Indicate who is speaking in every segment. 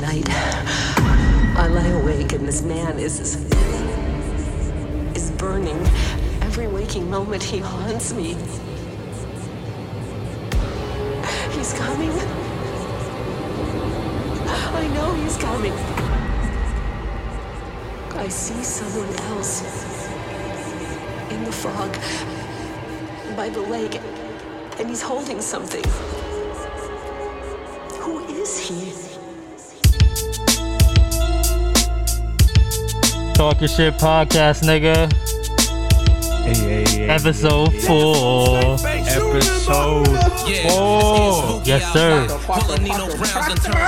Speaker 1: night, I lie awake and this man is is burning. Every waking moment he haunts me. He's coming. I know he's coming. I see someone else in the fog by the lake, and he's holding something. Who is he?
Speaker 2: Talking Shit Podcast, nigga.
Speaker 3: Hey, hey, hey.
Speaker 2: Episode 4.
Speaker 3: Episode.
Speaker 2: Oh, yes, sir.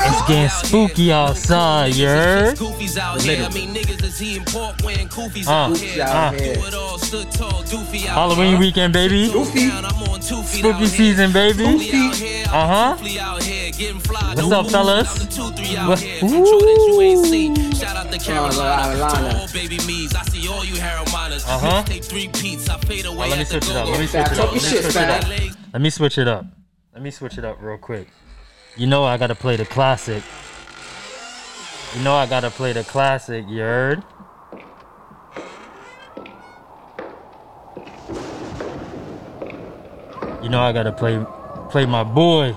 Speaker 4: It's
Speaker 2: Getting spooky outside, you're.
Speaker 4: Goofies out here. I mean, niggas is he in port wearing goofies
Speaker 2: Uh,
Speaker 4: out here.
Speaker 2: uh.
Speaker 4: Do it all, stood tall, doofy out
Speaker 2: Halloween
Speaker 4: here.
Speaker 2: weekend, baby.
Speaker 4: Goofy. I'm on two feet out
Speaker 2: Spooky
Speaker 4: here.
Speaker 2: season, baby.
Speaker 4: Goofy out here.
Speaker 2: Uh-huh.
Speaker 4: Goofy out here, getting fly.
Speaker 2: What's
Speaker 4: No
Speaker 2: up,
Speaker 4: moves,
Speaker 2: fellas?
Speaker 4: I'm the two, three out
Speaker 2: What-
Speaker 4: here. From Jordan, you ain't seen.
Speaker 2: Ooh.
Speaker 4: Shout out to Carolina, to
Speaker 5: Carolina.
Speaker 4: all baby me's. I see all you Harold Miners.
Speaker 2: Uh-huh.
Speaker 4: Mixtape three peats. I fade away
Speaker 2: let me
Speaker 4: at the
Speaker 2: switch it up,
Speaker 4: go-go.
Speaker 2: let me switch
Speaker 5: it up, Talk your let me shit, switch it fam. up.
Speaker 4: Legs
Speaker 2: Let me switch it up. Let me switch it up real quick. You know I gotta play the classic. You know I gotta play the classic, you heard? You know I gotta play play my boy.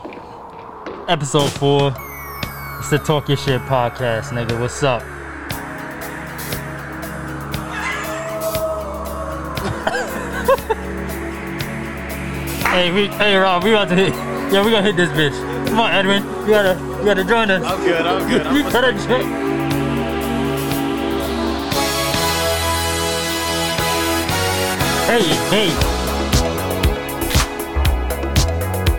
Speaker 2: Episode 4. It's the Talk Your Shit podcast, nigga. What's up? Hey, we, hey, Rob, we about to hit. Yeah, we gonna hit this bitch. Come on, Edwin. You gotta, you gotta join us.
Speaker 3: I'm good, I'm good.
Speaker 2: you
Speaker 3: I'm
Speaker 2: gotta join. Hey, hey,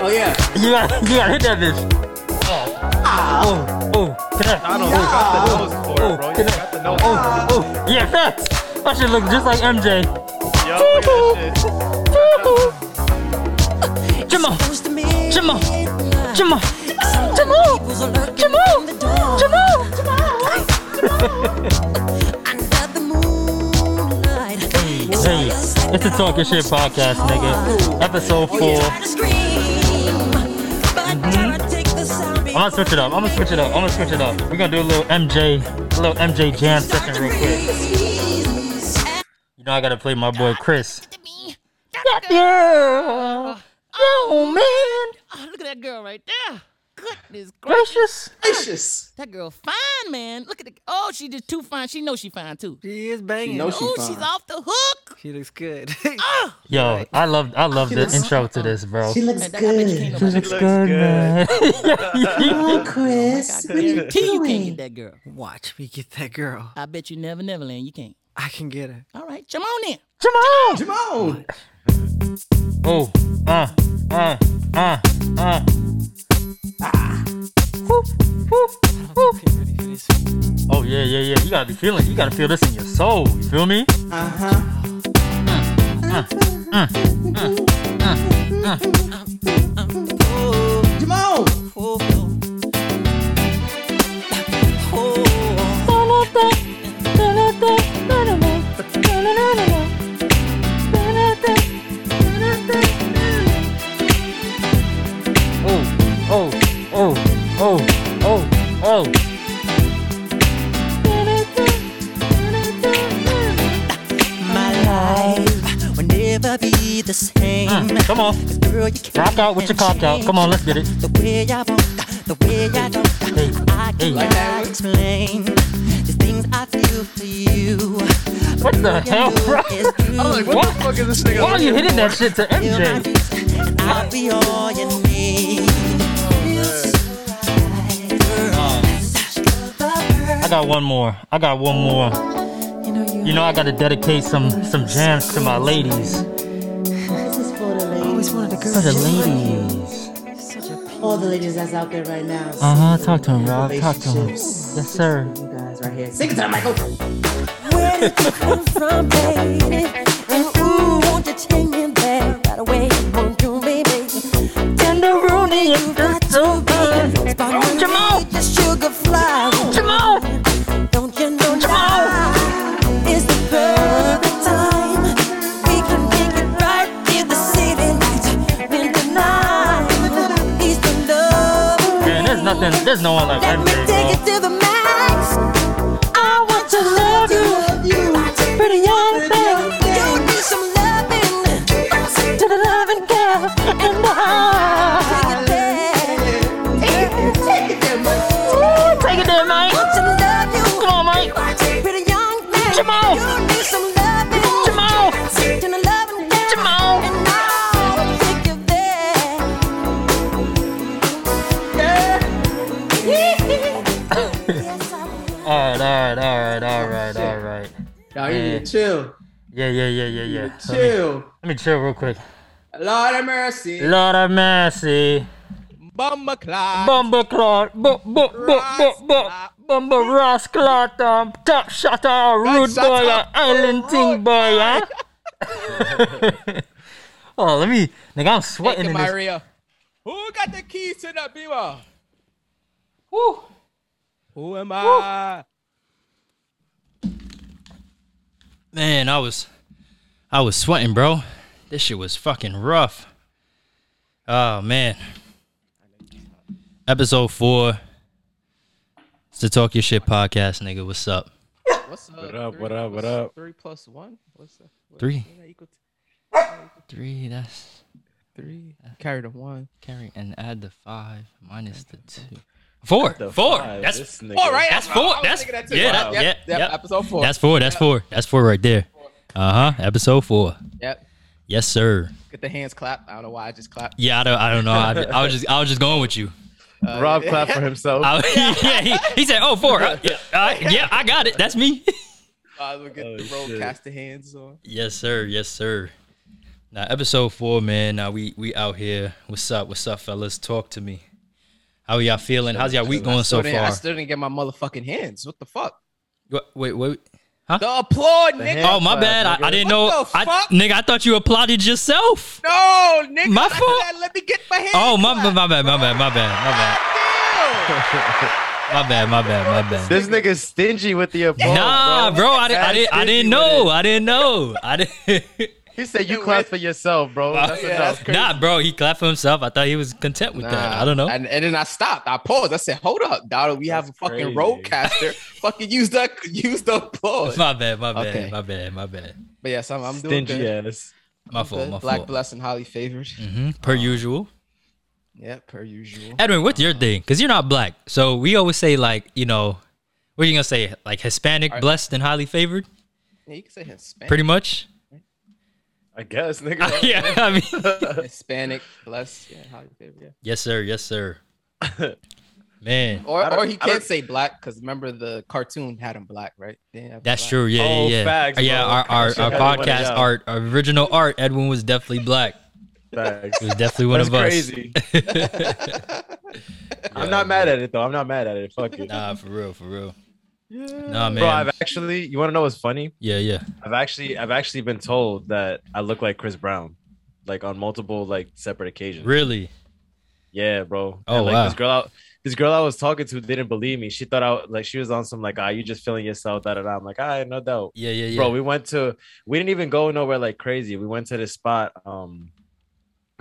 Speaker 5: Oh yeah. Ah.
Speaker 2: you gotta, you gotta hit that bitch. Oh, oh, oh, can I?
Speaker 3: I don't got the nose for
Speaker 2: Oh,
Speaker 3: it, bro. You
Speaker 2: can
Speaker 3: got the
Speaker 2: I?
Speaker 3: nose.
Speaker 2: Oh, oh, yeah, facts. That shit look just like MJ.
Speaker 3: Yo, look at that shit.
Speaker 2: Jamal, Jamal, Jamal,
Speaker 6: Jamal!
Speaker 2: Jamal!
Speaker 6: Jamal!
Speaker 2: Jamal.
Speaker 6: Under the moonlight.
Speaker 2: Hey, hey, it's the Talking Shit Podcast, nigga. Episode 4. I'm gonna switch it up. I'm gonna switch it up. I'm gonna switch it up. We're gonna do a little MJ, a little MJ jam session real quick. You know, I gotta play my boy Chris. Yeah. Oh, man.
Speaker 7: Oh, look at that girl right there. Goodness gracious.
Speaker 2: Gracious.
Speaker 5: Gracious.
Speaker 7: That girl fine, man. Look at the oh, she just too fine. She knows she fine too.
Speaker 8: She is banging.
Speaker 5: No, she
Speaker 7: oh,
Speaker 5: fine.
Speaker 7: she's off the hook.
Speaker 8: She looks good.
Speaker 2: Yo, I love, I love the intro to this, bro.
Speaker 9: She looks
Speaker 7: That- that bitch
Speaker 9: good.
Speaker 7: can't
Speaker 2: She
Speaker 7: nobody-
Speaker 2: looks
Speaker 3: looks
Speaker 2: good, man.
Speaker 9: Oh, Chris. What are you
Speaker 7: Guarantee you can't get
Speaker 9: doing?
Speaker 7: that girl.
Speaker 8: Watch me get that girl.
Speaker 7: I bet you never, never land. You can't.
Speaker 8: I can get her.
Speaker 7: All right, come on in.
Speaker 2: Jamal.
Speaker 5: Come on.
Speaker 2: Oh, uh, uh, uh, uh. Whoop, whoop, whoop. Oh yeah, yeah, yeah. You gotta be feeling. You gotta feel this in your soul. You feel me?
Speaker 5: Come on.
Speaker 2: Oh, oh, oh, oh, oh, oh.
Speaker 7: Will never be the same.
Speaker 2: Mm, Come on,
Speaker 7: Girl, you can't
Speaker 2: rock out with your cock out. Come on, let's get it.
Speaker 7: the way I want, the way I don't.
Speaker 2: Hey, hey,
Speaker 7: cannot explain the things I feel for you.
Speaker 2: what the hell, bro? What?
Speaker 3: Fuck is this nigga?
Speaker 2: Why are you hitting that shit to MJ?
Speaker 7: I'll be all you need.
Speaker 2: I got one more. I got one more. You know, I gotta dedicate some some jams to my ladies.
Speaker 9: This is for the ladies.
Speaker 2: To the ladies.
Speaker 9: All the ladies that's out there right now.
Speaker 2: Uh huh. Talk to him, Rob. Talk to him.
Speaker 9: Relationships.
Speaker 2: Yes, sir.
Speaker 9: You guys right here. Sing it to them, Michael.
Speaker 6: Where did you come from, baby? And ooh, won't you take me there right away? Won't you, baby? Tenderoni, you got to be. Spark my
Speaker 2: Jamal!
Speaker 6: need, your sugar fly.
Speaker 2: Jamal.
Speaker 6: Don't you know
Speaker 2: Jamal!
Speaker 6: now is the perfect time? We can make it right in the city lights. When the night is the love.
Speaker 2: Man, there's nothing. There's no one like
Speaker 6: Let me
Speaker 2: MJ,
Speaker 6: take
Speaker 2: bro.
Speaker 6: it to the max.
Speaker 2: right, all right, all right, all right, all right.
Speaker 5: Y'all, you need to chill.
Speaker 2: Yeah, yeah, yeah, yeah, yeah. Let me,
Speaker 5: Chill.
Speaker 2: let me chill real quick.
Speaker 5: Lord have mercy.
Speaker 2: Lord of mercy.
Speaker 3: Bumba clock.
Speaker 2: Bumba clot, bu- bu- bu- bu- bu- Bumba Ross clot, um, top shot, uh, rude
Speaker 3: shot,
Speaker 2: boy, uh,
Speaker 3: uh,
Speaker 2: island ting boy, huh? oh, let me, nigga, I'm sweating
Speaker 3: Take it,
Speaker 2: in this.
Speaker 3: Maria. Who got the keys to the beamer?
Speaker 2: Woo.
Speaker 3: Who am I?
Speaker 7: Man, I was I was sweating, bro. This shit was fucking rough. Oh man. Episode four. It's the Talk Your Shit podcast, nigga. What's up?
Speaker 3: What's up?
Speaker 10: What up? What up? What up?
Speaker 3: Three plus one. What's that? What-
Speaker 7: Three.
Speaker 3: what that equal to?
Speaker 7: Three, that's
Speaker 3: Three. Carry the one.
Speaker 7: carry and add the five minus the two. Four. Four.
Speaker 10: Five,
Speaker 7: That's
Speaker 10: this nigga.
Speaker 3: All right.
Speaker 7: that's
Speaker 3: I- I- I
Speaker 7: four.
Speaker 3: was
Speaker 7: That's
Speaker 3: thinking that too.
Speaker 7: yeah,
Speaker 3: Wow.
Speaker 7: that, yeah,
Speaker 3: Yep, yep,
Speaker 7: yep.
Speaker 3: episode four.
Speaker 7: That's four. That's four. That's four right there. Uh huh. Episode four.
Speaker 3: Yep.
Speaker 7: Yes, sir.
Speaker 3: Get the hands clap. I don't know why I just clapped. Uh,
Speaker 7: Yeah, I don't. I don't know. I, I was just. I was just going with you.
Speaker 10: Rob clapped for himself.
Speaker 7: I, Oh, yeah, he, he said, "Oh, four. Uh, yeah, uh, yeah, I got it. That's me."
Speaker 3: Uh, we'll get
Speaker 10: Oh,
Speaker 3: the roll
Speaker 10: shit.
Speaker 3: cast the hands on.
Speaker 7: yes, sir. Yes, sir. Now, episode four, man. Now we we out here. What's up? What's up, fellas? Talk to me. How y'all feeling? How's y'all week going so
Speaker 3: Still didn't- I
Speaker 7: far?
Speaker 3: still didn't get my motherfucking hands. What the fuck?
Speaker 7: Wha- Wait, wait.
Speaker 3: The applaud, nigga.
Speaker 7: Oh, my
Speaker 10: clap,
Speaker 7: bad. I, I
Speaker 10: nigga.
Speaker 7: didn't
Speaker 3: What
Speaker 7: know.
Speaker 3: the
Speaker 7: I,
Speaker 3: fuck?
Speaker 7: nigga, I thought you applauded yourself.
Speaker 3: No, nigga.
Speaker 7: My
Speaker 3: I
Speaker 7: fault.
Speaker 3: said, Let me get my hands.
Speaker 7: Oh, my, my, my bad. My bad. My bad. My bad. My bad. My bad.
Speaker 10: This nigga's stingy with the applause.
Speaker 7: Nah, bro. I, didn't. I,
Speaker 10: That's
Speaker 7: didn't, I
Speaker 10: stingy
Speaker 7: didn't
Speaker 10: with
Speaker 7: know.
Speaker 10: it.
Speaker 7: I didn't know. I didn't.
Speaker 10: He said you clapped for yourself, bro. That's
Speaker 3: Yeah,
Speaker 10: enough.
Speaker 3: that's crazy.
Speaker 7: Nah, bro, he clapped for himself. I thought he was content with that.
Speaker 3: Nah.
Speaker 7: I don't know.
Speaker 3: And, and then I stopped. I paused. I said, "Hold up, daughter. We have a fucking
Speaker 10: crazy.
Speaker 3: roadcaster. fucking use the use the applause."
Speaker 7: my bad, my bad,
Speaker 3: Okay.
Speaker 7: my bad, my bad.
Speaker 3: But yes, I'm, I'm doing
Speaker 10: Stingy
Speaker 3: good.
Speaker 10: ass.
Speaker 7: My
Speaker 3: I'm
Speaker 7: fault,
Speaker 3: good.
Speaker 7: my
Speaker 3: Black
Speaker 7: fault.
Speaker 3: blessed and highly favored.
Speaker 7: hmm Per usual.
Speaker 3: Yeah, per usual.
Speaker 7: Edwin, what's your thing? Because you're not black. So we always say, like, you know, what are you going to say? Like Hispanic, blessed, and highly favored?
Speaker 3: Yeah, you can say Hispanic.
Speaker 7: Pretty much?
Speaker 10: I guess, nigga.
Speaker 7: yeah, I mean.
Speaker 3: Hispanic blessed. Yeah, highly favored. Yeah.
Speaker 7: yes, sir. Yes, sir. Man,
Speaker 3: Or
Speaker 10: don't-
Speaker 3: or he
Speaker 10: I
Speaker 3: can't
Speaker 10: don't-
Speaker 3: say black because remember the cartoon had him black, right? They didn't have
Speaker 7: that's
Speaker 3: black.
Speaker 7: true. Yeah,
Speaker 10: Oh,
Speaker 7: yeah, yeah.
Speaker 10: facts,
Speaker 7: yeah,
Speaker 10: bro.
Speaker 7: our, our,
Speaker 10: Shit,
Speaker 7: our
Speaker 10: Edwin, what
Speaker 7: podcast
Speaker 10: up?
Speaker 7: art, our original art, Edwin was definitely black.
Speaker 10: Facts.
Speaker 7: He was definitely one
Speaker 10: That's
Speaker 7: of us.
Speaker 10: crazy. I'm not mad at it though. I'm not mad at it. Fuck it.
Speaker 7: Nah, for real, for real. Nah, man.
Speaker 10: Bro, I've actually. You want to know what's funny?
Speaker 7: yeah, yeah.
Speaker 10: I've actually, I've actually been told that I look like Chris Brown, like on multiple, like separate occasions.
Speaker 7: Really?
Speaker 10: Yeah, bro.
Speaker 7: Oh,
Speaker 10: And, like,
Speaker 7: wow.
Speaker 10: This girl, out, this girl I was talking to didn't believe me. She thought I was- like she was on some like, ah, you just feeling yourself, da da da. I'm like, ah, no doubt,
Speaker 7: Yeah, yeah, yeah.
Speaker 10: bro. We went to, we didn't even go nowhere like crazy. We went to this spot. Um,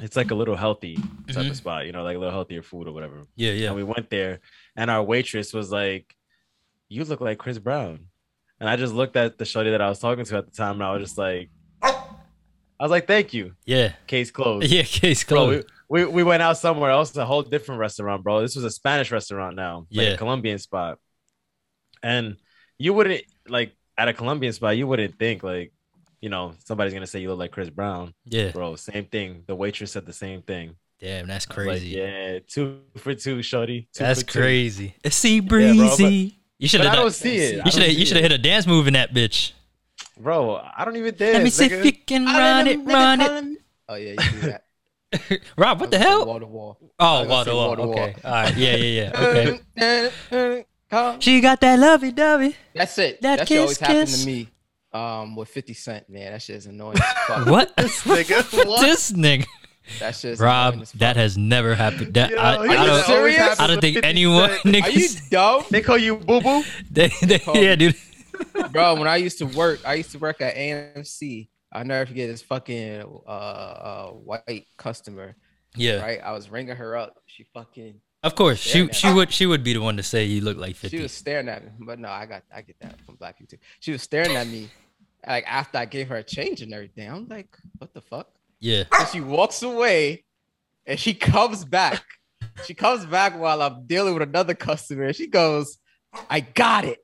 Speaker 10: it's like a little healthy type
Speaker 7: Mhm.
Speaker 10: of spot, you know, like a little healthier food or whatever.
Speaker 7: yeah, yeah.
Speaker 10: And we went there, and our waitress was like, "You look like Chris Brown," and I just looked at the shorty that I was talking to at the time, and I was just like, "I was like, thank you."
Speaker 7: yeah.
Speaker 10: Case closed.
Speaker 7: Yeah, case
Speaker 10: Bro,
Speaker 7: closed.
Speaker 10: we, we, we went out somewhere else, a whole different restaurant, bro. This was a Spanish restaurant now, like
Speaker 7: Yeah.
Speaker 10: a Colombian spot. And you wouldn't like at a Colombian spot, you wouldn't think like, you know, somebody's gonna say you look like Chris Brown,
Speaker 7: yeah.
Speaker 10: bro. Same thing. The waitress said the same thing.
Speaker 7: Damn, that's
Speaker 10: I was like,
Speaker 7: crazy.
Speaker 10: yeah, two for two, shorty. Two
Speaker 7: that's
Speaker 10: for two."
Speaker 7: crazy. It's sea
Speaker 10: bro, but-
Speaker 7: breezy. you should
Speaker 10: But I
Speaker 7: have
Speaker 10: don't
Speaker 7: done.
Speaker 10: see it. I
Speaker 7: You
Speaker 10: don't
Speaker 7: should have. You
Speaker 10: see
Speaker 7: should have hit a dance move in that bitch.
Speaker 10: it. bro. I don't even dance.
Speaker 7: Let me see if you
Speaker 10: nigga.
Speaker 7: can run it, run it.
Speaker 3: Oh yeah, you do that.
Speaker 7: Rob, what the hell?
Speaker 3: Wall to wall.
Speaker 7: Oh,
Speaker 3: gonna
Speaker 7: wall
Speaker 3: say
Speaker 7: to wall.
Speaker 3: wall to wall.
Speaker 7: Okay, all right. Yeah, yeah, yeah. Okay.
Speaker 3: Come.
Speaker 7: she got that lovey dovey.
Speaker 3: That's it.
Speaker 7: That
Speaker 3: That, shit always
Speaker 7: kiss,
Speaker 3: happened
Speaker 7: kiss.
Speaker 3: to me. Um, with Fifty Cent, man, that shit is annoying. As fuck.
Speaker 7: What? this nigga,
Speaker 3: That shit. Is annoying
Speaker 7: Rob.
Speaker 3: as
Speaker 7: That
Speaker 3: fuck.
Speaker 7: has never happened. That I,
Speaker 10: Yo, he
Speaker 7: I
Speaker 3: you
Speaker 10: was
Speaker 7: don't.
Speaker 3: serious?
Speaker 10: always happy
Speaker 7: I don't
Speaker 10: with
Speaker 7: think
Speaker 10: 50
Speaker 7: anyone
Speaker 10: Cent.
Speaker 7: niggas.
Speaker 3: Are you dumb,
Speaker 10: They call you boo boo.
Speaker 7: they, they, yeah, dude.
Speaker 3: bro? When I used to work, I used to work at AMC. I never forget this fucking uh, uh white customer.
Speaker 7: Yeah.
Speaker 3: Right, I was ringing her up. She fucking
Speaker 7: Of course, she
Speaker 3: Yeah,
Speaker 7: she
Speaker 3: man.
Speaker 7: would she would be the one to say you look like
Speaker 3: She
Speaker 7: fifty.
Speaker 3: was staring at me, but no, I got I get that from black people too. She was staring at me, like after I gave her a change and everything. I'm like, what the fuck?
Speaker 7: yeah,
Speaker 3: So she walks away, and she comes back. She comes back while I'm dealing with another customer. and She goes, I got it.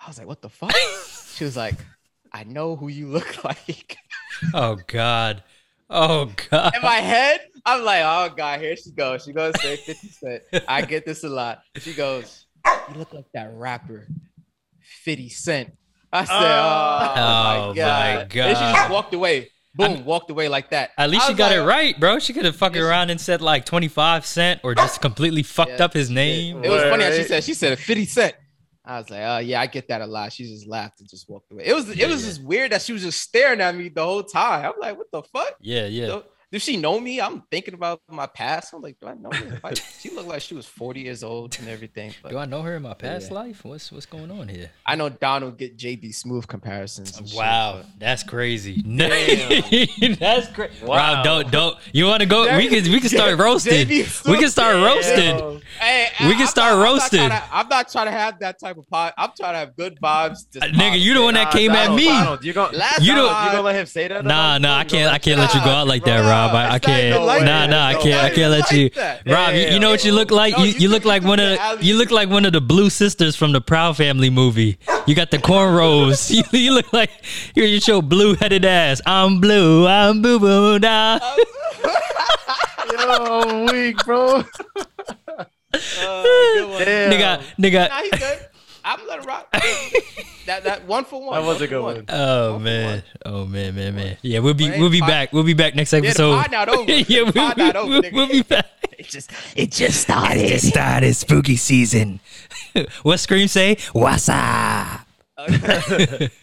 Speaker 3: I was like, what the fuck? She was like, I know who you look like.
Speaker 7: Oh God. Oh God.
Speaker 3: In my head, I'm like, oh god, here she goes. She goes say 50 Cent. I get this a lot. She goes, you look like that rapper, 50 Cent. I said, oh,
Speaker 7: Oh,
Speaker 3: my,
Speaker 7: my
Speaker 3: God. And she just
Speaker 7: God.
Speaker 3: walked away. Boom, walked away like that.
Speaker 7: At least
Speaker 3: I
Speaker 7: she
Speaker 3: was
Speaker 7: got
Speaker 3: like,
Speaker 7: it right, bro. She could have fucking around and said like 25 Cent or just completely fucked up his name.
Speaker 3: It was funny how she said she said 50 Cent. I was like, oh yeah, I get that a lot. She just laughed and just walked away. It was it was just weird that she was just staring at me the whole time. I'm like, what the fuck?
Speaker 7: Yeah, yeah.
Speaker 3: So, does she know me? I'm thinking about my past. I'm like, do I know her? Like, she looked like she was 40 years old and everything. But
Speaker 7: Do I know her in my past
Speaker 3: Yeah.
Speaker 7: life? What's what's going on here?
Speaker 3: I know Donald get JB Smooth comparisons. and shit,
Speaker 7: Wow, that's crazy. that's crazy.
Speaker 3: Wow.
Speaker 7: Wow, don't don't. You want to go? we can we can start roasting.
Speaker 3: JB
Speaker 7: We can start roasting.
Speaker 3: Yo. Hey,
Speaker 7: We can start roasting.
Speaker 3: I'm not, trying to, I'm not trying to have that type of pod. I'm trying to have good vibes. just
Speaker 7: Uh, Nigga, you the one that
Speaker 3: Nah,
Speaker 7: came at
Speaker 3: Donald,
Speaker 7: me.
Speaker 3: Donald,
Speaker 10: you gonna
Speaker 3: Last
Speaker 7: You
Speaker 3: time
Speaker 7: don't-
Speaker 3: I-
Speaker 10: you gonna let him say that?
Speaker 7: Nah, nah, I can't. I can't let you go out like that, Rob. I, I can't.
Speaker 10: like
Speaker 7: nah,
Speaker 10: that.
Speaker 7: nah, I
Speaker 10: It's
Speaker 7: can't.
Speaker 10: not
Speaker 7: I can't let you, Rob. You, you know what you look like? You, you look like one of the, you look like one of the Blue Sisters from the Proud Family movie. You got the cornrows. you, you look like you're your show blue headed ass. I'm blue. I'm boo boo da.
Speaker 10: Yo, weak, bro. Damn.
Speaker 7: Nigga, nigga.
Speaker 3: Nah, he's good. I'm letting rock. that that one for one.
Speaker 10: That was a
Speaker 3: for
Speaker 10: good one.
Speaker 7: Oh man! Oh man, man, man! Yeah, we'll be we'll be
Speaker 3: pod-
Speaker 7: back. We'll be back next
Speaker 3: the
Speaker 7: episode.
Speaker 3: pod not over.
Speaker 7: yeah,
Speaker 3: The pod not over,
Speaker 7: we'll,
Speaker 3: nigga.
Speaker 7: we'll be back.
Speaker 3: It just it just started.
Speaker 7: It just started spooky season. what Scream say? What's up?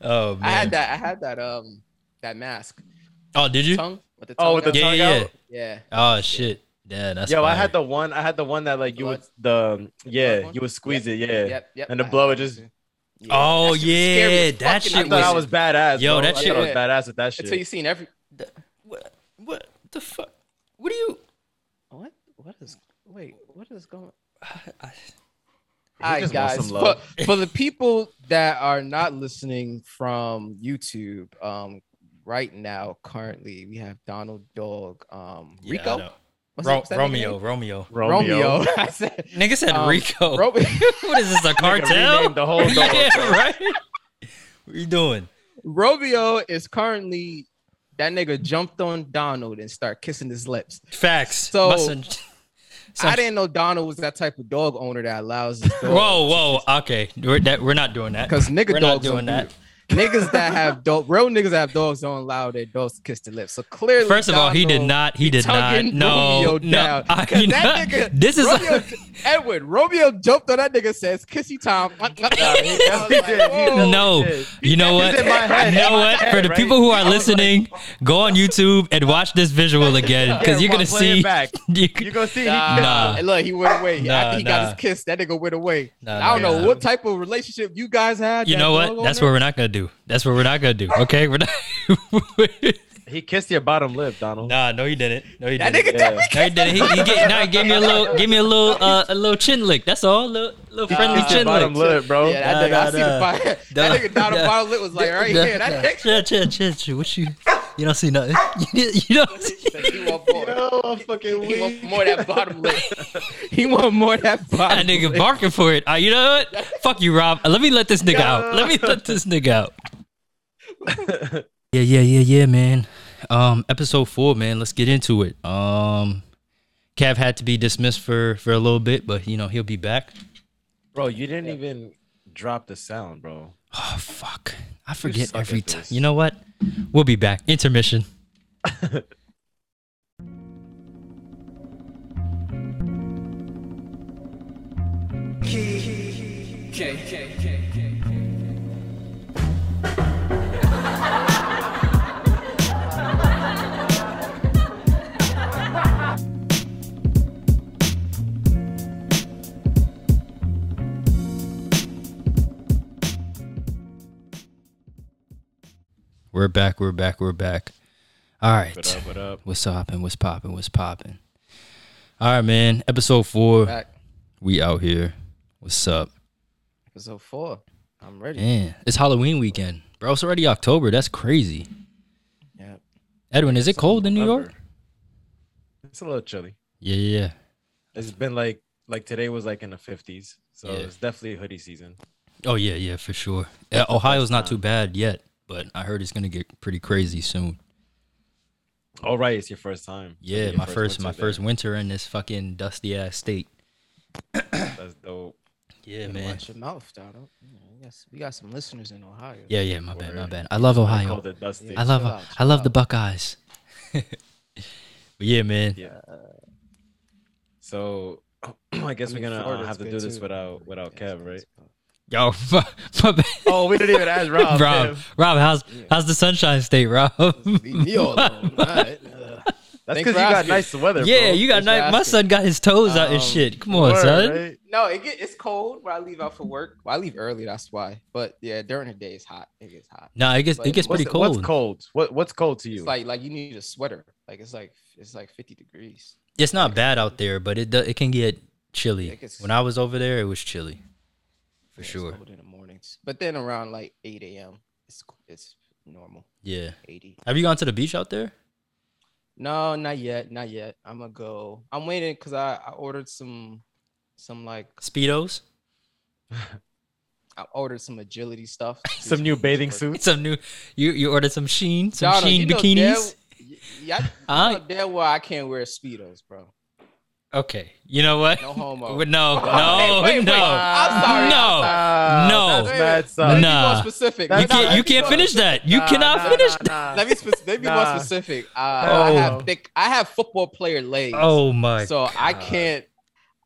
Speaker 7: oh man!
Speaker 3: I had that. I had that. Um, that mask.
Speaker 7: Oh, did you?
Speaker 3: Tongue with the tongue.
Speaker 10: Oh, with the
Speaker 7: yeah,
Speaker 10: tongue
Speaker 7: yeah,
Speaker 10: out.
Speaker 3: Yeah.
Speaker 7: yeah. Oh shit! Yeah, that's
Speaker 10: Yo, I
Speaker 7: fire.
Speaker 10: had the one. I had the one that like you would the yeah you would squeeze it yeah
Speaker 3: Yep, yep,
Speaker 10: and the
Speaker 3: I had
Speaker 10: blow
Speaker 3: that
Speaker 10: it just.
Speaker 7: Oh
Speaker 3: That shit was
Speaker 7: yeah,
Speaker 3: scary as
Speaker 7: that
Speaker 3: fucking-
Speaker 10: I
Speaker 7: shit
Speaker 10: thought
Speaker 7: was.
Speaker 10: I was badass.
Speaker 7: Yo,
Speaker 10: bro.
Speaker 7: that
Speaker 10: I
Speaker 7: shit
Speaker 10: thought I was
Speaker 3: was-
Speaker 10: badass with that shit.
Speaker 3: Until you seen every.
Speaker 7: what, what the fuck? What do you?
Speaker 3: What? What is? Wait. What is going?
Speaker 7: I-
Speaker 3: All right,
Speaker 10: just wants
Speaker 3: guys.
Speaker 10: some
Speaker 3: For,
Speaker 10: love.
Speaker 3: for the people that are not listening from YouTube, um, right now, currently, we have Donald Dog, um,
Speaker 7: Yeah, I
Speaker 3: Rico,
Speaker 7: know.
Speaker 3: What's
Speaker 7: Ro-
Speaker 3: what's nigga
Speaker 7: Romeo,
Speaker 3: name?
Speaker 7: Romeo.
Speaker 3: Romeo. I said,
Speaker 7: Nigga said
Speaker 3: um,
Speaker 7: Rico.
Speaker 3: Ro-
Speaker 7: what is this? A cartel?
Speaker 10: renamed the whole dog,
Speaker 7: yeah,
Speaker 10: bro.
Speaker 7: right. What you doing?
Speaker 3: Romeo is currently that nigga jumped on Donald and start kissing his lips.
Speaker 7: Facts.
Speaker 3: So-
Speaker 7: My son- son-
Speaker 3: I didn't know Donald was that type of dog owner that allows his dog.
Speaker 7: Whoa, whoa. Okay, we're that we're not doing that.
Speaker 3: Because nigga
Speaker 7: we're not
Speaker 3: dogs
Speaker 7: doing
Speaker 3: don't do
Speaker 7: that.
Speaker 3: niggas that have dog, real niggas that have dogs don't allow their dogs to kiss their lips. So clearly,
Speaker 7: First of all, he did
Speaker 3: Donald
Speaker 7: not. He did not.
Speaker 3: tugging
Speaker 7: No,
Speaker 3: Romeo
Speaker 7: no.
Speaker 3: down.
Speaker 7: I-
Speaker 3: 'Cause
Speaker 7: he
Speaker 3: that
Speaker 7: not-
Speaker 3: nigga,
Speaker 7: This is.
Speaker 3: Romeo, Edward. Romeo jumped on that nigga. Says kissy time.
Speaker 7: No, you know what?
Speaker 10: It's in my head.
Speaker 7: You know
Speaker 10: It's
Speaker 7: what?
Speaker 10: in my
Speaker 7: For the
Speaker 10: head,
Speaker 7: people who
Speaker 10: right?
Speaker 7: are listening, go on YouTube and watch this visual again because you're gonna
Speaker 10: play it
Speaker 7: see.
Speaker 10: back.
Speaker 7: you-
Speaker 10: You gonna see? he
Speaker 3: Nah.
Speaker 10: kissed
Speaker 7: Nah.
Speaker 3: And look, he went away.
Speaker 7: Nah,
Speaker 3: After he
Speaker 7: nah.
Speaker 3: got his kiss, that nigga went away.
Speaker 7: Nah,
Speaker 3: I don't
Speaker 7: nah,
Speaker 3: know
Speaker 7: nah.
Speaker 3: what type of relationship you guys had.
Speaker 7: You
Speaker 3: that
Speaker 7: know
Speaker 3: dog
Speaker 7: what? That's what
Speaker 3: owner.
Speaker 7: we're not gonna do. That's what we're not gonna do. Okay, we're not.
Speaker 10: it. He kissed your bottom lip, Donald.
Speaker 7: nah, no, you didn't. No, you
Speaker 3: that
Speaker 7: didn't.
Speaker 3: nigga
Speaker 10: Yeah.
Speaker 7: No, he didn't. He, he gave, no, he gave me a little, gave me a little, uh, a little chin lick. That's all. A little, little friendly
Speaker 10: Kissed your
Speaker 7: chin
Speaker 10: bottom
Speaker 7: lick.
Speaker 10: lip, bro.
Speaker 3: Yeah, that nigga.
Speaker 7: Nah,
Speaker 3: I see
Speaker 7: nah,
Speaker 3: the fire. That
Speaker 7: Nah,
Speaker 3: nigga down the
Speaker 7: nah.
Speaker 3: bottom lip was like right here. That nigga.
Speaker 7: Chill, chill, chill, chill. What you? You don't see nothing. You, you don't see.
Speaker 3: He want more.
Speaker 10: Yo, I'm fucking
Speaker 3: He
Speaker 10: weak.
Speaker 3: want more of that bottom lip. He want more of that bottom.
Speaker 7: That nigga barking for it. Uh, you know what? Fuck you, Rob. Let me let this nigga out. Let me let this nigga out. yeah, yeah, yeah, yeah, man. Um, episode four, man. Let's get into it. Um, Cav had to be dismissed for for a little bit, but you know he'll be back.
Speaker 10: Bro, you didn't even drop the sound, bro.
Speaker 7: Oh fuck! I forget
Speaker 10: suck
Speaker 7: every
Speaker 10: at
Speaker 7: time.
Speaker 10: this.
Speaker 7: You know what? We'll be back. Intermission. We're back. We're back. We're back. All right.
Speaker 10: What up? What up?
Speaker 7: What's up and what's popping? What's popping? All right, man. Episode four.
Speaker 3: Back.
Speaker 7: We out here. What's up?
Speaker 3: Episode four. I'm ready.
Speaker 7: Man, it's Halloween weekend, bro. It's already October. That's crazy.
Speaker 3: Yeah.
Speaker 7: Edwin, is it cold in New York?
Speaker 10: It's a little chilly.
Speaker 7: Yeah, yeah, yeah.
Speaker 10: It's been like like today was like in the 50s, so
Speaker 7: Yeah.
Speaker 10: it's definitely hoodie season.
Speaker 7: Oh yeah, yeah, for sure. Yeah, Ohio's not too bad yet, but I heard it's gonna get pretty crazy soon.
Speaker 10: All right, it's your first time.
Speaker 7: Yeah,
Speaker 10: Your
Speaker 7: my first, my
Speaker 10: winter
Speaker 7: first winter in this fucking dusty ass state.
Speaker 10: there. That's dope.
Speaker 7: Yeah,
Speaker 3: You
Speaker 7: man.
Speaker 3: Watch your mouth, Donald. You know, we got s- We got some listeners in Ohio.
Speaker 7: Yeah, yeah, my bad, my bad. I love Ohio.
Speaker 3: called it Dusty.
Speaker 7: I love
Speaker 3: Chill out,
Speaker 7: I
Speaker 3: chill
Speaker 7: love the
Speaker 3: out.
Speaker 7: Buckeyes. but yeah, man.
Speaker 10: Yeah. So I guess we're
Speaker 3: mean,
Speaker 10: gonna uh,
Speaker 3: Florida's
Speaker 10: have to
Speaker 3: good
Speaker 10: do this
Speaker 3: too.
Speaker 10: without without Kev, right?
Speaker 7: Yo, my, my bad.
Speaker 10: Oh, we didn't even ask Rob,
Speaker 7: Rob,
Speaker 10: damn.
Speaker 7: Rob, how's how's the Sunshine State, Rob?
Speaker 3: me all alone, alright.
Speaker 10: That's
Speaker 3: Thanks
Speaker 10: because you
Speaker 3: for
Speaker 10: got
Speaker 3: asking.
Speaker 10: nice weather.
Speaker 7: yeah,
Speaker 10: bro.
Speaker 7: you got
Speaker 3: Thanks for
Speaker 7: night.
Speaker 3: asking.
Speaker 7: My
Speaker 3: Um,
Speaker 7: son got his toes out and shit. Come on,
Speaker 10: word,
Speaker 7: son.
Speaker 10: right?
Speaker 3: No, it get, it's cold when I leave out for work. Well, I leave early, that's why. But yeah, during the day it's hot. It gets hot.
Speaker 7: Nah, it gets
Speaker 3: But
Speaker 7: it gets
Speaker 10: What's,
Speaker 7: pretty
Speaker 10: what's
Speaker 7: cold.
Speaker 10: cold? What what's cold to you?
Speaker 3: It's like like you need a sweater. Like it's like it's like 50 degrees.
Speaker 7: It's not bad out there, but it do, it can get chilly.
Speaker 3: It gets-
Speaker 7: when I was over there, it was chilly, for
Speaker 3: Yeah,
Speaker 7: sure.
Speaker 3: It's cold in the mornings, but then around like 8 a.m. it's c- it's normal.
Speaker 7: Yeah.
Speaker 3: 80.
Speaker 7: Have you gone to the beach out there?
Speaker 3: No, not yet, not yet. I'm gonna go. I'm waiting because I I ordered some some like
Speaker 7: Speedos,
Speaker 3: I ordered some agility stuff. to do
Speaker 10: Some new bathing
Speaker 3: work.
Speaker 10: suits.
Speaker 7: some new. You you ordered some Sheen, some
Speaker 3: Donna,
Speaker 7: Sheen
Speaker 3: you know
Speaker 7: bikinis.
Speaker 3: damn- y- Yeah, you
Speaker 7: Huh?
Speaker 3: know damn well I can't wear speedos, bro.
Speaker 7: Okay, you know what?
Speaker 3: No homo.
Speaker 7: no, no,
Speaker 3: Wait, wait, wait.
Speaker 7: no.
Speaker 3: I'm sorry.
Speaker 7: No.
Speaker 10: Ah,
Speaker 7: No.
Speaker 10: that's mad
Speaker 3: Wait, Let me
Speaker 10: suck.
Speaker 3: be
Speaker 7: Nah.
Speaker 3: more specific.
Speaker 10: That's
Speaker 7: You can't. You can't finish that. You
Speaker 10: Nah,
Speaker 7: cannot
Speaker 10: nah,
Speaker 7: finish
Speaker 10: nah,
Speaker 7: that.
Speaker 10: nah.
Speaker 3: Let me, spec- let me be
Speaker 10: Nah.
Speaker 3: more specific. Uh, I
Speaker 10: Hell no.
Speaker 3: have thick. I have football player legs.
Speaker 7: Oh my.
Speaker 3: so I
Speaker 7: God.
Speaker 3: can't.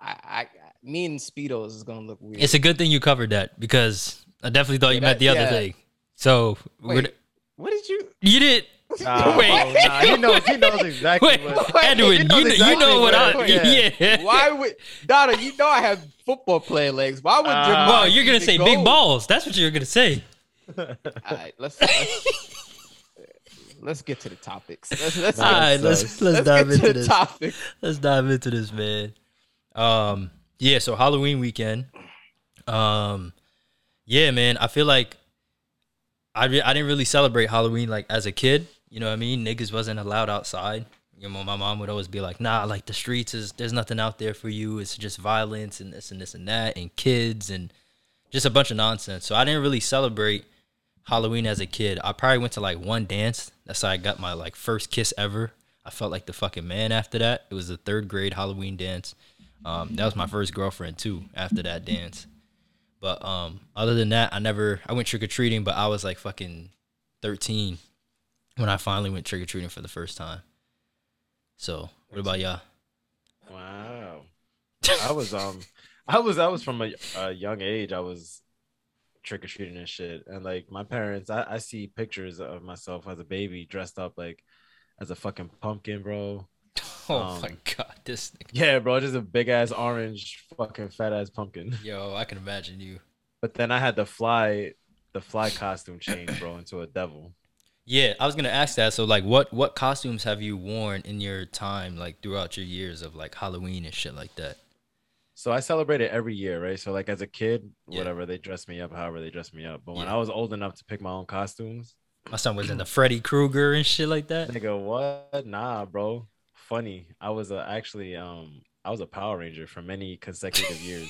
Speaker 3: I, I me and speedos is gonna look weird.
Speaker 7: It's a good thing you covered that because I definitely thought you
Speaker 3: that-
Speaker 7: meant the other
Speaker 3: yeah.
Speaker 7: thing. So we're,
Speaker 3: Wait, what did you?
Speaker 7: you did.
Speaker 10: Nah,
Speaker 7: Wait.
Speaker 10: oh, nah, he knows. He knows exactly.
Speaker 7: Wait,
Speaker 10: what-
Speaker 7: Edwin,
Speaker 10: knows
Speaker 7: you, know you
Speaker 10: exactly
Speaker 7: know what I.
Speaker 10: where-
Speaker 7: Yeah.
Speaker 10: yeah.
Speaker 3: Why would Donna? You know I have football player legs. Why would
Speaker 10: Uh,
Speaker 3: Jamal?
Speaker 7: Well, you're gonna
Speaker 3: even
Speaker 7: say
Speaker 3: go-
Speaker 7: big balls. That's what you're gonna say.
Speaker 3: All right, let's, let's let's get to the topics. Let's let's,
Speaker 7: All right,
Speaker 10: that
Speaker 7: let's
Speaker 10: sucks.
Speaker 7: let's
Speaker 3: let's
Speaker 7: dive
Speaker 3: get to
Speaker 7: into
Speaker 3: the
Speaker 7: this.
Speaker 3: topic.
Speaker 7: Let's dive into this, man. Um, yeah. So Halloween weekend. Um, yeah, man. I feel like I re- I didn't really celebrate Halloween like as a kid. You know what I mean? Niggas wasn't allowed outside. You know, my mom would always be like, "Nah, like the streets is there's nothing out there for you. It's just violence and this and this and that and kids and just a bunch of nonsense." So I didn't really celebrate Halloween as a kid. I probably went to like one dance. That's how I got my like first kiss ever. I felt like the fucking man after that. It was the third grade Halloween dance. Um, that was my first girlfriend too after that dance. But um, other than that, I never I went trick or treating, but I was like fucking thirteen when I finally went trick or treating for the first time. So what about y'all?
Speaker 10: Wow. I was um I was I was from a, a young age. I was trick or treating and shit. And like my parents, I, I see pictures of myself as a baby dressed up like as a fucking pumpkin, bro.
Speaker 7: Oh
Speaker 10: Um,
Speaker 7: my god, this nigga.
Speaker 10: Yeah, bro, just a big ass orange fucking fat ass pumpkin.
Speaker 7: yo, I can imagine you.
Speaker 10: But then I had the fly the fly costume change, bro, into a devil.
Speaker 7: Yeah, I was gonna ask that. So, like, what what costumes have you worn in your time, like throughout your years of like Halloween and shit like that?
Speaker 10: So I celebrate it every year, right? So like as a kid,
Speaker 7: Yeah.
Speaker 10: whatever they dress me up, however they dress me up. But when
Speaker 7: Yeah.
Speaker 10: I was old enough to pick my own costumes,
Speaker 7: My son was in the Freddy Krueger and shit like that.
Speaker 10: Nigga, what? Nah, bro. Funny. I was uh, actually um I was a Power Ranger for many consecutive years,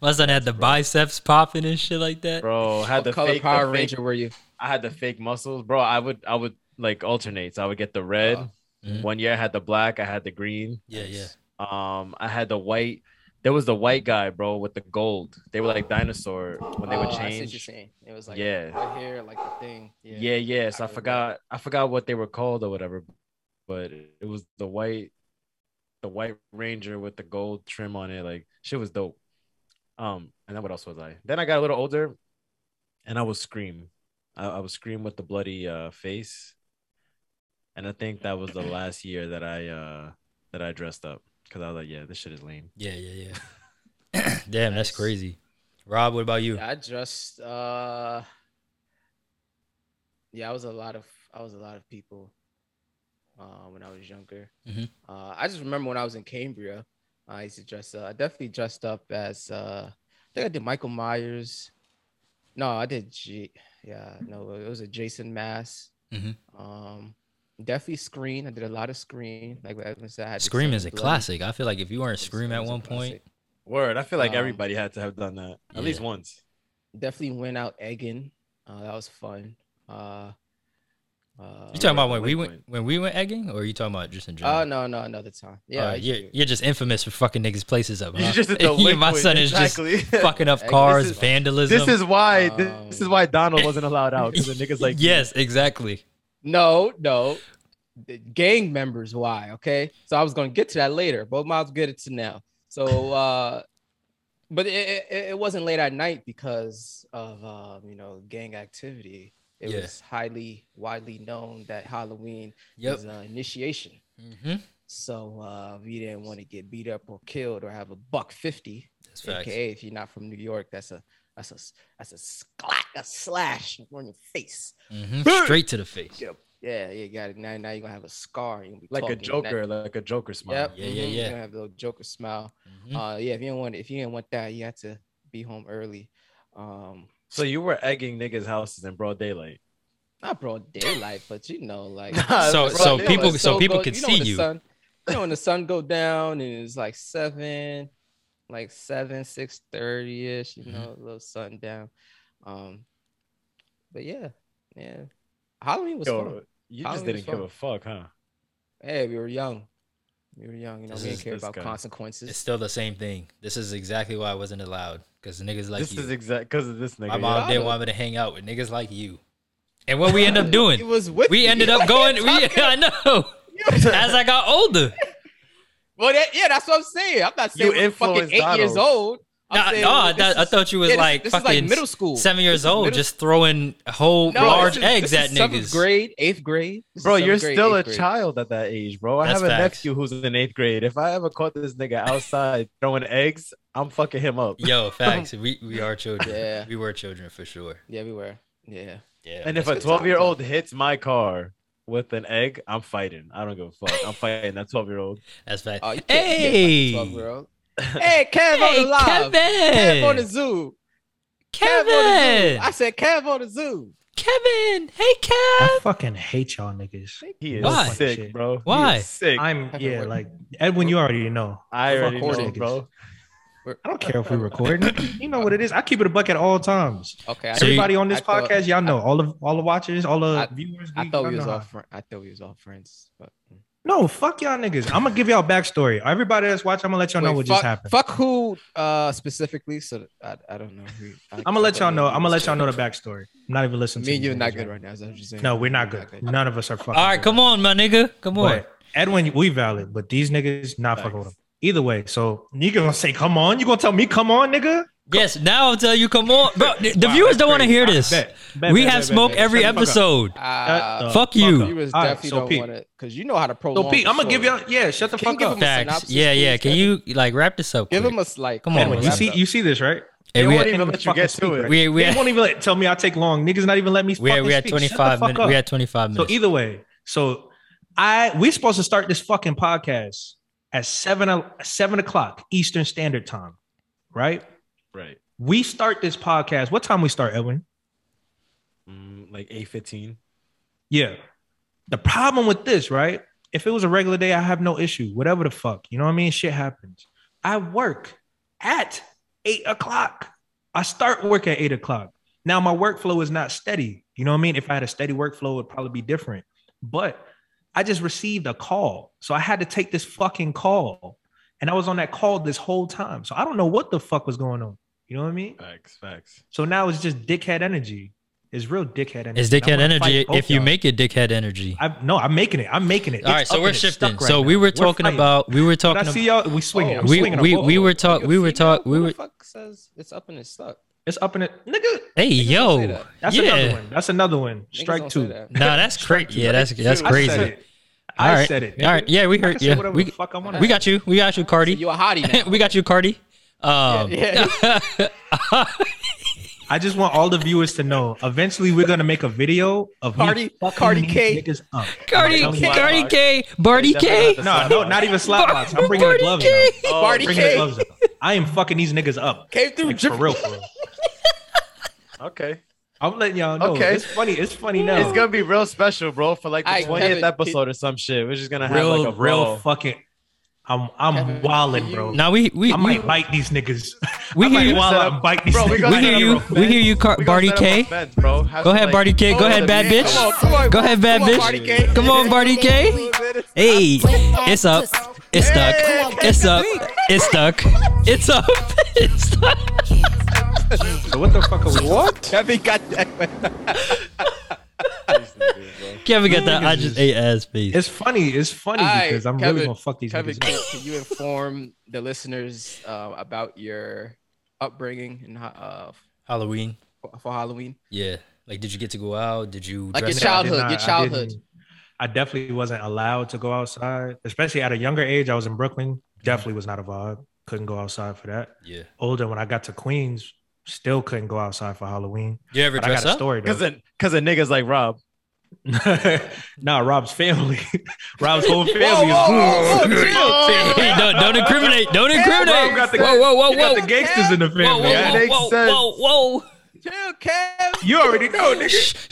Speaker 7: My son had the biceps popping and shit like that.
Speaker 10: bro. Had the
Speaker 3: What color
Speaker 10: fake, the
Speaker 3: Power
Speaker 10: fake-
Speaker 3: Ranger were you?
Speaker 10: I had the fake muscles, bro. I would I would like alternate. So I would get the red.
Speaker 3: Wow.
Speaker 7: Mhm.
Speaker 10: One year I had the black. I had the green.
Speaker 7: Yeah, yeah.
Speaker 10: Um, I had the white. There was the white guy, bro, with the gold. They were like dinosaur when they
Speaker 3: Oh,
Speaker 10: would
Speaker 3: I see what you're
Speaker 10: change.
Speaker 3: saying. It was like
Speaker 10: Yeah.
Speaker 3: right here, like the thing.
Speaker 10: Yeah, yeah. So I,
Speaker 3: I remember.
Speaker 10: forgot I forgot what they were called or whatever, but it was the white the white ranger with the gold trim on it. Like shit was dope. Um, and then what else was I? Then I got a little older and I was scream. I, I was scream with the bloody uh face. And I think that was the last year that I uh that I dressed up. Cause I was like, yeah, this shit is lame.
Speaker 7: Yeah, yeah, yeah. Damn,
Speaker 3: Nice.
Speaker 7: that's crazy. Rob, what about you?
Speaker 3: Yeah, I just uh yeah, I was a lot of I was a lot of people uh when I was younger.
Speaker 7: Mhm.
Speaker 3: Uh I just remember when I was in Cambria, I used to dress up. I definitely dressed up as uh I think I did Michael Myers. No, I did G yeah, no, it was a Jason Mass.
Speaker 7: Mhm.
Speaker 3: Um definitely screen. I did a lot of screen. Like what Evan said, I had to
Speaker 7: Scream
Speaker 3: sing
Speaker 7: is a
Speaker 3: Bloody-
Speaker 7: classic. I feel like if you weren't Scream at
Speaker 3: Scream's a
Speaker 7: one point,
Speaker 3: classic.
Speaker 10: Word. I feel like
Speaker 3: Um,
Speaker 10: everybody had to have done that at
Speaker 7: yeah.
Speaker 10: least once.
Speaker 3: definitely went out egging. Uh, that was fun. Uh, Uh,
Speaker 7: You talking about when we went when we went egging, or you talking about just in general?
Speaker 3: Oh no, no, another time. Yeah,
Speaker 7: Uh,
Speaker 3: I used
Speaker 7: you're,
Speaker 3: to.
Speaker 7: you're just infamous for fucking niggas' places up. Huh?
Speaker 10: He's just a
Speaker 7: You and my
Speaker 10: delinquent,
Speaker 7: son is
Speaker 10: exactly.
Speaker 7: just fucking up
Speaker 10: This
Speaker 7: cars,
Speaker 10: is-
Speaker 7: vandalism.
Speaker 10: This is why
Speaker 7: um,
Speaker 10: this is why Donald wasn't allowed out because the niggas like
Speaker 7: yes, exactly.
Speaker 3: No, no. The gang members, why? Okay. So I was gonna get to that later, but miles get it to now. So uh but it, it, it wasn't late at night because of um, you know, gang activity. It
Speaker 7: Yeah.
Speaker 3: was highly widely known that Halloween
Speaker 7: Yep.
Speaker 3: is uh, initiation.
Speaker 7: Mhm.
Speaker 3: So uh we didn't want to get beat up or killed or have a buck fifty.
Speaker 7: That's facts.
Speaker 3: AKA if you're not from New York, that's a that's a that's a, slack, a slash on your face.
Speaker 7: Mhm. Straight to the face.
Speaker 3: Yep. Yeah, you got it. Now, now you're gonna have a scar. and you'll be
Speaker 10: like a
Speaker 3: talking
Speaker 10: Joker,
Speaker 3: That.
Speaker 10: like a Joker smile.
Speaker 3: Yep.
Speaker 7: Yeah, yeah,
Speaker 3: mhm,
Speaker 7: yeah.
Speaker 3: You're gonna have the little Joker smile.
Speaker 10: Mm-hmm.
Speaker 7: Mhm.
Speaker 3: Uh, yeah. If you don't want, if you didn't want that, you had to be home early. Um,
Speaker 10: So you were egging niggas' houses in broad daylight.
Speaker 3: not broad daylight, but you know, like
Speaker 10: Nah, So-
Speaker 3: broad
Speaker 10: so
Speaker 3: daylight.
Speaker 10: people- so
Speaker 7: people
Speaker 3: go-
Speaker 7: could
Speaker 3: know when
Speaker 7: see
Speaker 3: the
Speaker 7: you.
Speaker 3: Sun, you know when the sun go down and it's like seven, like seven six thirty ish. You know, a little sundown. Um, but yeah, yeah. Halloween was
Speaker 10: Yo,
Speaker 3: fun.
Speaker 10: you
Speaker 3: Halloween
Speaker 10: just
Speaker 3: was
Speaker 10: didn't give
Speaker 3: fun.
Speaker 10: a fuck, huh?
Speaker 3: Hey, we were young. We were young. You know,
Speaker 7: This
Speaker 3: we
Speaker 7: is-
Speaker 3: didn't care
Speaker 7: this
Speaker 3: about
Speaker 7: guy.
Speaker 3: consequences.
Speaker 7: It's still the same thing. This is exactly why I wasn't allowed because niggas like
Speaker 10: this
Speaker 7: you.
Speaker 10: is exact because of this nigga.
Speaker 7: my
Speaker 10: yeah.
Speaker 7: mom didn't want me to hang out with niggas like you. And what we end up doing?
Speaker 3: It was with
Speaker 7: we
Speaker 3: me.
Speaker 7: ended up going. We, I know. As I got older,
Speaker 3: Well, that, yeah, that's what I'm saying. I'm not saying
Speaker 10: You
Speaker 3: we're fucking
Speaker 10: influenced
Speaker 3: eight years
Speaker 10: Donald.
Speaker 3: old. I'm
Speaker 7: Nah,
Speaker 3: saying,
Speaker 7: nah,
Speaker 3: well,
Speaker 7: I,
Speaker 3: this
Speaker 7: thought- I
Speaker 3: is-
Speaker 7: thouk you was
Speaker 3: yeah, this-
Speaker 7: like
Speaker 3: this is
Speaker 7: fucking
Speaker 3: middle school.
Speaker 7: seven years
Speaker 3: is
Speaker 7: old,
Speaker 3: middle-
Speaker 7: just throwing whole
Speaker 3: No, this
Speaker 7: large
Speaker 3: is-
Speaker 7: eggs
Speaker 3: this
Speaker 7: at
Speaker 3: is seventh
Speaker 7: niggas.
Speaker 3: Grade, eighth grade, This is
Speaker 10: Bro,
Speaker 3: seventh
Speaker 10: you're
Speaker 3: grade,
Speaker 10: still
Speaker 3: eighth
Speaker 10: a
Speaker 3: grade.
Speaker 10: child at that age, bro. I
Speaker 7: That's
Speaker 10: have a
Speaker 7: facts.
Speaker 10: nephew who's in eighth grade. If I ever caught this nigga outside throwing eggs, I'm fucking him up.
Speaker 7: Yo, facts. We we are children.
Speaker 3: Yeah.
Speaker 7: We were children for sure.
Speaker 3: Yeah, we were. Yeah.
Speaker 7: Yeah.
Speaker 10: And if a
Speaker 3: That's good
Speaker 10: 12 year old hits my car with an egg, I'm fighting. I don't give a fuck. I'm fighting that 12 year old.
Speaker 7: that's fact.
Speaker 3: Oh, you can't
Speaker 7: hey,
Speaker 3: get fucking 12-year-old. Hey, Kev on the live.
Speaker 7: Kevin.
Speaker 3: Kev on the zoo. Kev on the zoo.
Speaker 7: Kevin.
Speaker 3: I said Kev on the zoo.
Speaker 7: Kevin. Hey, Kev.
Speaker 11: I fucking hate y'all niggas.
Speaker 10: He is
Speaker 7: Why?
Speaker 10: sick, bro. He is
Speaker 7: Why?
Speaker 10: sick.
Speaker 11: I'm
Speaker 3: Fucking
Speaker 11: yeah,
Speaker 3: wait.
Speaker 11: like Edwin, you already know.
Speaker 10: I
Speaker 11: Fuck
Speaker 10: already
Speaker 11: all
Speaker 10: know,
Speaker 11: niggas.
Speaker 10: bro.
Speaker 11: I don't care if we're recording. you know what it is. I keep it a buck at all times.
Speaker 3: Okay. I,
Speaker 7: So you-
Speaker 11: Everybody on this
Speaker 3: I thought-
Speaker 11: podcast, y'all know all of all the watchers, all the viewers.
Speaker 3: I thought
Speaker 11: y'all
Speaker 3: we was
Speaker 11: know
Speaker 3: all
Speaker 11: how-
Speaker 3: friends. I thought we was all friends. But
Speaker 11: No, fuck y'all niggas. I'm gonna give y'all backstory. Everybody that's watching, I'm gonna let y'all know
Speaker 3: Wait,
Speaker 11: what
Speaker 3: fuck,
Speaker 11: just happened.
Speaker 3: Fuck who uh, specifically? So that- I, I don't know. Who, I,
Speaker 11: I'm gonna let y'all know. I'm gonna let y'all know the backstory. I'm not even listening to
Speaker 3: Me and
Speaker 11: you
Speaker 3: you're not
Speaker 11: niggas,
Speaker 3: good
Speaker 11: y'all.
Speaker 3: right now. Is that what you're saying?
Speaker 11: No, we're not
Speaker 3: We're
Speaker 11: good. None of us are fucking.
Speaker 7: All right,
Speaker 11: good.
Speaker 7: come on, my nigga. Come on.
Speaker 11: But Edwin, we valid, but these niggas not fucking with them. Either way, so you gonna say, "Come on," you gonna tell me, "Come on, nigga."
Speaker 7: Yes, now I'll tell you. Come on, bro. The the
Speaker 11: Wow,
Speaker 7: viewers
Speaker 11: that's
Speaker 7: don't want to
Speaker 11: crazy.
Speaker 7: hear
Speaker 11: I
Speaker 7: this.
Speaker 11: bet. Bet,
Speaker 7: we
Speaker 11: bet,
Speaker 7: have
Speaker 11: bet,
Speaker 7: smoke
Speaker 11: bet, bet.
Speaker 7: every
Speaker 11: Shut the fuck up.
Speaker 7: episode.
Speaker 11: Shut
Speaker 3: Uh,
Speaker 11: the
Speaker 7: Fuck you.
Speaker 11: up.
Speaker 3: you was
Speaker 11: All right,
Speaker 3: definitely
Speaker 11: so
Speaker 3: don't
Speaker 11: Pete.
Speaker 3: want it because you know how to prolong.
Speaker 11: So Pete, I'm gonna
Speaker 3: the
Speaker 11: give
Speaker 3: story.
Speaker 11: y'all. Yeah, shut the
Speaker 3: Can you
Speaker 11: fuck
Speaker 3: give
Speaker 11: up.
Speaker 3: him a-
Speaker 7: Facts.
Speaker 3: synopsis,
Speaker 7: Yeah, yeah.
Speaker 3: please, uh,
Speaker 7: Can you like wrap this up?
Speaker 3: Give
Speaker 7: quick?
Speaker 3: him a like.
Speaker 7: Come on,
Speaker 11: Edwin, you
Speaker 7: wrap
Speaker 11: see, you see this, right?
Speaker 7: Hey,
Speaker 10: They
Speaker 7: we
Speaker 10: won't
Speaker 7: at-
Speaker 10: even
Speaker 11: Fucking
Speaker 10: let you get to
Speaker 11: speak,
Speaker 10: it.
Speaker 11: right?
Speaker 7: We- we
Speaker 11: they
Speaker 7: at-
Speaker 11: won't even let, tell me I take long. Niggas not even let me.
Speaker 7: We
Speaker 11: fucking
Speaker 7: had we had
Speaker 11: speak. Shut the
Speaker 7: 25
Speaker 11: fuck
Speaker 7: minutes.
Speaker 11: up.
Speaker 7: We had 25
Speaker 11: So
Speaker 7: minutes.
Speaker 11: either way, so I we supposed to start this fucking podcast at seven o- seven o'clock Eastern Standard Time, right?
Speaker 10: Right.
Speaker 11: We start this podcast. What time we start, Edwin?
Speaker 10: Mm, like 815.
Speaker 11: Yeah. The problem with this, right? If it was a regular day, I have no issue. Whatever the fuck, you know what I mean? Shit happens. I work at eight o'clock. I start work at eight o'clock. Now my workflow is not steady. You know what I mean? If I had a steady workflow, it would probably be different. But I just received a call, so I had to take this fucking call, and I was on that call this whole time. So I don't know what the fuck was going on. You know what I mean?
Speaker 10: Facts, facts.
Speaker 11: So now it's just dickhead energy. It's real dickhead energy.
Speaker 7: It's
Speaker 11: And I
Speaker 7: dickhead
Speaker 11: wanna
Speaker 7: energy.
Speaker 11: fight both
Speaker 7: If you
Speaker 11: y'all.
Speaker 7: make it dickhead energy.
Speaker 11: I no, I'm making it. I'm making it.
Speaker 7: All right,
Speaker 11: It's
Speaker 7: so
Speaker 11: up
Speaker 7: we're
Speaker 11: and it's
Speaker 7: shifting.
Speaker 11: stuck right
Speaker 7: so
Speaker 11: now.
Speaker 7: we were talking
Speaker 11: fighting.
Speaker 7: about we were
Speaker 11: But
Speaker 7: talking
Speaker 11: I see
Speaker 7: about
Speaker 11: y'all. We swinging. I'm
Speaker 7: we-
Speaker 11: swinging on
Speaker 7: we-
Speaker 11: both.
Speaker 7: we were talk- we were talk- we were-
Speaker 3: Who the fuck says it's up and it's stuck?
Speaker 11: It's up in it, nigga.
Speaker 7: hey
Speaker 3: Niggas don't say
Speaker 7: yo.
Speaker 3: that.
Speaker 11: That's another
Speaker 7: Yeah.
Speaker 11: one. That's another one.
Speaker 3: Niggas
Speaker 11: Strike
Speaker 3: don't say
Speaker 11: two.
Speaker 3: that.
Speaker 7: Nah, that's crazy. Yeah, that's that's
Speaker 11: I said
Speaker 7: crazy.
Speaker 11: it.
Speaker 7: All
Speaker 11: I
Speaker 7: right.
Speaker 11: said it.
Speaker 7: All right.
Speaker 11: nigga.
Speaker 7: Yeah, we
Speaker 11: I can
Speaker 7: heard.
Speaker 11: say
Speaker 7: Yeah,
Speaker 11: whatever
Speaker 7: we
Speaker 11: the fuck I want.
Speaker 7: we got you. We got you,
Speaker 3: So
Speaker 7: Cardi.
Speaker 3: you a hottie now.
Speaker 7: we got you, Cardi. Um,
Speaker 3: yeah.
Speaker 11: I just want all the viewers to know. Eventually, we're gonna make a video of me
Speaker 3: Cardi-
Speaker 11: fucking
Speaker 3: Cardi
Speaker 11: these
Speaker 3: K.
Speaker 11: niggas up.
Speaker 7: Cardi,
Speaker 11: Tell me why.
Speaker 7: Cardi K, Barty
Speaker 10: Definitely
Speaker 7: K.
Speaker 10: not the
Speaker 11: No,
Speaker 10: slap
Speaker 11: no,
Speaker 10: box.
Speaker 11: not even slap box. I'm bringing the
Speaker 7: Barty
Speaker 11: gloves
Speaker 7: K.
Speaker 11: out.
Speaker 10: Oh,
Speaker 3: Barty
Speaker 11: Bringing the
Speaker 3: K.
Speaker 11: gloves out. I am fucking these niggas up.
Speaker 3: Came through
Speaker 11: Like, for
Speaker 3: dripping.
Speaker 11: real, for real.
Speaker 10: Okay.
Speaker 11: I'm letting y'all know.
Speaker 10: Okay.
Speaker 11: It's funny. It's funny now.
Speaker 10: It's gonna be real special, bro, for like the
Speaker 3: Aight,
Speaker 10: 20th
Speaker 3: Kevin,
Speaker 10: episode or some shit. We're just gonna have
Speaker 11: real,
Speaker 10: like a
Speaker 11: real
Speaker 10: brawl.
Speaker 11: fucking. I'm I'm wilding, bro.
Speaker 7: Now we we
Speaker 11: I might
Speaker 7: we-
Speaker 11: bite these niggas.
Speaker 7: We
Speaker 11: I
Speaker 7: hear
Speaker 11: might
Speaker 7: you.
Speaker 11: wild out and bite these
Speaker 7: Bro, we
Speaker 11: niggas.
Speaker 7: gonna We hear set you. up a We fence. hear you, Car-
Speaker 10: We gonna
Speaker 7: Barty
Speaker 10: set up a
Speaker 7: K.
Speaker 10: fence, bro. Have
Speaker 7: Go
Speaker 10: some,
Speaker 7: ahead,
Speaker 10: like-
Speaker 7: Barty K. Go
Speaker 10: Oh,
Speaker 7: ahead,
Speaker 10: the
Speaker 7: bad
Speaker 10: man.
Speaker 7: bitch.
Speaker 10: Come on, come on,
Speaker 7: Go ahead, bad
Speaker 10: come on, Barty K.
Speaker 7: bitch. Come on, Barty K. Hey, it's up. It's stuck. It's up. It's stuck. It's up. It's stuck.
Speaker 11: What the fuck? Are we
Speaker 3: what? Kevin got that.
Speaker 7: Kevin got that. I just ate ass face.
Speaker 11: It's funny. It's funny
Speaker 3: Alright,
Speaker 11: because I'm
Speaker 3: Kevin-
Speaker 11: really gonna fuck these
Speaker 3: Kevin,
Speaker 11: niggas.
Speaker 3: can,
Speaker 11: up.
Speaker 3: can you inform the listeners uh, about your upbringing and ho- uh,
Speaker 7: Halloween.
Speaker 3: for, for Halloween?
Speaker 7: Yeah. Like, did you get to go out? Did you
Speaker 3: Like your
Speaker 7: dress up?
Speaker 3: childhood,
Speaker 11: I did
Speaker 3: your
Speaker 11: I
Speaker 3: childhood.
Speaker 11: didn't- I, definitely wasn't allowed to go outside, especially at a younger age. I was in Brooklyn. Definitely was not a vibe. Couldn't go outside for that.
Speaker 7: Yeah.
Speaker 11: Older, when I got to Queens, still couldn't go outside for Halloween.
Speaker 7: You ever
Speaker 11: But I
Speaker 7: dress
Speaker 11: got a
Speaker 7: up?
Speaker 11: story though.
Speaker 10: Cause a, cause a niggas like Rob.
Speaker 11: nah, Rob's family, Rob's whole family
Speaker 10: Whoa,
Speaker 11: is
Speaker 10: whoa, whoa,
Speaker 11: cool.
Speaker 10: whoa, chill.
Speaker 7: Hey, don't, don't incriminate. Don't incriminate.
Speaker 11: Rob got the,
Speaker 7: whoa, whoa, whoa,
Speaker 11: he got
Speaker 7: whoa.
Speaker 11: the gangsters in the family.
Speaker 7: Whoa,
Speaker 11: That
Speaker 7: whoa,
Speaker 11: makes
Speaker 7: whoa,
Speaker 11: sense.
Speaker 12: Oh,
Speaker 7: whoa, whoa, whoa.
Speaker 11: You already know, nigga.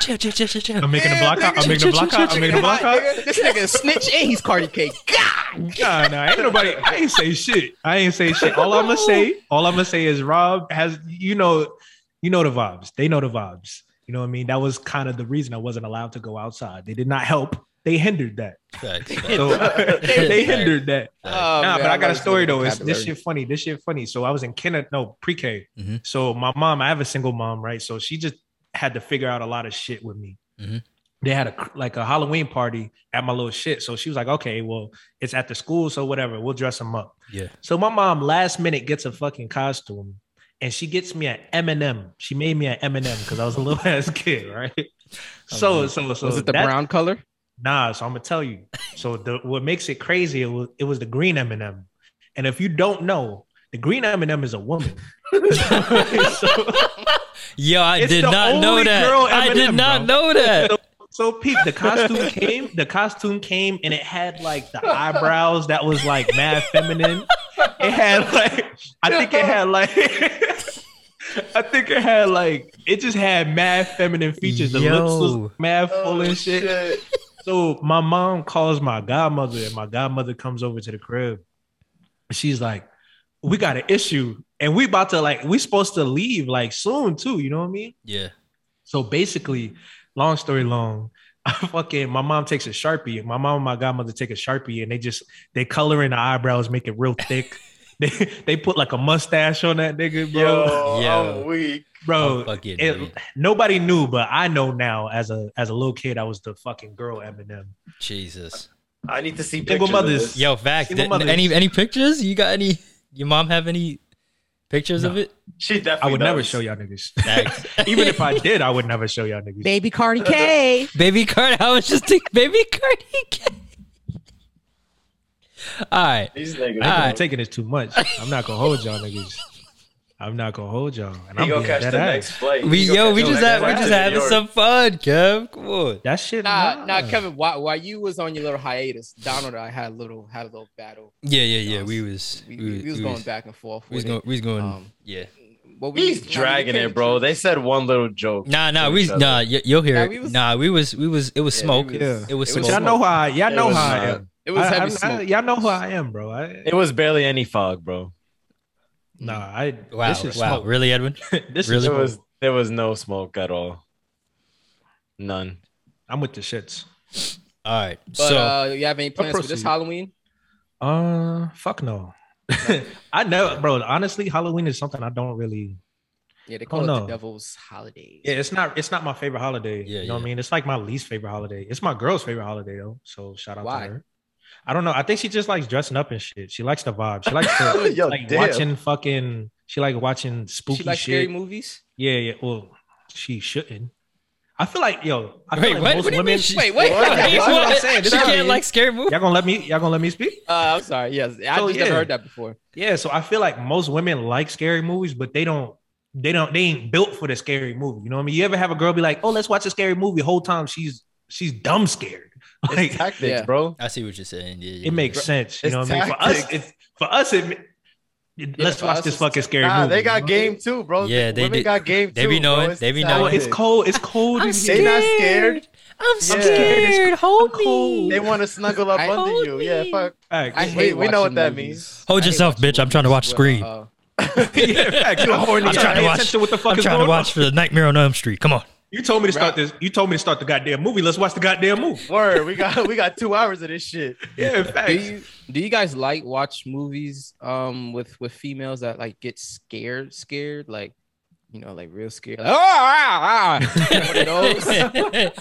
Speaker 7: Chill, chill, chill, chill, chill.
Speaker 11: I'm making a block out. I'm making a block out. I'm making a block out.
Speaker 3: This nigga is snitch and he's Cardi K.
Speaker 11: Nah, nah, ain't nobody. I ain't say shit. I ain't say shit. All I'ma say, all I'ma say is Rob has, you know, you know the vibes. They know the vibes. You know what I mean? That was kind of the reason I wasn't allowed to go outside. They did not help. They hindered that.
Speaker 7: Facts.
Speaker 11: So, they, they hindered that.
Speaker 3: Oh,
Speaker 11: nah,
Speaker 3: man,
Speaker 11: but I
Speaker 3: I'm about
Speaker 11: got a
Speaker 3: to say
Speaker 11: story
Speaker 3: the
Speaker 11: though. It's
Speaker 3: vocabulary.
Speaker 11: this
Speaker 3: Mm-hmm.
Speaker 11: shit funny. This shit funny. So I was in kinder, no pre-K. So my mom, I have a single mom, right? So she just had to figure out a lot of shit with me.
Speaker 3: Mm-hmm.
Speaker 7: Mhm.
Speaker 11: They had a cr- like a Halloween party at my little shit. So she was like, okay, well, it's at the school, so whatever. We'll dress them up.
Speaker 7: Yeah.
Speaker 11: So my mom last minute gets a fucking costume and she gets me an M&M. She made me an M&M because I was a little ass kid, right? So, so, so
Speaker 3: Oh, Was it the
Speaker 11: that-
Speaker 3: brown color?
Speaker 11: Nah, so I'm gonna tell you. So the, what makes it crazy? It was, it was the green M and m and if you don't know, the green M and m is a woman.
Speaker 7: Yo, I
Speaker 11: It's
Speaker 7: did
Speaker 11: the
Speaker 7: not know
Speaker 11: only
Speaker 7: that.
Speaker 11: girl
Speaker 7: I did
Speaker 11: M&M,
Speaker 7: not
Speaker 11: bro.
Speaker 7: know that.
Speaker 11: So, so peep, the costume came. The costume came, and it had like the eyebrows that was like mad feminine. It had like I think it had like I think it had like it just had mad feminine features. The lips
Speaker 7: Yo.
Speaker 11: was mad full and shit. So my mom calls my godmother, and my godmother comes over to the crib. She's like, "We got an issue, and we about to like we supposed to leave like soon too." You know what I mean?
Speaker 7: Yeah.
Speaker 11: So basically, long story long, I fucking my mom takes a sharpie. My mom and my godmother take a sharpie, and they just they color in the eyebrows, make it real thick. they they put like a mustache on that nigga, bro.
Speaker 7: Yo.
Speaker 5: I'm weak.
Speaker 11: Bro,
Speaker 7: I'm fucking
Speaker 11: it-
Speaker 7: weak.
Speaker 11: nobody knew, but I know now. As a as a little kid, I was the fucking girl Eminem.
Speaker 7: Jesus.
Speaker 5: I need to see
Speaker 11: Single
Speaker 5: pictures of
Speaker 11: mothers.
Speaker 5: this.
Speaker 7: Yo, fact.
Speaker 11: Single
Speaker 7: did-
Speaker 11: mothers.
Speaker 7: Any any pictures? You got any? Your mom have any pictures of
Speaker 11: No.
Speaker 7: it?
Speaker 5: She definitely.
Speaker 11: I would never
Speaker 5: does.
Speaker 11: show y'all niggas.
Speaker 7: Facts.
Speaker 11: Even if I did, I would never show y'all niggas.
Speaker 9: Baby Cardi K.
Speaker 7: Baby Cardi, I was just thinking, baby Cardi. All right.
Speaker 5: These niggas.
Speaker 11: I
Speaker 7: Alright.
Speaker 11: ain't taking this too much. I'm not gonna hold y'all niggas. I'm not gonna hold y'all. And
Speaker 5: He
Speaker 11: I'm
Speaker 5: gonna
Speaker 11: being
Speaker 5: catch the
Speaker 11: dead
Speaker 5: next
Speaker 11: ass.
Speaker 5: flight.
Speaker 7: We
Speaker 5: He gonna
Speaker 7: yo, we
Speaker 5: catch
Speaker 7: just
Speaker 5: the
Speaker 7: have,
Speaker 5: next
Speaker 7: we're
Speaker 5: flight to
Speaker 7: just
Speaker 5: New
Speaker 7: having
Speaker 5: York.
Speaker 7: some fun, Kev. Come on.
Speaker 11: That shit.
Speaker 3: Nah, nah, Kevin. While, while you was on your little hiatus, Donald and I had a little had a little battle.
Speaker 7: Yeah, yeah, yeah. We was
Speaker 3: We, we, we
Speaker 7: Mm,
Speaker 3: was going back and forth.
Speaker 7: We was
Speaker 3: with
Speaker 7: going.
Speaker 3: it.
Speaker 7: We was going.
Speaker 3: Um,
Speaker 7: yeah.
Speaker 3: What
Speaker 10: He's
Speaker 3: nah,
Speaker 10: dragging
Speaker 3: can't
Speaker 10: it, bro.
Speaker 3: choose.
Speaker 10: They said one little joke.
Speaker 7: Nah, nah.
Speaker 10: to
Speaker 7: We
Speaker 10: each other.
Speaker 7: nah. Y- you'll hear
Speaker 3: Nah,
Speaker 7: it.
Speaker 3: we was-
Speaker 7: nah, we was. We was. It was
Speaker 3: Yeah,
Speaker 7: smoke.
Speaker 3: we
Speaker 11: Yeah.
Speaker 7: it was
Speaker 3: it
Speaker 7: smoke.
Speaker 3: was
Speaker 11: Y'all know how I. Y'all
Speaker 5: It
Speaker 11: know
Speaker 5: was
Speaker 11: how
Speaker 10: uh,
Speaker 11: I
Speaker 5: not.
Speaker 11: am.
Speaker 3: It was
Speaker 11: I-
Speaker 3: heavy
Speaker 11: I'm- I-
Speaker 3: smoke.
Speaker 11: y'all know who I am, bro. I,
Speaker 10: It was barely any fog, bro.
Speaker 11: nah, I.
Speaker 7: Wow,
Speaker 11: This is
Speaker 7: wow.
Speaker 11: smoke.
Speaker 7: Really, Edwin?
Speaker 11: this
Speaker 7: really?
Speaker 11: is
Speaker 10: There
Speaker 11: smoke.
Speaker 10: was there was no smoke at all. None.
Speaker 11: I'm with the shits.
Speaker 7: All right.
Speaker 3: But
Speaker 7: so
Speaker 3: uh, you have any plans for this
Speaker 11: proceed.
Speaker 3: Halloween?
Speaker 11: Uh, fuck no. I know, bro. Honestly, Halloween is something I don't really.
Speaker 3: Yeah, they
Speaker 11: Oh,
Speaker 3: call it the
Speaker 11: no.
Speaker 3: Devil's Holiday.
Speaker 11: Yeah, it's not. It's not my favorite holiday.
Speaker 7: Yeah,
Speaker 11: you know what
Speaker 7: yeah.
Speaker 11: I mean. It's like my least favorite holiday. It's my girl's favorite holiday though. So shout out
Speaker 3: Why?
Speaker 11: to her. I don't know. I think she just likes dressing up and shit. She likes the vibe. She likes to,
Speaker 10: Yo,
Speaker 11: like
Speaker 10: damn.
Speaker 11: watching fucking. She like watching spooky
Speaker 3: she like
Speaker 11: shit.
Speaker 3: scary movies.
Speaker 11: Yeah, yeah. Well, she shouldn't. I feel like yo. I feel
Speaker 7: wait,
Speaker 11: like
Speaker 7: what?
Speaker 11: most
Speaker 7: What do you
Speaker 11: women.
Speaker 7: mean? She,
Speaker 3: Wait, wait.
Speaker 7: Wait,
Speaker 11: That's what I'm
Speaker 7: what?
Speaker 11: saying.
Speaker 7: She
Speaker 11: This
Speaker 7: can't
Speaker 11: is-
Speaker 7: like scary movies.
Speaker 11: Y'all gonna let me? Y'all gonna let me speak?
Speaker 3: Uh, I'm sorry. Yes, I
Speaker 11: So,
Speaker 3: just never
Speaker 11: yeah.
Speaker 3: heard that before.
Speaker 11: Yeah, so I feel like most women like scary movies, but they don't they don't they ain't built for the scary movie. You know what I mean? You ever have a girl be like, "Oh, let's watch a scary movie." Whole time she's she's dumb scared. Like
Speaker 10: Tactics,
Speaker 3: Yeah.
Speaker 10: bro.
Speaker 7: I see what you're saying. Yeah, yeah,
Speaker 11: it makes
Speaker 7: yeah.
Speaker 11: sense. You
Speaker 10: It's
Speaker 11: know what I mean? For us,
Speaker 10: tactics.
Speaker 11: it's for us it, it- let's
Speaker 3: for us,
Speaker 11: watch this
Speaker 3: it's
Speaker 11: fucking scary
Speaker 10: Nah,
Speaker 11: movie.
Speaker 10: they
Speaker 11: you
Speaker 10: got
Speaker 11: know?
Speaker 10: game too, bro.
Speaker 7: Yeah, they
Speaker 10: Women
Speaker 7: did-
Speaker 10: got game too.
Speaker 7: they be knowing.
Speaker 10: Bro. It's
Speaker 7: They be
Speaker 11: Oh,
Speaker 7: knowing.
Speaker 11: it's cold. It's cold.
Speaker 7: I'm
Speaker 11: in
Speaker 7: scared.
Speaker 11: here.
Speaker 10: They not scared.
Speaker 7: I'm scared. Hold me.
Speaker 10: They want to snuggle up under you. Yeah, fuck. I hate. We know what that means.
Speaker 7: Hold yourself, bitch. I'm trying to watch Scream.
Speaker 11: yeah, fact. You're horny.
Speaker 7: I'm trying to
Speaker 11: Pay
Speaker 7: watch.
Speaker 11: attention what the fuck
Speaker 7: I'm
Speaker 11: is
Speaker 7: trying to
Speaker 11: going
Speaker 7: watch
Speaker 11: on.
Speaker 7: for the Nightmare on Elm Street. Come on.
Speaker 11: You told me to start this. You told me to start the goddamn movie. Let's watch the goddamn movie.
Speaker 10: Word. We got we got two hours of this shit.
Speaker 11: Yeah, in fact.
Speaker 3: Do you, do you guys like watch movies um with with females that like get scared, scared like you know like real scared? Like, oh, ah, ah. One of those?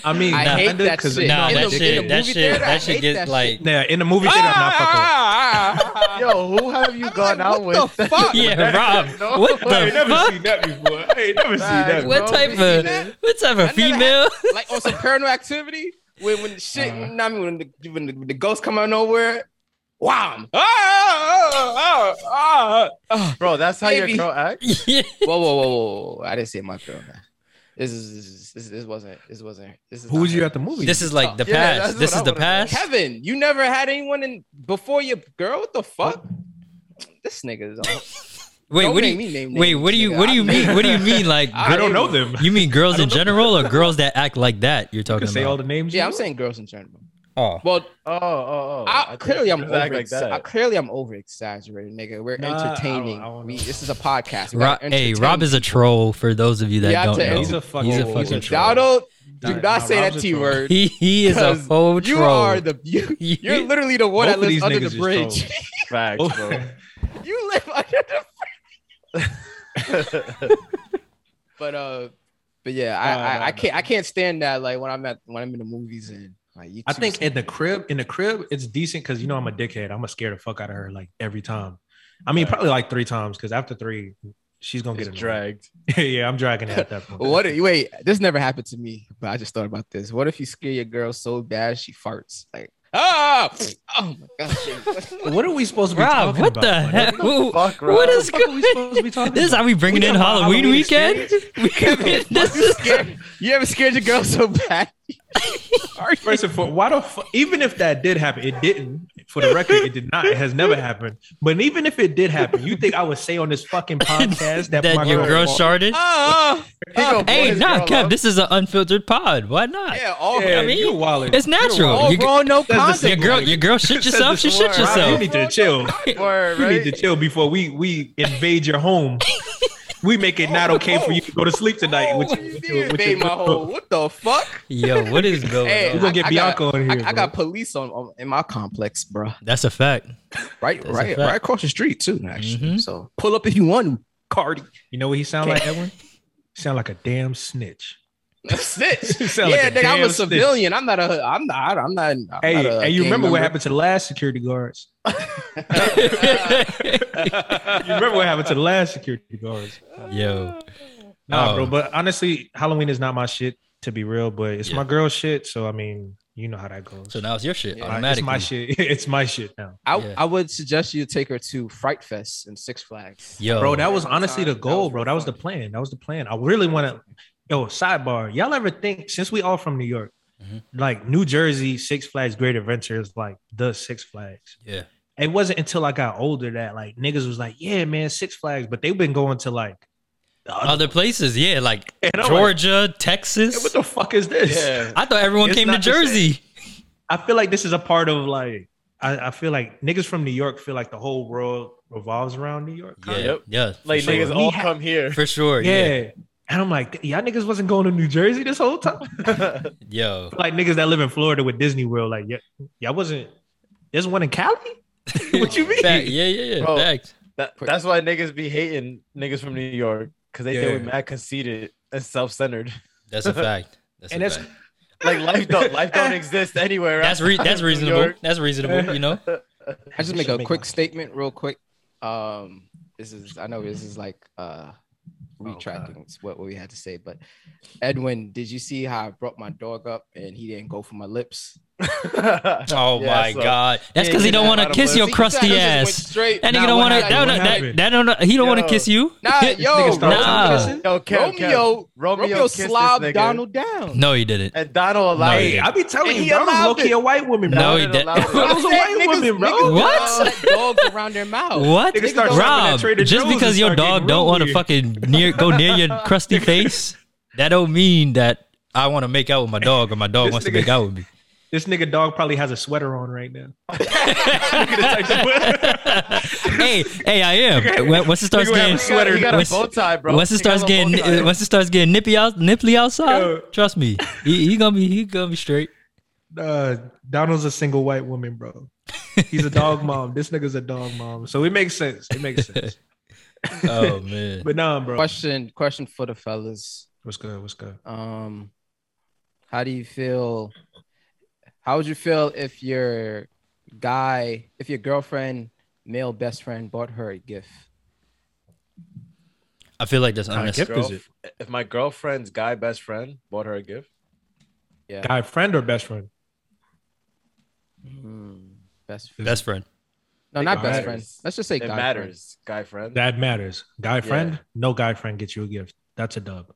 Speaker 11: I mean,
Speaker 3: I
Speaker 11: nah,
Speaker 3: hate
Speaker 11: kinda,
Speaker 3: that
Speaker 11: 'cause-
Speaker 3: shit.
Speaker 11: nah,
Speaker 3: In
Speaker 11: that
Speaker 3: the- in
Speaker 11: shit-
Speaker 3: the
Speaker 11: that
Speaker 3: movie
Speaker 11: shit-
Speaker 3: theater,
Speaker 7: that Ah!
Speaker 3: I
Speaker 7: shit
Speaker 3: hate
Speaker 7: gets
Speaker 3: that shit.
Speaker 7: like-
Speaker 11: Yeah, in the movie theater, I'm not fucking. with.
Speaker 10: Yo, who have you gone out with?
Speaker 3: Ah! What the fuck?
Speaker 7: Yeah, Rob.
Speaker 10: No.
Speaker 7: What the
Speaker 11: I ain't never
Speaker 7: fuck?
Speaker 11: seen that before. I ain't never seen that.
Speaker 7: What
Speaker 10: bro.
Speaker 7: type of what type of female?
Speaker 3: like on some paranormal activity when when shit. you know what I mean, when the, when the, when the ghosts come out of nowhere. Wow. Ah, ah, ah, ah.
Speaker 10: Bro, that's how your
Speaker 3: Maybe.
Speaker 10: girl act.
Speaker 7: Yeah.
Speaker 3: Whoa, whoa, whoa, whoa, whoa! I didn't say my girl. This is this, this wasn't this wasn't this is
Speaker 11: Who
Speaker 3: not
Speaker 11: was you
Speaker 3: her.
Speaker 11: at the movie?
Speaker 7: This is like the
Speaker 10: Yeah,
Speaker 7: past.
Speaker 10: that's
Speaker 7: This
Speaker 10: what
Speaker 7: is
Speaker 10: I
Speaker 7: the
Speaker 10: wanna know.
Speaker 7: past.
Speaker 3: Kevin, you never had anyone in before your girl. What the fuck? This nigga is on.
Speaker 7: Wait,
Speaker 3: Don't
Speaker 7: what do
Speaker 3: make me
Speaker 7: you
Speaker 3: name
Speaker 7: wait?
Speaker 3: names,
Speaker 7: What do you
Speaker 3: nigga.
Speaker 7: what do you
Speaker 3: I-
Speaker 7: mean? What do you mean? Like
Speaker 11: I
Speaker 7: girl-
Speaker 11: don't know them.
Speaker 7: You mean girls in general or girls that act like that? You're
Speaker 11: You
Speaker 7: talking
Speaker 11: can say all
Speaker 7: about?
Speaker 11: the names.
Speaker 3: yeah,
Speaker 11: you
Speaker 3: I'm
Speaker 11: want.
Speaker 3: saying girls in general.
Speaker 7: Oh,
Speaker 3: Well,
Speaker 10: Oh, oh, oh.
Speaker 3: I,
Speaker 10: think
Speaker 3: clearly I'm
Speaker 10: girls
Speaker 3: over
Speaker 10: act like
Speaker 3: I,
Speaker 10: that.
Speaker 3: clearly I'm over exaggerating, nigga. We're
Speaker 11: Nah, I don't-
Speaker 3: entertaining.
Speaker 11: I don't
Speaker 3: we,
Speaker 11: know.
Speaker 3: this is a podcast. We
Speaker 7: Rob,
Speaker 3: gotta
Speaker 7: hey,
Speaker 3: entertain
Speaker 7: Rob is a troll. For those of you that
Speaker 3: Yeah,
Speaker 7: don't
Speaker 3: to-
Speaker 7: know,
Speaker 11: He's a fucking-
Speaker 7: he's a
Speaker 11: he's
Speaker 7: fucking
Speaker 11: a
Speaker 7: troll.
Speaker 3: Donald, do
Speaker 11: Nah,
Speaker 3: not
Speaker 11: nah,
Speaker 3: say
Speaker 11: Rob's
Speaker 3: that
Speaker 11: a
Speaker 3: T
Speaker 11: troll.
Speaker 3: word.
Speaker 7: He he is a
Speaker 3: 'cause
Speaker 7: whole
Speaker 3: You
Speaker 7: troll.
Speaker 3: are the you, you're literally the one
Speaker 11: Both
Speaker 3: that
Speaker 11: of these
Speaker 3: lives under
Speaker 11: niggas
Speaker 3: the
Speaker 11: is
Speaker 3: bridge.
Speaker 11: trolls.
Speaker 10: Facts, bro.
Speaker 11: Both-
Speaker 3: you live under the but uh but yeah I,
Speaker 11: Nah,
Speaker 3: I,
Speaker 11: nah,
Speaker 3: I can't I can't stand that like when I'm at when I'm in the movies and like you
Speaker 11: I
Speaker 3: two
Speaker 11: think
Speaker 3: sitting
Speaker 11: in the crib, in the crib, it's decent because you know I'm a dickhead. I'm a scared the fuck out of her like every time. I mean, probably like three times because after three, she's gonna
Speaker 10: It's
Speaker 11: get annoyed.
Speaker 10: dragged.
Speaker 11: yeah, I'm dragging it at that point.
Speaker 3: What if, wait, this never happened to me, but I just thought about this. What if you scare your girl so bad she farts? Like, ah, oh my gosh.
Speaker 11: What are we supposed to be
Speaker 7: Rob,
Speaker 11: talking
Speaker 7: what
Speaker 11: about?
Speaker 7: the heck? Who-
Speaker 10: fuck, Rob?
Speaker 7: What is
Speaker 11: What the fuck are we supposed to be
Speaker 7: going?
Speaker 11: talking
Speaker 7: This is how we bringing
Speaker 11: We
Speaker 7: in
Speaker 11: talking about
Speaker 7: Halloween
Speaker 11: Halloween
Speaker 7: weekend. this is
Speaker 3: you ever scared your girl so bad?
Speaker 11: First and foremost, why the fuck? Even if that did happen, it didn't. For the record, it did not. It has never happened. But even if it did happen, you think I would say on this fucking podcast that, my
Speaker 7: that your girl
Speaker 11: girl
Speaker 7: sharded.
Speaker 3: Oh,
Speaker 7: Hey, nah, Kev, this is an unfiltered pod. Why not?
Speaker 3: yeah, all,
Speaker 11: Yeah,
Speaker 7: I mean,
Speaker 11: you wildin'.
Speaker 7: It's natural.
Speaker 3: all
Speaker 7: You,
Speaker 3: raw, no
Speaker 11: the
Speaker 7: your
Speaker 3: content.
Speaker 7: girl, your girl shit yourself. She shit
Speaker 11: Rob, You
Speaker 7: yourself.
Speaker 11: need to chill.
Speaker 10: Word,
Speaker 11: You need
Speaker 10: right?
Speaker 11: to chill before we we invade your home. We make it not okay for you to go to sleep tonight. With
Speaker 3: What
Speaker 11: your,
Speaker 3: you
Speaker 11: with
Speaker 3: did
Speaker 11: your, with
Speaker 3: invade
Speaker 11: your
Speaker 3: my whole. What the fuck?
Speaker 7: Yo, what is going
Speaker 3: Hey,
Speaker 7: on?
Speaker 11: We're gonna
Speaker 3: I-
Speaker 11: get
Speaker 3: I got-
Speaker 11: Bianca on here.
Speaker 3: I, I
Speaker 11: bro.
Speaker 3: got police on, on in my complex, bro.
Speaker 7: That's a fact.
Speaker 3: Right,
Speaker 7: That's a
Speaker 3: right,
Speaker 7: fact.
Speaker 3: right across the street too. Actually,
Speaker 7: Mhm.
Speaker 3: so pull up if you want to, Cardi.
Speaker 11: You know what he sound like, Edwin? He sound like a damn snitch.
Speaker 3: snitch.
Speaker 11: You sound
Speaker 3: yeah,
Speaker 11: like a
Speaker 3: nigga, I'm
Speaker 11: damn
Speaker 3: a
Speaker 11: snitch.
Speaker 3: civilian. I'm not a. I'm not. I'm not. I'm
Speaker 11: Hey,
Speaker 3: not a
Speaker 11: and you
Speaker 3: gang
Speaker 11: remember
Speaker 3: member.
Speaker 11: what happened to the last security guards? you remember what happened to the last security guards?
Speaker 7: Yo,
Speaker 11: Nah,
Speaker 7: Oh.
Speaker 11: bro. But honestly, Halloween is not my shit to be real, but it's
Speaker 7: Yeah.
Speaker 11: my girl shit. So I mean, you know how that goes.
Speaker 7: so now it's your shit
Speaker 3: Yeah,
Speaker 11: Like, it's
Speaker 7: automatically.
Speaker 11: my shit. it's my shit now.
Speaker 3: I,
Speaker 7: Yeah.
Speaker 3: I would suggest you take her to Fright Fest and Six Flags.
Speaker 7: Yo,
Speaker 11: Bro, that was
Speaker 3: One
Speaker 11: honestly
Speaker 3: time,
Speaker 11: the goal,
Speaker 3: that was
Speaker 11: bro. That was the
Speaker 3: fun.
Speaker 11: plan. That was the plan. I really want to. Yo, sidebar. Y'all ever think since we all from New York,
Speaker 7: Mhm.
Speaker 11: like New Jersey Six Flags Great Adventure is like the Six Flags.
Speaker 7: yeah,
Speaker 11: It wasn't until I got older that like niggas was like, yeah, man, Six Flags, but they've been going to like the other.
Speaker 7: other places. Yeah, like
Speaker 11: And I'm like,
Speaker 7: Georgia,
Speaker 11: "Hey,
Speaker 7: Texas.
Speaker 11: what the fuck is this?
Speaker 10: Yeah.
Speaker 7: I thought everyone
Speaker 11: It's
Speaker 7: came to
Speaker 11: not the same.
Speaker 7: Jersey.
Speaker 11: I feel like this is a part of like I, I feel like niggas from New York feel like the whole world revolves around New York.
Speaker 7: Yeah,
Speaker 11: kinda.
Speaker 10: Yep.
Speaker 7: yeah, for
Speaker 10: Like
Speaker 7: sure.
Speaker 10: niggas
Speaker 11: We
Speaker 10: all
Speaker 11: ha-
Speaker 10: come here.
Speaker 7: for sure.
Speaker 11: Yeah.
Speaker 7: Yeah.
Speaker 11: And I'm like, y'all niggas wasn't going to New Jersey this whole time.
Speaker 7: yo,
Speaker 11: like niggas that live in Florida with Disney World, like yeah, y'all wasn't. There's one in Cali. what you mean?
Speaker 7: Fact. Yeah, yeah, yeah.
Speaker 10: Bro.
Speaker 7: Fact.
Speaker 10: That- that's why niggas be hating niggas from New York because they
Speaker 11: Yeah.
Speaker 10: think we're mad conceited and self centered.
Speaker 7: That's a fact. That's
Speaker 11: And
Speaker 7: a
Speaker 11: that's-
Speaker 7: fact.
Speaker 10: Like life don't life don't exist anywhere.
Speaker 7: That's re-
Speaker 10: outside
Speaker 7: that's
Speaker 10: of New
Speaker 7: reasonable.
Speaker 10: York.
Speaker 7: That's reasonable. You know.
Speaker 3: I just
Speaker 11: We
Speaker 3: make
Speaker 11: should
Speaker 3: a
Speaker 11: make
Speaker 3: quick
Speaker 11: one.
Speaker 3: statement, real quick. Um, this is I know this is like uh retracting what, what we had to say, but Edwin, did you see how I brought my dog up and he didn't go for my lips?
Speaker 7: Oh
Speaker 10: Yeah,
Speaker 7: my
Speaker 10: so-
Speaker 7: god. That's
Speaker 10: Yeah,
Speaker 7: because he
Speaker 10: yeah,
Speaker 7: don't want to
Speaker 10: bottom
Speaker 7: kiss
Speaker 10: lip.
Speaker 7: your
Speaker 10: See,
Speaker 3: He
Speaker 7: crusty
Speaker 3: just went
Speaker 7: ass.
Speaker 3: straight.
Speaker 7: That nigga
Speaker 11: Nah,
Speaker 7: don't
Speaker 11: what
Speaker 7: want to. That,
Speaker 11: happened?
Speaker 7: that,
Speaker 11: What
Speaker 7: that,
Speaker 11: happened?
Speaker 7: that don't. He don't want to
Speaker 10: Yo.
Speaker 7: kiss you.
Speaker 3: Nah, yo,
Speaker 11: nigga started
Speaker 7: Nah.
Speaker 3: listen,
Speaker 10: Yo, Kev,
Speaker 3: Romeo,
Speaker 10: Kev. Romeo,
Speaker 3: Romeo
Speaker 10: kissed this
Speaker 3: slobbed
Speaker 10: nigga,
Speaker 3: Donald down.
Speaker 7: No, he didn't.
Speaker 10: and Donald allowed
Speaker 7: No,
Speaker 10: it.
Speaker 11: Hey, I be telling
Speaker 10: And
Speaker 11: you,
Speaker 10: he
Speaker 11: that was
Speaker 10: allowed
Speaker 11: low key
Speaker 10: it.
Speaker 11: a white woman, bro.
Speaker 7: No,
Speaker 10: Donald
Speaker 7: he didn't.
Speaker 10: allowed it.
Speaker 11: That was a
Speaker 3: Said
Speaker 11: white woman, bro.
Speaker 3: niggas
Speaker 7: What?
Speaker 3: don't let dogs around their mouth.
Speaker 7: What?
Speaker 11: Niggas start shopping
Speaker 7: Rob,
Speaker 11: at Trader
Speaker 7: just
Speaker 11: Joe's
Speaker 7: because
Speaker 11: and
Speaker 7: your
Speaker 11: start getting
Speaker 7: dog don't
Speaker 11: real
Speaker 7: want to
Speaker 11: weird.
Speaker 7: fucking near go near your crusty face, that don't mean that I want to make out with my dog, or my dog
Speaker 11: This
Speaker 7: wants to
Speaker 11: nigga-
Speaker 7: make out with me.
Speaker 11: This nigga dog probably has a sweater on right now.
Speaker 7: hey, hey, I am. When- Once it starts
Speaker 11: You have
Speaker 7: getting
Speaker 11: a sweater. You got a
Speaker 7: once-
Speaker 11: bow tie, bro.
Speaker 7: Once it
Speaker 11: You
Speaker 7: starts
Speaker 11: got a bow
Speaker 7: getting
Speaker 11: tie.
Speaker 7: uh, once it starts getting nippy out nipply outside, trust me, he, he gonna be he gonna be straight.
Speaker 11: Uh, Donald's a single white woman, bro. He's a dog mom. This nigga's a dog mom. So it makes sense. It makes sense.
Speaker 7: Oh, man.
Speaker 11: But nah, bro.
Speaker 3: Question question for the fellas.
Speaker 11: What's good? What's good?
Speaker 3: Um how do you feel how would you feel if your guy, if your girlfriend, male best friend bought her a gift?
Speaker 7: I feel like that's
Speaker 10: My
Speaker 7: unnecessary.
Speaker 10: girlf- If my girlfriend's guy best friend bought her a gift,
Speaker 3: yeah,
Speaker 11: Guy friend or best friend?
Speaker 3: Best
Speaker 7: friend. Best friend.
Speaker 3: No,
Speaker 10: It
Speaker 3: not best
Speaker 10: matters.
Speaker 3: friend. Let's just say
Speaker 10: it
Speaker 3: guy
Speaker 10: matters. Guy friend.
Speaker 11: That matters. Guy
Speaker 10: Yeah.
Speaker 11: friend? No guy friend gets you a gift. That's a dub.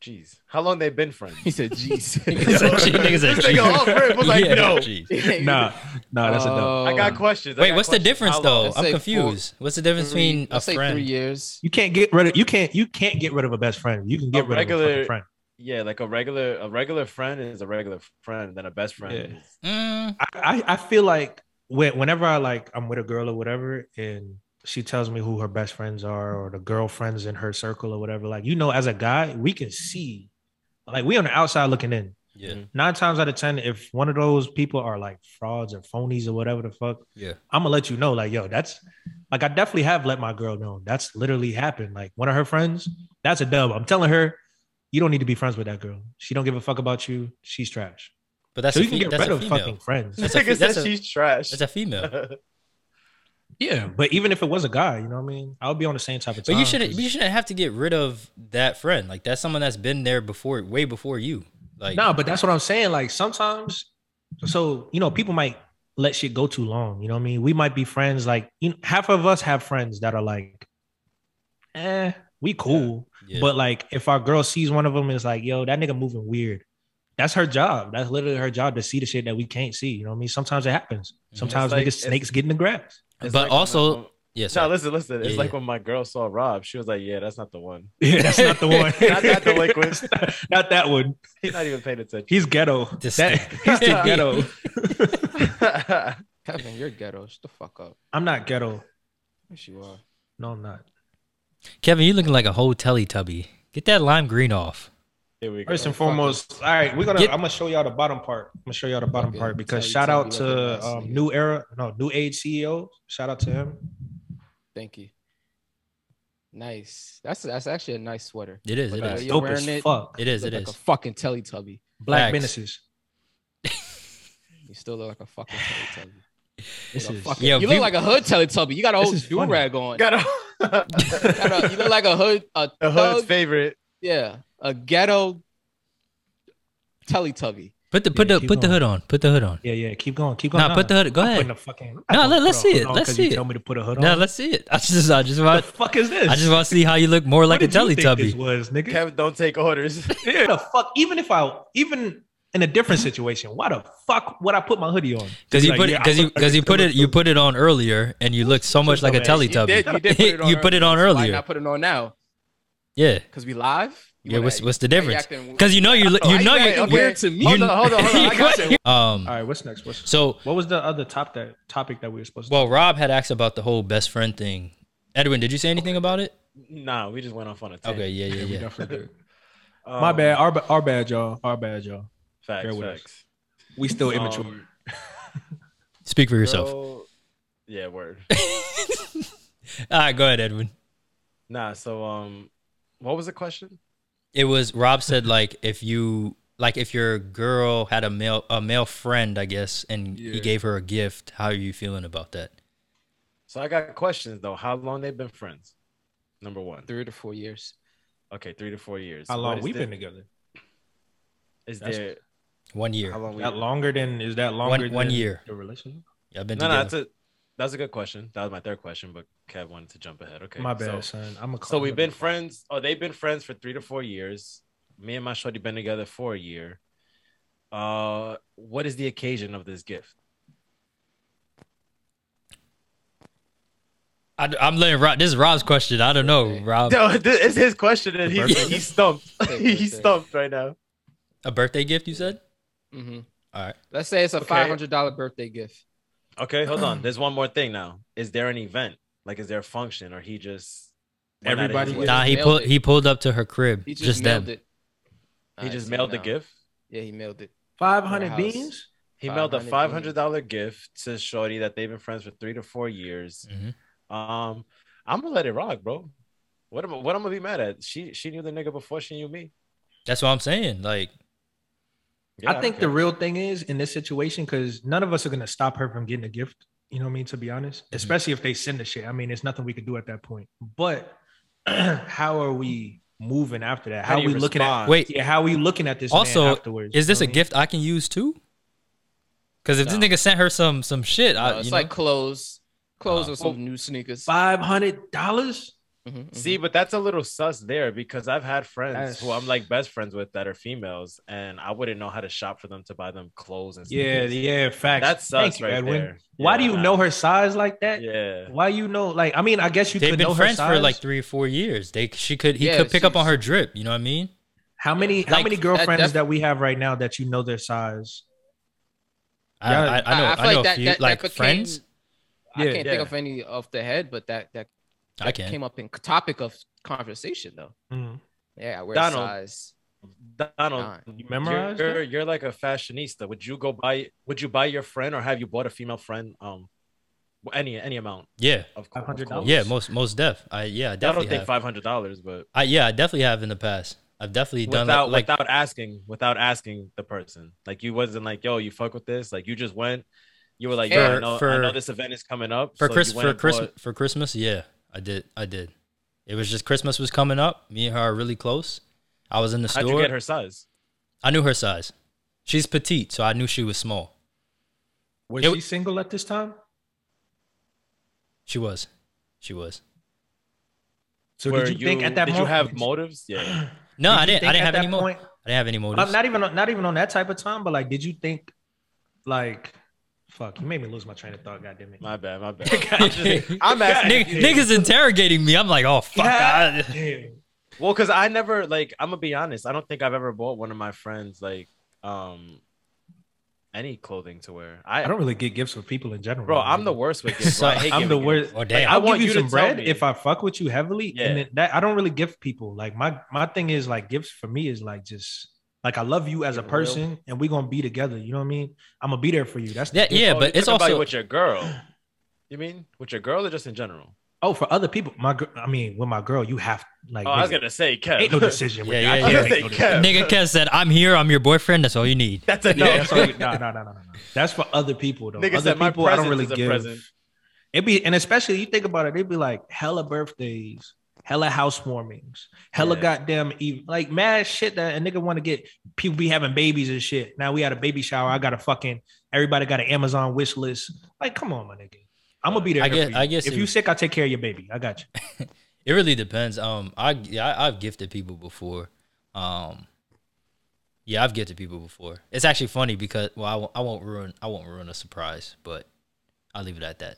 Speaker 10: Jeez, how long they been friends?
Speaker 3: He said, "Jeez."
Speaker 11: Nigga said, "Jeez." Nigga said,
Speaker 10: Nigga
Speaker 11: "Jeez."
Speaker 10: off rip was like,
Speaker 11: Yeah,
Speaker 10: "No."
Speaker 11: "Jeez." Nah, nah, that's a dub.
Speaker 3: Um,
Speaker 10: I got questions. I
Speaker 7: Wait,
Speaker 10: got
Speaker 7: what's
Speaker 10: questions.
Speaker 7: the difference
Speaker 10: How long?
Speaker 7: though? I'm confused. what's the difference between a friend?
Speaker 3: years.
Speaker 11: You can't get rid of you can't you can't get rid of a best friend. You can get
Speaker 10: a
Speaker 11: rid of a
Speaker 10: regular
Speaker 11: fucking friend.
Speaker 10: Yeah, like a regular a regular friend is a regular friend, then a best friend.
Speaker 11: Yeah.
Speaker 10: is-
Speaker 11: I, I I feel like when, whenever I like I'm with a girl or whatever, and she tells me who her best friends are or the girlfriends in her circle or whatever, like you know, as a guy, we can see, like we on the outside looking in.
Speaker 7: Yeah.
Speaker 11: Nine times out of ten, if one of those people are like frauds or phonies or whatever the fuck,
Speaker 7: Yeah.
Speaker 11: I'm gonna let you know. Like, yo, that's like I definitely have let my girl know. That's literally happened. Like one of her friends, that's a dub. I'm telling her, you don't need to be friends with that girl. She don't give a fuck about you. She's trash.
Speaker 7: But that's
Speaker 11: so
Speaker 7: a
Speaker 11: you can
Speaker 7: fe-
Speaker 11: get
Speaker 7: that's
Speaker 11: rid
Speaker 7: a
Speaker 11: of
Speaker 7: female.
Speaker 11: fucking friends.
Speaker 7: That's a Nigga fe- said that's a- she's
Speaker 10: trash.
Speaker 7: That's a female.
Speaker 11: Yeah, but even if it was a guy, you know what I mean? I would be on the same type of time.
Speaker 7: But you shouldn't.
Speaker 11: 'cause-
Speaker 7: You shouldn't have to get rid of that friend. Like that's someone that's been there before, way before you. Like
Speaker 11: no, but that's what I'm saying. Like sometimes, so you know, people might let shit go too long. You know what I mean? We might be friends. Like you know, half of us have friends that are like, eh, we cool.
Speaker 7: Yeah.
Speaker 11: But like, if our girl sees one of them, and is like, yo, that nigga moving weird. That's her job. That's literally her job to see the shit that we can't see. You know what I mean? Sometimes it happens.
Speaker 10: It's
Speaker 11: Sometimes
Speaker 10: like-
Speaker 11: niggas snakes get in the grass.
Speaker 10: it's like
Speaker 7: But
Speaker 10: when
Speaker 7: also,
Speaker 10: my-
Speaker 7: yeah.
Speaker 10: No,
Speaker 7: sorry.
Speaker 10: listen, listen. It's
Speaker 7: Yeah,
Speaker 10: like
Speaker 7: yeah.
Speaker 10: when my girl saw Rob, she was like, "Yeah, that's not the one.
Speaker 11: Yeah, that's not the one.
Speaker 10: not that delinquent.
Speaker 11: not that one.
Speaker 10: He's not even paying attention.
Speaker 11: He's ghetto. That- he's the ghetto.
Speaker 3: Kevin, you're ghetto. Shut the fuck up.
Speaker 11: I'm not ghetto.
Speaker 3: Yes, you are.
Speaker 11: No, I'm not.
Speaker 7: Kevin, you looking like a whole Teletubby. Get that lime green off.
Speaker 10: Here we
Speaker 11: First and foremost, all right, we're gonna.
Speaker 7: Get-
Speaker 11: I'm gonna show y'all the bottom part. I'm gonna show y'all the bottom
Speaker 3: Okay.
Speaker 11: part because
Speaker 3: Tell you-
Speaker 11: shout
Speaker 3: tell
Speaker 11: out
Speaker 3: you
Speaker 11: to
Speaker 3: what the
Speaker 11: um,
Speaker 3: nice
Speaker 11: New Era, no, New Age CEO. Shout out to him.
Speaker 3: Thank you. Nice. That's that's actually a nice sweater.
Speaker 7: It is,
Speaker 3: But
Speaker 7: it
Speaker 3: the way
Speaker 7: is.
Speaker 3: you're
Speaker 11: Dope
Speaker 3: wearing
Speaker 11: as fuck.
Speaker 7: It is,
Speaker 3: you
Speaker 7: it
Speaker 3: look
Speaker 7: is.
Speaker 3: Like a fucking Teletubby.
Speaker 11: Black
Speaker 7: Facts.
Speaker 11: Menaces.
Speaker 3: You still look like a fucking Teletubby.
Speaker 11: This
Speaker 3: Look
Speaker 11: is-
Speaker 3: fucking-
Speaker 7: Yo,
Speaker 3: you look
Speaker 7: peop-
Speaker 3: like a hood Teletubby. You got a whole
Speaker 11: is
Speaker 3: do
Speaker 11: funny.
Speaker 3: rag on.
Speaker 10: Got a,
Speaker 3: Got a- you look like a hood a,
Speaker 10: a hood's
Speaker 3: thug-
Speaker 10: favorite.
Speaker 3: Yeah, a ghetto Teletubby.
Speaker 7: Put the put
Speaker 11: Yeah,
Speaker 7: the
Speaker 11: keep
Speaker 7: put the
Speaker 11: going.
Speaker 7: hood on. Put the hood on.
Speaker 11: Yeah, yeah. Keep going. Keep going.
Speaker 7: Nah, put the hood. Go
Speaker 11: I'm
Speaker 7: ahead.
Speaker 11: putting a fucking- I'm
Speaker 7: No,
Speaker 11: not
Speaker 7: let,
Speaker 11: gonna
Speaker 7: let's
Speaker 11: put a
Speaker 7: see
Speaker 11: hood
Speaker 7: it.
Speaker 11: on
Speaker 7: Let's
Speaker 11: 'cause
Speaker 7: see
Speaker 11: You
Speaker 7: it.
Speaker 11: tell me to put a hood
Speaker 7: No,
Speaker 11: on.
Speaker 7: let's see it. I just I just
Speaker 11: What
Speaker 7: want
Speaker 11: the fuck is this?
Speaker 7: I just want to see how you look more like a
Speaker 11: What did you think
Speaker 7: Teletubby.
Speaker 11: This was nigga.
Speaker 10: Kevin, don't take orders.
Speaker 11: Why the fuck? Even if I, even in a different situation, why the fuck would I put my hoodie on?
Speaker 7: Because
Speaker 11: Be
Speaker 7: you
Speaker 11: like,
Speaker 7: put
Speaker 11: yeah, I
Speaker 7: because you
Speaker 11: look like
Speaker 7: because
Speaker 11: a
Speaker 7: you put it you
Speaker 11: Teletubby.
Speaker 7: put it on earlier and you look so much like a
Speaker 11: dumbass. You
Speaker 3: You did,
Speaker 7: Teletubby.
Speaker 3: you did put it on.
Speaker 7: You put it on
Speaker 3: Why
Speaker 7: earlier.
Speaker 3: not put it on now?
Speaker 7: Yeah.
Speaker 3: Because we live. You
Speaker 7: Yeah.
Speaker 3: wanna
Speaker 7: What's
Speaker 3: act-
Speaker 7: what's the
Speaker 3: now you
Speaker 7: difference?
Speaker 3: acting-
Speaker 7: Because you know you
Speaker 3: Why
Speaker 7: you know
Speaker 3: acting
Speaker 7: you
Speaker 3: weird to me.
Speaker 7: you-
Speaker 10: Hold on, hold on, hold on. I got you.
Speaker 7: Um.
Speaker 11: All right, what's next? What's
Speaker 7: So
Speaker 11: what was the other top that topic that we were supposed to?
Speaker 7: well, Rob had asked about the whole best friend thing. Edwin, did you say anything about it?
Speaker 10: Nah, we just went off on a tangent.
Speaker 7: Okay. Yeah. Yeah.
Speaker 11: We
Speaker 7: Yeah.
Speaker 11: definitely did.
Speaker 10: Um,
Speaker 11: My bad. Our, ba- our bad, y'all. Our bad, y'all.
Speaker 10: Facts.
Speaker 11: Bear with us.
Speaker 10: facts.
Speaker 11: We still
Speaker 10: Um,
Speaker 11: immature.
Speaker 7: Speak for yourself.
Speaker 10: Girl- yeah, word.
Speaker 7: All right. Go ahead, Edwin.
Speaker 10: nah. So um, what was the question?
Speaker 7: It was Rob said like if you like if your girl had a male a male friend I guess and he
Speaker 11: Yeah.
Speaker 7: gave her a gift how are you feeling about that?
Speaker 10: So I got questions though. How long they've been friends? Number one.
Speaker 3: Three to four years.
Speaker 10: Okay, three to four years.
Speaker 11: How
Speaker 10: What
Speaker 11: long
Speaker 10: is
Speaker 11: we
Speaker 10: there-
Speaker 11: been together?
Speaker 10: Is
Speaker 11: That's-
Speaker 10: there
Speaker 7: One year.
Speaker 10: how long we?
Speaker 11: That longer than is that longer
Speaker 7: one
Speaker 11: than
Speaker 7: year.
Speaker 11: the relationship?
Speaker 7: Yeah, I've been
Speaker 10: No, no,
Speaker 7: together.
Speaker 10: that's a that's a good question. That was my third question, but Kev wanted to jump ahead. Okay,
Speaker 11: My bad,
Speaker 10: So,
Speaker 11: son. I'm a.
Speaker 10: so we've been friends. Oh, they've been friends for three to four years. Me and my shorty been together for a year. Uh, what is the occasion of this gift?
Speaker 7: I, am letting Rob. This is Rob's question. I don't know, Rob.
Speaker 10: No, this is his question, and
Speaker 11: The
Speaker 10: he's
Speaker 11: birthday?
Speaker 10: he's stumped.
Speaker 3: Okay,
Speaker 10: he's
Speaker 3: birthday.
Speaker 10: stumped right now.
Speaker 7: A birthday gift, you said?
Speaker 3: Mm-hmm.
Speaker 7: All right.
Speaker 3: Let's say it's a
Speaker 10: Okay.
Speaker 3: five hundred dollar birthday gift.
Speaker 10: Okay, hold on. There's one more thing now. Is there an event? Like, is there a function, or he just went out of his
Speaker 3: Everybody
Speaker 10: way?
Speaker 3: is-
Speaker 7: Nah, he
Speaker 3: Nailed
Speaker 7: pulled.
Speaker 3: it.
Speaker 7: He pulled up to her crib.
Speaker 3: He
Speaker 7: Just,
Speaker 3: just, mailed
Speaker 7: then.
Speaker 3: it.
Speaker 10: He
Speaker 3: I
Speaker 10: just
Speaker 3: see
Speaker 10: mailed the
Speaker 3: now.
Speaker 10: gift.
Speaker 3: Yeah, he mailed it.
Speaker 11: Five
Speaker 3: Our
Speaker 11: hundred
Speaker 3: house.
Speaker 11: beans.
Speaker 10: He mailed a five
Speaker 3: 500
Speaker 10: hundred dollar gift to Shorty that they've been friends for three to four years.
Speaker 11: Mm-hmm.
Speaker 10: Um, I'm gonna let it rock, bro. What am I- what I'm gonna be mad at? She she knew the nigga before she knew me.
Speaker 7: That's what I'm saying. Like,
Speaker 10: Yeah,
Speaker 11: I think
Speaker 10: don't
Speaker 11: the
Speaker 10: care.
Speaker 11: real thing is in this situation because none of us are gonna stop her from getting a gift. You know what I mean? To be honest,
Speaker 10: Mm-hmm.
Speaker 11: especially if they send the shit. I mean, there's nothing we could do at that point. But how are we moving after that?
Speaker 10: How
Speaker 11: How,
Speaker 10: do
Speaker 11: are we
Speaker 10: you
Speaker 11: looking at?
Speaker 10: respond?
Speaker 7: Wait.
Speaker 11: yeah. How are we looking at this? man
Speaker 7: also,
Speaker 11: afterwards,
Speaker 7: is this
Speaker 11: You
Speaker 7: a
Speaker 11: know what I mean?
Speaker 7: gift I can use too? Because if this nigga sent her some some shit,
Speaker 3: No,
Speaker 7: I,
Speaker 3: Uh, it's
Speaker 7: Uh, you
Speaker 3: like
Speaker 7: know,
Speaker 3: clothes, clothes
Speaker 7: Uh,
Speaker 3: or some new sneakers.
Speaker 11: Five hundred dollars.
Speaker 3: Mhm,
Speaker 10: See, but that's a little sus there because I've had friends
Speaker 11: Mm-hmm. That's-
Speaker 10: who I'm like best friends with that are females, and I wouldn't know how to shop for them to buy them clothes and
Speaker 11: Yeah,
Speaker 10: sneakers.
Speaker 11: yeah, facts.
Speaker 10: That's
Speaker 11: Thank
Speaker 10: sus
Speaker 11: you,
Speaker 10: right
Speaker 11: Edwin.
Speaker 10: there.
Speaker 11: Why do
Speaker 10: Yeah,
Speaker 11: you
Speaker 10: nah.
Speaker 11: know her size like that?
Speaker 10: Yeah,
Speaker 11: Why you know? Like, I mean, I guess you
Speaker 7: they've
Speaker 11: could
Speaker 7: been
Speaker 11: know
Speaker 7: friends
Speaker 11: her
Speaker 7: for
Speaker 11: size.
Speaker 7: like three or four years. They she could he
Speaker 3: Yeah,
Speaker 7: could pick up on
Speaker 3: she's-
Speaker 7: her drip. You know what I mean?
Speaker 11: how many how
Speaker 7: like,
Speaker 11: many
Speaker 7: that
Speaker 11: girlfriends that,
Speaker 3: def-
Speaker 11: we have right now that you know their size?
Speaker 7: I,
Speaker 11: Yeah.
Speaker 7: I, I know. I,
Speaker 3: feel
Speaker 7: know a few like
Speaker 3: became-
Speaker 7: friends.
Speaker 3: I
Speaker 11: Yeah.
Speaker 3: can't
Speaker 10: Yeah.
Speaker 3: think of any off the head, but that that,
Speaker 7: I
Speaker 3: that
Speaker 7: can.
Speaker 3: came up in topic of conversation though.
Speaker 11: Mm.
Speaker 3: Yeah, I wear
Speaker 10: Donald.
Speaker 3: size.
Speaker 10: Donald,
Speaker 3: Nah.
Speaker 11: You memorized
Speaker 10: You're,
Speaker 11: that?
Speaker 10: you're like a fashionista. Would you go buy? Would you buy your friend, or have you bought a female friend? Um, any any amount
Speaker 7: Yeah,
Speaker 10: of course.
Speaker 11: $500?
Speaker 7: yeah. Most most def. I yeah, I
Speaker 10: I don't
Speaker 7: definitely
Speaker 10: think
Speaker 7: have.
Speaker 10: five hundred dollars, but
Speaker 7: I yeah, I definitely have in the past. I've definitely done
Speaker 10: without
Speaker 7: like,
Speaker 10: without asking, without asking the person, like you wasn't like, yo, you fuck with this. Like you just went. You were like,
Speaker 7: For-
Speaker 10: yo, I know, I
Speaker 7: for-
Speaker 10: know this event is coming up so
Speaker 7: for
Speaker 10: you
Speaker 7: Chris
Speaker 10: went
Speaker 7: for
Speaker 10: and
Speaker 7: Christmas
Speaker 10: bought-
Speaker 7: for Christmas. Yeah, I did. I did. It was just Christmas was coming up. Me and her are really close. I was in the
Speaker 10: How'd
Speaker 7: store.
Speaker 10: you get her size?
Speaker 7: I knew her size. She's petite, so I knew she was small.
Speaker 11: Was
Speaker 7: It-
Speaker 11: she single at this time?
Speaker 7: She was. She was.
Speaker 11: So
Speaker 10: Were
Speaker 11: did you, think at that
Speaker 10: did
Speaker 11: moment?
Speaker 10: you have motives? Yeah.
Speaker 7: No,
Speaker 11: Did
Speaker 7: I
Speaker 11: you
Speaker 7: didn't. I
Speaker 11: think
Speaker 7: didn't
Speaker 11: at
Speaker 7: have
Speaker 11: that
Speaker 7: any more. I
Speaker 11: point-
Speaker 7: didn't have any motives.
Speaker 11: Uh, not even on, not even on that type of time, but like, did you think like, fuck, you made me lose my train of thought. God damn it.
Speaker 10: my bad. My bad. I'm just- I'm asking.
Speaker 7: Nigg- Niggas interrogating me. I'm like, oh fuck.
Speaker 11: God
Speaker 7: I-
Speaker 11: damn.
Speaker 10: Well, because I never like I'm gonna be honest, I don't think I've ever bought one of my friends like um any clothing to wear. I,
Speaker 11: I don't really get gifts for people in general.
Speaker 10: bro, I'm
Speaker 11: man.
Speaker 10: the worst with gifts. Bro. I hate
Speaker 11: I'm the
Speaker 10: giving
Speaker 11: worst.
Speaker 10: gifts.
Speaker 7: Well,
Speaker 11: Like,
Speaker 7: Oh, damn.
Speaker 10: I
Speaker 11: I'll
Speaker 10: want
Speaker 11: give
Speaker 10: you
Speaker 11: you,
Speaker 10: to
Speaker 11: some
Speaker 10: tell
Speaker 11: bread
Speaker 10: me.
Speaker 11: if I fuck with you heavily.
Speaker 10: Yeah.
Speaker 11: And then that I don't really gift people. Like my my thing is like gifts for me is like just like I love you as a
Speaker 10: real.
Speaker 11: person and we're gonna be together. You know what I mean? I'm gonna be there for you. That's the
Speaker 7: Yeah,
Speaker 11: gift.
Speaker 7: yeah,
Speaker 10: Oh,
Speaker 7: but
Speaker 10: you're
Speaker 7: it's
Speaker 10: talking about
Speaker 7: also
Speaker 10: with your girl. You mean with your girl or just in general?
Speaker 11: Oh, for other people, my gr- I mean, with my girl, you have like
Speaker 10: Oh, I was
Speaker 11: nigga,
Speaker 10: gonna say, Kev.
Speaker 11: ain't no decision. with
Speaker 7: Yeah,
Speaker 11: that. I
Speaker 7: yeah,
Speaker 11: can't
Speaker 7: yeah.
Speaker 11: make
Speaker 10: They
Speaker 11: no decision.
Speaker 10: kept-
Speaker 7: nigga Kes said, I'm here, I'm your boyfriend, that's all you need.
Speaker 10: That's a
Speaker 11: No,
Speaker 10: no.
Speaker 11: that's all you, no, no, no, no, no, no. That's for other people though.
Speaker 10: Nigga
Speaker 11: other
Speaker 10: said, "My
Speaker 11: people, I don't
Speaker 10: presence
Speaker 11: really
Speaker 10: is a
Speaker 11: give.
Speaker 10: present."
Speaker 11: It'd be, and especially you think about it, it'd be like hella birthdays, hella housewarmings, hella
Speaker 10: Yeah.
Speaker 11: goddamn even like mad shit that a nigga want to get. People be having babies and shit. Now we had a baby shower. I got a fucking everybody got an Amazon wish list. Like, come on, my nigga.
Speaker 10: Uh,
Speaker 11: I'm gonna be there.
Speaker 7: I
Speaker 11: for
Speaker 7: guess-
Speaker 11: you.
Speaker 7: I guess
Speaker 11: if
Speaker 7: it-
Speaker 11: you sick, I'll take care of your baby. I got you.
Speaker 7: It really depends. Um, I yeah, I, I've gifted people before. Um, yeah, I've gifted people before. It's actually funny because well, I won't, I won't ruin I won't ruin a surprise, but I'll leave it at that.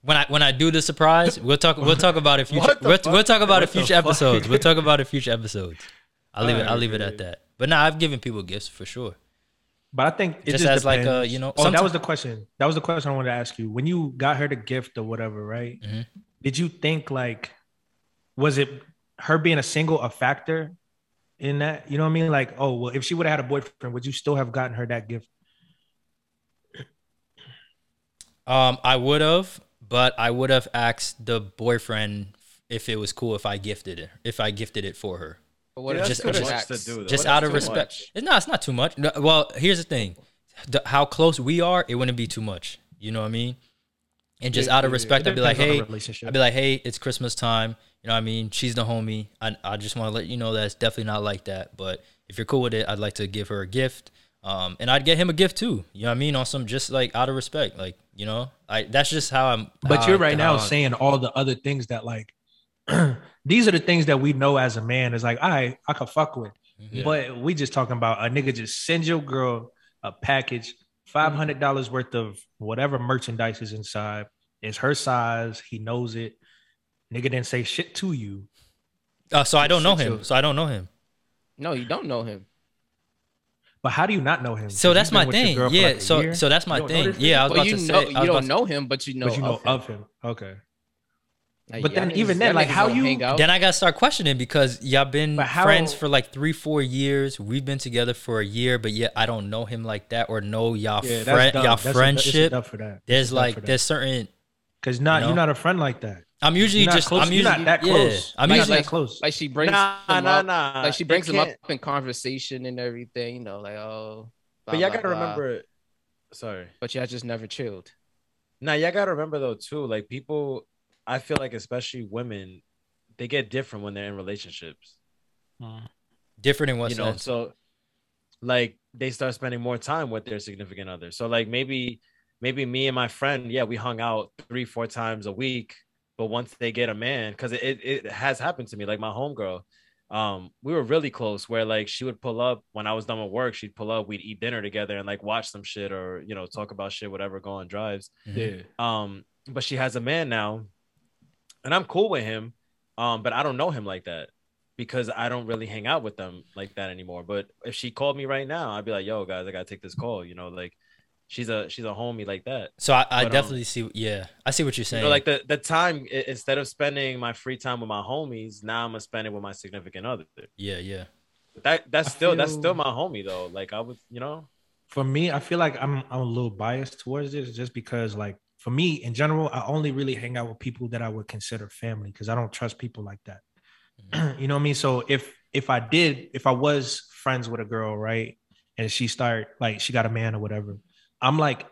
Speaker 7: When I when I do the surprise, we'll talk we'll talk about it future
Speaker 10: What the
Speaker 7: we'll,
Speaker 10: fuck?
Speaker 7: we'll talk about it
Speaker 11: What the
Speaker 7: future
Speaker 11: fuck?
Speaker 7: episodes. We'll talk about it future episodes. I'll leave it I'll
Speaker 11: Alright,
Speaker 7: leave it at
Speaker 11: dude.
Speaker 7: that. But now nah, I've given people gifts for sure.
Speaker 11: But I think it
Speaker 7: Just
Speaker 11: just,
Speaker 7: as, like,
Speaker 11: depends.
Speaker 7: uh, you know,
Speaker 11: Oh, that
Speaker 7: sometime-
Speaker 11: was the question. That was the question I wanted to ask you. When you got her the gift or whatever, right?
Speaker 7: Mhm.
Speaker 11: Did you think like, was it her being a single a factor in that? You know what I mean? Like, oh well, if she would have had a boyfriend, would you still have gotten her that gift?
Speaker 7: Um, I would have, but I would have asked the boyfriend if it was cool if I gifted it if I gifted it for her.
Speaker 3: But what
Speaker 10: Dude,
Speaker 3: if
Speaker 10: that's
Speaker 3: just,
Speaker 10: too much
Speaker 3: just,
Speaker 10: to do, though.
Speaker 7: just
Speaker 10: That's
Speaker 7: out of
Speaker 10: too
Speaker 7: respect.
Speaker 10: much.
Speaker 7: It's not. It's not too much. No, Well, here's the thing: the, how close we are, it wouldn't be too much. You know what I mean? And just out of respect, I'd be like,
Speaker 11: depends on the
Speaker 7: hey,
Speaker 11: relationship.
Speaker 7: I'd be like, hey, it's Christmas time. You know what I mean? She's the homie. I, I just want to let you know that it's definitely not like that. But if you're cool with it, I'd like to give her a gift. Um, and I'd get him a gift too. You know what I mean? On some just like out of respect, like you know, I that's just how I'm.
Speaker 11: But
Speaker 7: how-
Speaker 11: you're right now
Speaker 7: how-
Speaker 11: saying all the other things that like these are the things that we know as a man is like, all right, I could fuck with.
Speaker 7: Mm-hmm.
Speaker 11: But we just talking about a nigga just send your girl a package, five hundred dollars worth of whatever merchandise is inside. It's her size, he knows it. Nigga didn't say shit to you.
Speaker 7: Uh, so I don't know
Speaker 11: Six
Speaker 7: him.
Speaker 11: years.
Speaker 7: So I don't know him.
Speaker 3: no, you don't know him.
Speaker 11: But how do you not know him?
Speaker 7: So
Speaker 11: You've
Speaker 7: that's
Speaker 11: been
Speaker 7: my
Speaker 11: with your
Speaker 7: thing.
Speaker 11: girl for
Speaker 7: Yeah,
Speaker 11: like a
Speaker 7: so-
Speaker 11: year?
Speaker 7: so that's my
Speaker 11: You don't know
Speaker 7: thing.
Speaker 11: this
Speaker 7: Yeah, I was
Speaker 3: But
Speaker 7: about
Speaker 3: you
Speaker 7: to
Speaker 3: know,
Speaker 7: say- I
Speaker 3: you
Speaker 7: was about
Speaker 3: don't
Speaker 7: to-
Speaker 3: know him, but you know,
Speaker 11: but you know
Speaker 10: uh,
Speaker 3: of him.
Speaker 11: of him. Okay.
Speaker 3: Like,
Speaker 11: But
Speaker 3: y'all
Speaker 11: then
Speaker 3: niggas-
Speaker 11: even then,
Speaker 3: y'all
Speaker 11: like
Speaker 3: niggas
Speaker 11: how
Speaker 3: don't
Speaker 11: you
Speaker 3: hang out.
Speaker 7: Then I gotta start questioning because y'all been
Speaker 11: Oh. But how-
Speaker 7: friends for like three, four years. We've been together for a year, but yet I don't know him like that or know y'all
Speaker 11: Yeah, that's
Speaker 7: friend,
Speaker 11: dumb.
Speaker 7: y'all
Speaker 11: That's a- that's a
Speaker 7: friendship.
Speaker 11: dumb for that. That's
Speaker 7: There's
Speaker 11: a dumb for
Speaker 7: like
Speaker 11: that.
Speaker 7: there's certain.
Speaker 11: Because not
Speaker 7: No.
Speaker 11: you're not a friend like that.
Speaker 7: I'm usually
Speaker 11: You're not
Speaker 7: just.
Speaker 11: close-
Speaker 7: I'm
Speaker 11: you're
Speaker 7: usually
Speaker 11: not that
Speaker 7: yeah,
Speaker 11: close.
Speaker 7: I'm
Speaker 11: You're not
Speaker 7: usually
Speaker 11: that close.
Speaker 3: Like she brings
Speaker 10: Nah,
Speaker 3: him
Speaker 10: nah,
Speaker 3: up.
Speaker 10: nah.
Speaker 3: Like she
Speaker 10: You
Speaker 3: brings him up
Speaker 10: can't-
Speaker 3: in conversation and everything. You know, like oh.
Speaker 10: But y'all gotta remember. Sorry.
Speaker 3: But y'all just never chilled.
Speaker 10: Now y'all gotta remember though too. Like people, I feel like especially women, they get different when they're in relationships.
Speaker 7: different in what
Speaker 10: you know,
Speaker 7: sense?
Speaker 10: so like they start spending more time with their significant other. So like maybe maybe me and my friend, yeah, we hung out three four times a week. But once they get a man, because it, it it has happened to me, like my homegirl, um, we were really close. Where like she would pull up when I was done with work, she'd pull up, we'd eat dinner together and like watch some shit or you know talk about shit, whatever, go on drives.
Speaker 5: Yeah.
Speaker 10: Um, but she has a man now, and I'm cool with him. Um, but I don't know him like that because I don't really hang out with them like that anymore. But if she called me right now, I'd be like, "Yo, guys, I gotta take this call." You know, like she's a she's a homie like that.
Speaker 7: So I, I
Speaker 10: But, um,
Speaker 7: definitely see. Yeah, I see what you're saying.
Speaker 10: you know, like the the time i- instead of spending my free time with my homies, now I'm gonna spend it with my significant other.
Speaker 7: yeah, yeah.
Speaker 10: That that's
Speaker 11: I
Speaker 10: still that's
Speaker 11: feel-
Speaker 10: still my homie though. Like I would, you know,
Speaker 11: for me, I feel like I'm I'm a little biased towards this just because like for me in general, I only really hang out with people that I would consider family because I don't trust people like that.
Speaker 7: Mm.
Speaker 11: you know what I mean? So if if I did, if I was friends with a girl, right, and she start like she got a man or whatever, I'm like,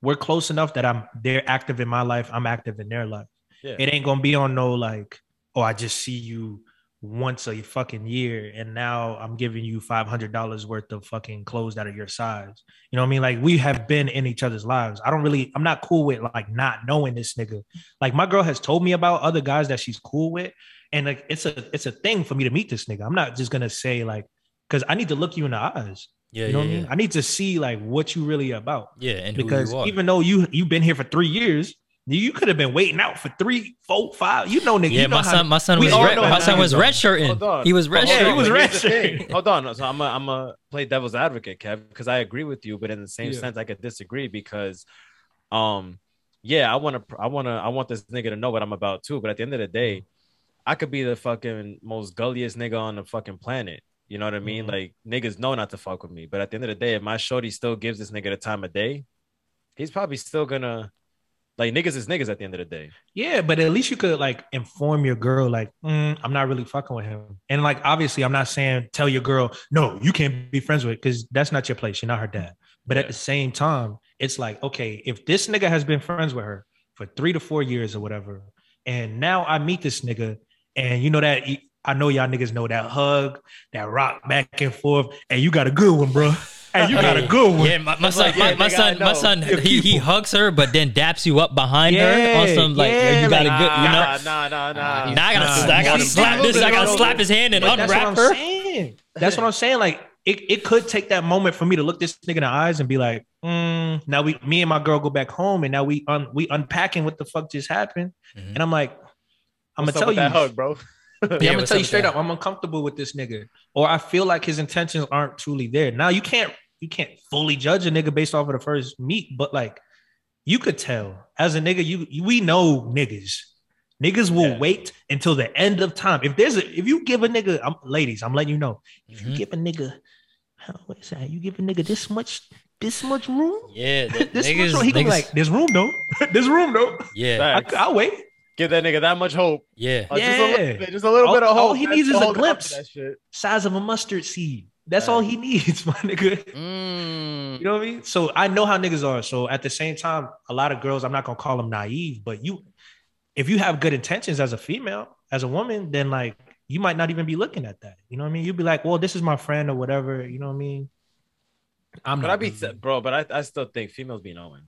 Speaker 11: we're close enough that I'm they're active in my life, I'm active in their life.
Speaker 10: yeah.
Speaker 11: It ain't gonna be on no like, oh, I just see you once a fucking year, and now I'm giving you five hundred dollars worth of fucking clothes that are your size. You know what I mean? Like we have been in each other's lives. I don't really, I'm not cool with like not knowing this nigga. Like my girl has told me about other guys that she's cool with, and like it's a it's a thing for me to meet this nigga. I'm not just gonna say like, because I need to look you in the eyes.
Speaker 7: Yeah,
Speaker 11: you know
Speaker 7: yeah,
Speaker 11: what I
Speaker 7: yeah.
Speaker 11: mean? I need to see like what you really about
Speaker 7: Yeah, and
Speaker 11: because
Speaker 7: who you are.
Speaker 11: even though you you've been here for three years, you- you could have been waiting out for three, four, five. You know, nigga.
Speaker 7: yeah,
Speaker 11: you know
Speaker 7: my
Speaker 11: how-
Speaker 7: son, my son
Speaker 11: we
Speaker 7: was
Speaker 11: all
Speaker 7: red,
Speaker 11: know how
Speaker 7: my son
Speaker 11: niggas
Speaker 7: was
Speaker 11: are.
Speaker 10: Hold
Speaker 7: redshirting.
Speaker 10: on.
Speaker 7: He was
Speaker 10: But hold
Speaker 11: Yeah,
Speaker 7: redshirting.
Speaker 11: he
Speaker 10: on,
Speaker 11: was
Speaker 10: but here's the
Speaker 11: redshirting.
Speaker 10: thing. Hold on. So I'm a, I'm a play devil's advocate, Kev, because I agree with you, but in the same
Speaker 11: Yeah.
Speaker 10: sense, I could disagree because, um, yeah, I want to, I want to, I want this nigga to know what I'm about too. But at the end of the day, I could be the fucking most gulliest nigga on the fucking planet. You know what I
Speaker 11: Mm-hmm.
Speaker 10: mean? Like niggas know not to fuck with me. But at the end of the day, if my shorty still gives this nigga the time of day, he's probably still gonna, like niggas is niggas at the end of the day.
Speaker 11: Yeah, but at least you could like inform your girl, like, "Mm, I'm not really fucking with him. And like, obviously, I'm not saying tell your girl, no, you can't be friends with, because that's not your place. You're not her dad. But at the same time, it's like, okay, if this nigga has been friends with her for three to four years or whatever, and now I meet this nigga, and you know that I know y'all niggas know that hug, that rock back and forth, and you got a good one, bro. Hey, you got a good one.
Speaker 7: Yeah, my, my son,
Speaker 10: like, yeah,
Speaker 7: my, my
Speaker 10: nigga, I
Speaker 7: son, my
Speaker 10: know.
Speaker 7: son,
Speaker 11: Your
Speaker 7: he, he
Speaker 11: people.
Speaker 7: hugs her, but then daps you up behind her on
Speaker 11: Yeah,
Speaker 7: some like
Speaker 11: yeah,
Speaker 7: you got a
Speaker 11: like,
Speaker 7: good, you know.
Speaker 10: nah, nah, nah, nah.
Speaker 7: Now I gotta,
Speaker 11: nah,
Speaker 7: I gotta
Speaker 11: he's
Speaker 7: slap
Speaker 11: still
Speaker 7: this. I gotta
Speaker 11: little.
Speaker 7: slap his hand and
Speaker 11: But
Speaker 7: unwrap
Speaker 11: that's what
Speaker 7: her.
Speaker 11: I'm saying. That's what I'm saying. Like it, it could take that moment for me to look this nigga in the eyes and be like, mm, now we me and my girl go back home and now we un, we unpacking what the fuck just happened.
Speaker 7: Mhm.
Speaker 11: And I'm like, I'm
Speaker 10: What's
Speaker 11: gonna
Speaker 10: up
Speaker 11: tell
Speaker 10: with
Speaker 11: you.
Speaker 10: that hug, bro.
Speaker 11: Yeah, I'm gonna
Speaker 7: what's
Speaker 11: tell
Speaker 7: up
Speaker 11: you
Speaker 7: with
Speaker 11: straight
Speaker 7: that?
Speaker 11: up, I'm uncomfortable with this nigga. Or I feel like his intentions aren't truly there. Now you can't you can't fully judge a nigga based off of the first meet, but like you could tell as a nigga, you, you- we know niggas. Niggas will
Speaker 10: Yeah.
Speaker 11: wait until the end of time. If there's a if you give a nigga, I'm, ladies, I'm letting you know. If
Speaker 7: Mhm.
Speaker 11: you give a nigga, how- what is that? You give a nigga this much, this much room.
Speaker 7: Yeah, that-
Speaker 11: This
Speaker 7: niggas,
Speaker 11: much room. He gonna be
Speaker 7: niggas-
Speaker 11: like, there's room though. there's room though.
Speaker 7: yeah,
Speaker 10: Fact.
Speaker 11: I, I'll wait.
Speaker 10: Give that nigga that much hope.
Speaker 7: yeah.
Speaker 10: Uh, Just a
Speaker 11: Yeah.
Speaker 10: little bit, just a little
Speaker 11: All-
Speaker 10: bit of hope.
Speaker 11: all he needs is a
Speaker 10: all that-
Speaker 11: glimpse.
Speaker 10: that shit.
Speaker 11: Size of a mustard seed. That's all he needs, my nigga.
Speaker 3: Mm.
Speaker 11: You know what I mean? So I know how niggas are. So at the same time, a lot of girls, I'm not gonna call them naive, but you, if you have good intentions as a female, as a woman, then like you might not even be looking at that. You know what I mean? You'd be like, well, this is my friend or whatever. You know what I mean? I'm
Speaker 10: But
Speaker 11: not
Speaker 10: I be
Speaker 11: really-
Speaker 10: bro, but I, I still think females be knowing.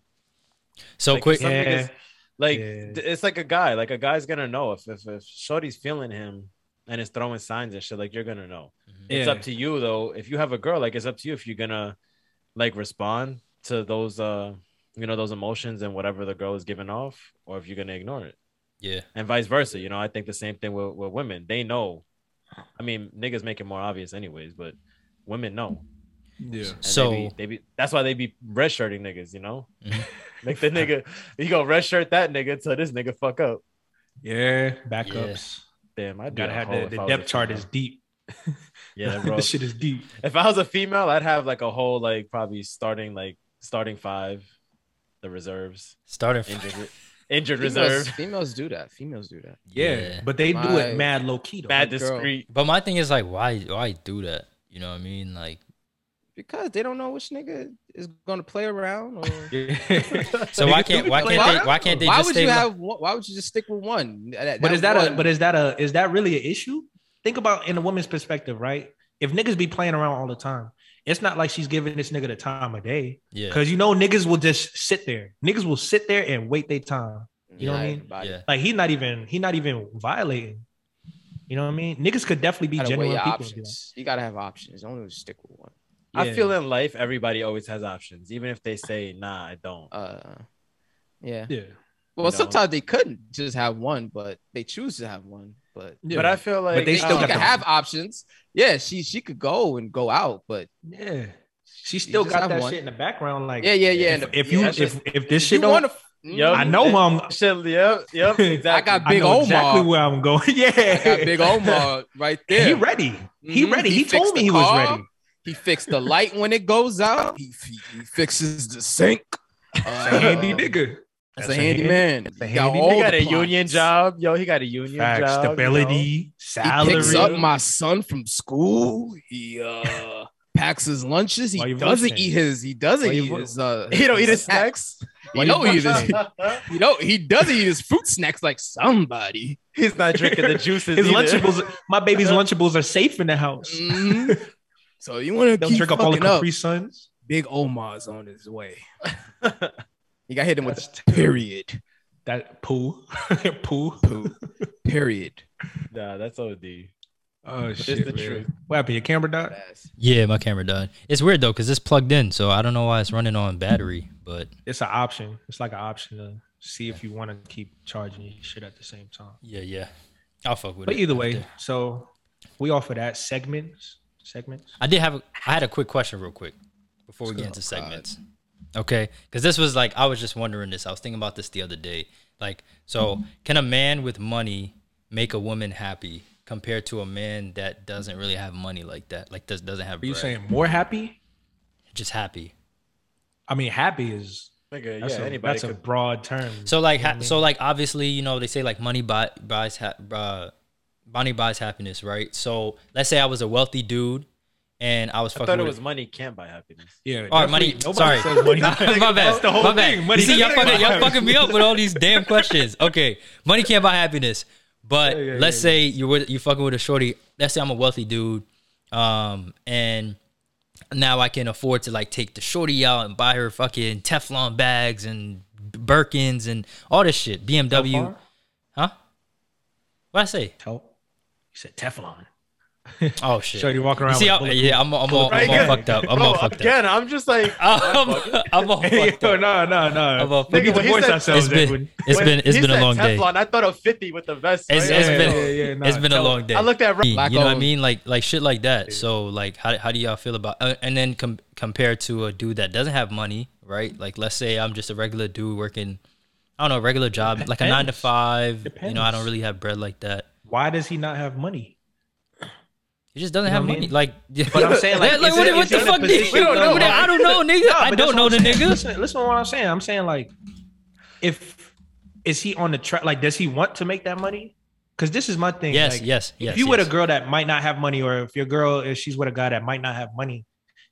Speaker 7: So
Speaker 10: like,
Speaker 7: quick,
Speaker 10: some
Speaker 11: Yeah.
Speaker 10: niggas- like
Speaker 11: Yeah.
Speaker 10: th- it's like a guy, like a guy's gonna know if if, if Shorty's feeling him and is throwing signs and shit, like you're gonna know. It's
Speaker 11: Yeah.
Speaker 10: up to you though. If you have a girl, like it's up to you if you're gonna like respond to those uh you know those emotions and whatever the girl is giving off, or if you're gonna ignore it.
Speaker 7: yeah,
Speaker 10: And vice versa. You know, I think the same thing with, with women. They know. I mean, niggas make it more obvious anyways, but women know. Yeah.
Speaker 7: So-
Speaker 10: so they be, they be- that's why they be red shirting niggas, you know? like the nigga, you go red shirt that nigga till this nigga fuck up.
Speaker 11: Yeah, backups.
Speaker 10: Damn, I
Speaker 11: gotta have the, the depth chart is deep.
Speaker 10: Yeah,
Speaker 11: This
Speaker 10: bro.
Speaker 11: shit is deep.
Speaker 10: If I was a female, I'd have like a whole like probably starting like starting five, the reserves,
Speaker 7: starting
Speaker 10: injured, injured
Speaker 3: Females-
Speaker 10: reserve.
Speaker 3: Females do that. Females do that.
Speaker 11: Yeah, but they do it mad low key, though.
Speaker 10: Mad
Speaker 3: Good girl.
Speaker 10: discreet.
Speaker 7: But my thing is like, why why do that? You know what I mean? Like,
Speaker 3: because they don't know which nigga is gonna play around. Or...
Speaker 7: So why can't- why can't they- why can't they
Speaker 3: Why
Speaker 7: just
Speaker 3: would
Speaker 7: stay
Speaker 3: you
Speaker 7: lo-
Speaker 3: have? one- Why would you just stick with one?
Speaker 11: But is that a
Speaker 3: one-
Speaker 11: but is that a is that really an issue? Think about in a woman's perspective, right? If niggas be playing around all the time, it's not like she's giving this nigga the time of day.
Speaker 7: Yeah.
Speaker 11: Cause you know niggas will just sit there. Niggas will sit there and wait their time. You know what I mean?
Speaker 7: yeah.
Speaker 11: Like he not even he not even violating. You know what I mean? Niggas could definitely
Speaker 3: You
Speaker 11: be
Speaker 3: gotta weigh
Speaker 11: genuine
Speaker 3: your
Speaker 11: people.
Speaker 3: options. You gotta have options. Don't just stick with one.
Speaker 10: I feel in life everybody always has options, even if they say nah, I don't.
Speaker 3: Uh, yeah.
Speaker 11: Yeah.
Speaker 3: Well, sometimes they couldn't just have one, but they choose to have one. But
Speaker 11: Yeah. But I feel But like-
Speaker 3: they
Speaker 11: they
Speaker 3: still
Speaker 11: still
Speaker 3: can
Speaker 11: got the-
Speaker 3: have options. Yeah, she she could go and go out, but
Speaker 11: Yeah. She
Speaker 3: You
Speaker 11: still
Speaker 3: just
Speaker 11: got
Speaker 3: have
Speaker 11: that
Speaker 3: one.
Speaker 11: shit in the background. Like
Speaker 3: Yeah, yeah, yeah,
Speaker 11: If,
Speaker 3: and
Speaker 11: if
Speaker 3: you-
Speaker 11: you
Speaker 3: that
Speaker 11: if,
Speaker 3: shit-
Speaker 11: if,
Speaker 3: if
Speaker 11: this shit
Speaker 3: you
Speaker 11: don't,
Speaker 3: wanna f-
Speaker 11: I know who I'm.
Speaker 10: Shit, yep, yep, exactly.
Speaker 3: I got Big
Speaker 11: I know
Speaker 3: Omar.
Speaker 11: exactly where I'm going. Yeah,
Speaker 3: got Big Omar right there.
Speaker 11: He ready. He
Speaker 3: Mhm.
Speaker 11: ready. Mm-hmm. He,
Speaker 3: fixed
Speaker 11: told me
Speaker 3: the
Speaker 11: he was
Speaker 3: car.
Speaker 11: ready.
Speaker 3: He fixed the light when it goes out. He, he, he fixes the sink.
Speaker 11: It's a handy
Speaker 3: Um,
Speaker 11: nigga.
Speaker 3: That's a handy man.
Speaker 11: It's a
Speaker 3: He got
Speaker 11: handy
Speaker 3: all
Speaker 10: He
Speaker 11: nigga.
Speaker 10: got
Speaker 3: the
Speaker 10: a union
Speaker 3: appliances.
Speaker 10: job, yo. He got a union
Speaker 11: Facts,
Speaker 10: job. you
Speaker 11: stability,
Speaker 10: know?
Speaker 3: He
Speaker 11: salary.
Speaker 3: picks up my son from school. He uh packs his lunches.
Speaker 11: Why
Speaker 3: He
Speaker 11: you
Speaker 3: doesn't
Speaker 11: voicing?
Speaker 3: eat his. He doesn't
Speaker 11: Why you
Speaker 3: eat
Speaker 11: vo-
Speaker 3: his. Uh,
Speaker 10: He don't eat his
Speaker 3: snacks.
Speaker 10: Why
Speaker 3: He
Speaker 10: you
Speaker 3: don't eat his.
Speaker 10: voicing?
Speaker 3: You know he doesn't eat his fruit snacks like somebody.
Speaker 10: He's not drinking the juices.
Speaker 11: His
Speaker 10: either.
Speaker 11: lunchables, my baby's lunchables are safe in the house.
Speaker 3: Mhm. So you want to
Speaker 11: They'll
Speaker 3: keep
Speaker 11: drink up all the
Speaker 3: fucking up.
Speaker 11: Capri Suns.
Speaker 3: Big Omar's on his way. you got hit him with a period.
Speaker 11: That poo, poo,
Speaker 3: poo, period.
Speaker 10: Nah, that's OD.
Speaker 11: Oh
Speaker 10: It's
Speaker 11: shit!
Speaker 10: the
Speaker 11: man.
Speaker 10: truth.
Speaker 11: What happened? Your camera died.
Speaker 7: yeah, my camera died. It's weird though, cause it's plugged in, so I don't know why it's running on battery. But
Speaker 11: It's an option. It's like an option to see if you want to keep charging your shit at the same time.
Speaker 7: yeah, yeah, I'll fuck with
Speaker 11: But
Speaker 7: it.
Speaker 11: either way, so we offer that segments. Segments.
Speaker 7: I did have a, I had a quick question real quick before we get
Speaker 10: Oh,
Speaker 7: into segments. Okay, because this was like I was just wondering this. I was thinking about this the other day. Like, so can a man with money make a woman happy compared to a man that doesn't really have money like that? Like, does doesn't have.
Speaker 11: Are you
Speaker 7: bread?
Speaker 11: saying more happy?
Speaker 7: just happy?
Speaker 11: I mean, happy is
Speaker 10: Nigga,
Speaker 11: that's,
Speaker 10: yeah,
Speaker 11: a,
Speaker 10: anybody
Speaker 11: that's a
Speaker 10: could.
Speaker 11: broad term.
Speaker 7: So like,
Speaker 10: Mm-hmm.
Speaker 11: You know what
Speaker 7: ha-
Speaker 11: I mean?
Speaker 7: so like, obviously, you know, they say like money buy, buys ha- uh, money buys happiness, right? So let's say I was a wealthy dude and I was
Speaker 10: I
Speaker 7: fucking.
Speaker 10: thought it
Speaker 7: with-
Speaker 10: was money can't buy happiness.
Speaker 11: yeah.
Speaker 7: All right, money. Sorry, my bad.
Speaker 11: That's the whole
Speaker 7: my bad.
Speaker 11: thing.
Speaker 7: You
Speaker 11: Money
Speaker 7: see, y'all
Speaker 11: can't buy
Speaker 7: fucking, y'all
Speaker 11: happiness.
Speaker 7: fucking me up with all these damn questions. Okay, money can't buy happiness, but
Speaker 11: yeah,
Speaker 7: let's
Speaker 11: yeah.
Speaker 7: say you with you fucking with a shorty. Let's say I'm a wealthy dude, um, and now I can afford to like take the shorty out and buy her fucking Teflon bags and Birkins and all this shit, BMW,
Speaker 11: Teflon?
Speaker 7: huh? What I say?
Speaker 11: Tell- You said Teflon.
Speaker 7: Oh shit!
Speaker 11: Shorty walking
Speaker 7: You
Speaker 11: around
Speaker 7: see,
Speaker 11: with
Speaker 7: I'm-
Speaker 11: bulletproof-
Speaker 7: yeah, I'm, I'm, all, I'm all
Speaker 10: Right,
Speaker 7: fucked up. I'm
Speaker 10: Bro,
Speaker 7: all fucked up.
Speaker 10: again, I'm just like
Speaker 7: I'm, I'm all fucked
Speaker 11: Yo,
Speaker 7: up.
Speaker 11: no, no, no.
Speaker 7: I'm all fucked
Speaker 11: we need
Speaker 10: Nigga,
Speaker 11: to
Speaker 10: when he
Speaker 11: voice
Speaker 10: said-
Speaker 11: ourselves,
Speaker 7: It's been-
Speaker 11: Edwin.
Speaker 7: It's
Speaker 10: when
Speaker 7: been it's
Speaker 10: he
Speaker 7: been a
Speaker 10: said
Speaker 7: long day.
Speaker 10: Teflon, I thought of fifty with the vest.
Speaker 7: It's,
Speaker 10: right?
Speaker 7: it's
Speaker 11: Oh, Yeah,
Speaker 7: been
Speaker 11: yeah, yeah, nah,
Speaker 7: it's been a
Speaker 11: tell-
Speaker 7: long day.
Speaker 10: I looked at Rob.
Speaker 7: you know what I
Speaker 3: owned.
Speaker 7: mean, like like shit like that. So like, how, how do y'all feel about? Uh, and then com- compared to a dude that doesn't have money, right? Like, let's say I'm just a regular dude working, I don't know, a regular job, like a nine to
Speaker 11: Depends.
Speaker 7: five. You know, I don't
Speaker 11: Depends.
Speaker 7: really have bread like that.
Speaker 11: Why does he not have money?
Speaker 7: He just doesn't
Speaker 11: You know
Speaker 7: have
Speaker 11: what I
Speaker 7: money.
Speaker 11: mean?
Speaker 7: Like,
Speaker 11: But I'm saying, like,
Speaker 7: like
Speaker 11: is
Speaker 7: what,
Speaker 11: it-
Speaker 7: what
Speaker 11: is
Speaker 7: the
Speaker 11: it in a
Speaker 7: fuck? Did
Speaker 11: position-
Speaker 7: you,
Speaker 11: We don't know,
Speaker 7: what- I
Speaker 11: like-
Speaker 7: don't know, nigga.
Speaker 11: No, but
Speaker 7: I
Speaker 11: that's
Speaker 7: don't
Speaker 11: what
Speaker 7: know
Speaker 11: I'm
Speaker 7: the
Speaker 11: saying.
Speaker 7: nigga.
Speaker 11: Listen, listen to what I'm saying. I'm saying like, if is he on the track? Like, does he want to make that money? Because this is my thing.
Speaker 7: Yes,
Speaker 11: like,
Speaker 7: yes, yes.
Speaker 11: if you with
Speaker 7: yes.
Speaker 11: a girl that might not have money, or if your girl if she's with a guy that might not have money,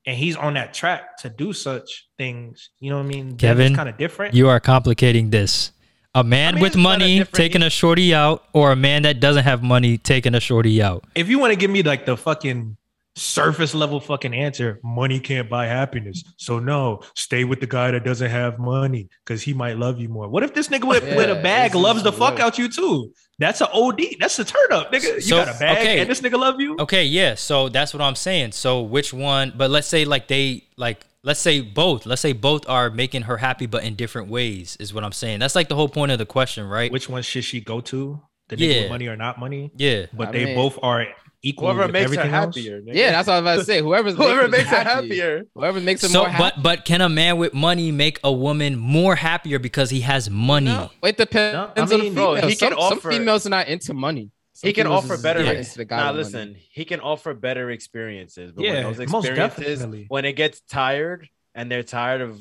Speaker 11: and he's on that track to do such things, you know what I mean?
Speaker 7: Kevin,
Speaker 11: kind of different.
Speaker 7: You are complicating this. A man
Speaker 10: mean,
Speaker 7: with
Speaker 10: it's not a
Speaker 7: money
Speaker 10: different-
Speaker 7: taking a shorty out, or a man that doesn't have money taking a shorty out.
Speaker 11: if you want to give me like the fucking surface level fucking answer, money can't buy happiness. So no, stay with the guy that doesn't have money because he might love you more. What if this nigga with, with a
Speaker 3: Yeah,
Speaker 11: bag
Speaker 3: this is
Speaker 11: loves the fuck
Speaker 3: weird.
Speaker 11: out you too? That's a OD. That's a turn up, nigga. You
Speaker 7: So-
Speaker 11: got a bag
Speaker 7: okay.
Speaker 11: and this nigga love you.
Speaker 7: Okay, yeah. So that's what I'm saying. So which one? But let's say like they like let's say both. Let's say both are making her happy, but in different ways. Is what I'm saying. That's like the whole point of the question, right?
Speaker 11: Which one should she go to? The nigga
Speaker 7: Yeah.
Speaker 11: with money or not money?
Speaker 7: yeah.
Speaker 11: But
Speaker 3: I
Speaker 11: they
Speaker 3: mean-
Speaker 11: both are equal.
Speaker 10: Whoever
Speaker 11: with
Speaker 10: makes her
Speaker 11: everything
Speaker 10: happier,
Speaker 11: Else.
Speaker 10: nigga. Yeah, that's what I was about
Speaker 3: to say. Whoever's
Speaker 10: Whoever
Speaker 3: making
Speaker 10: makes
Speaker 3: them
Speaker 10: it happier.
Speaker 3: Whoever makes them
Speaker 7: So,
Speaker 3: more happy.
Speaker 7: but but can a man with money make a woman more happier because he has money?
Speaker 3: It depends
Speaker 10: I
Speaker 3: on the
Speaker 10: mean,
Speaker 3: female.
Speaker 10: bro, he
Speaker 3: some,
Speaker 10: can
Speaker 3: some
Speaker 10: offer-
Speaker 3: females are not into money. Some
Speaker 10: he can
Speaker 3: females
Speaker 10: offer
Speaker 3: is
Speaker 10: better.
Speaker 3: not
Speaker 10: ex-
Speaker 3: into the guy
Speaker 10: Nah,
Speaker 3: with money.
Speaker 10: listen, he can offer better experiences. But
Speaker 11: Yeah,
Speaker 10: when those
Speaker 11: most
Speaker 10: experiences,
Speaker 11: definitely.
Speaker 10: when it gets tired and they're tired of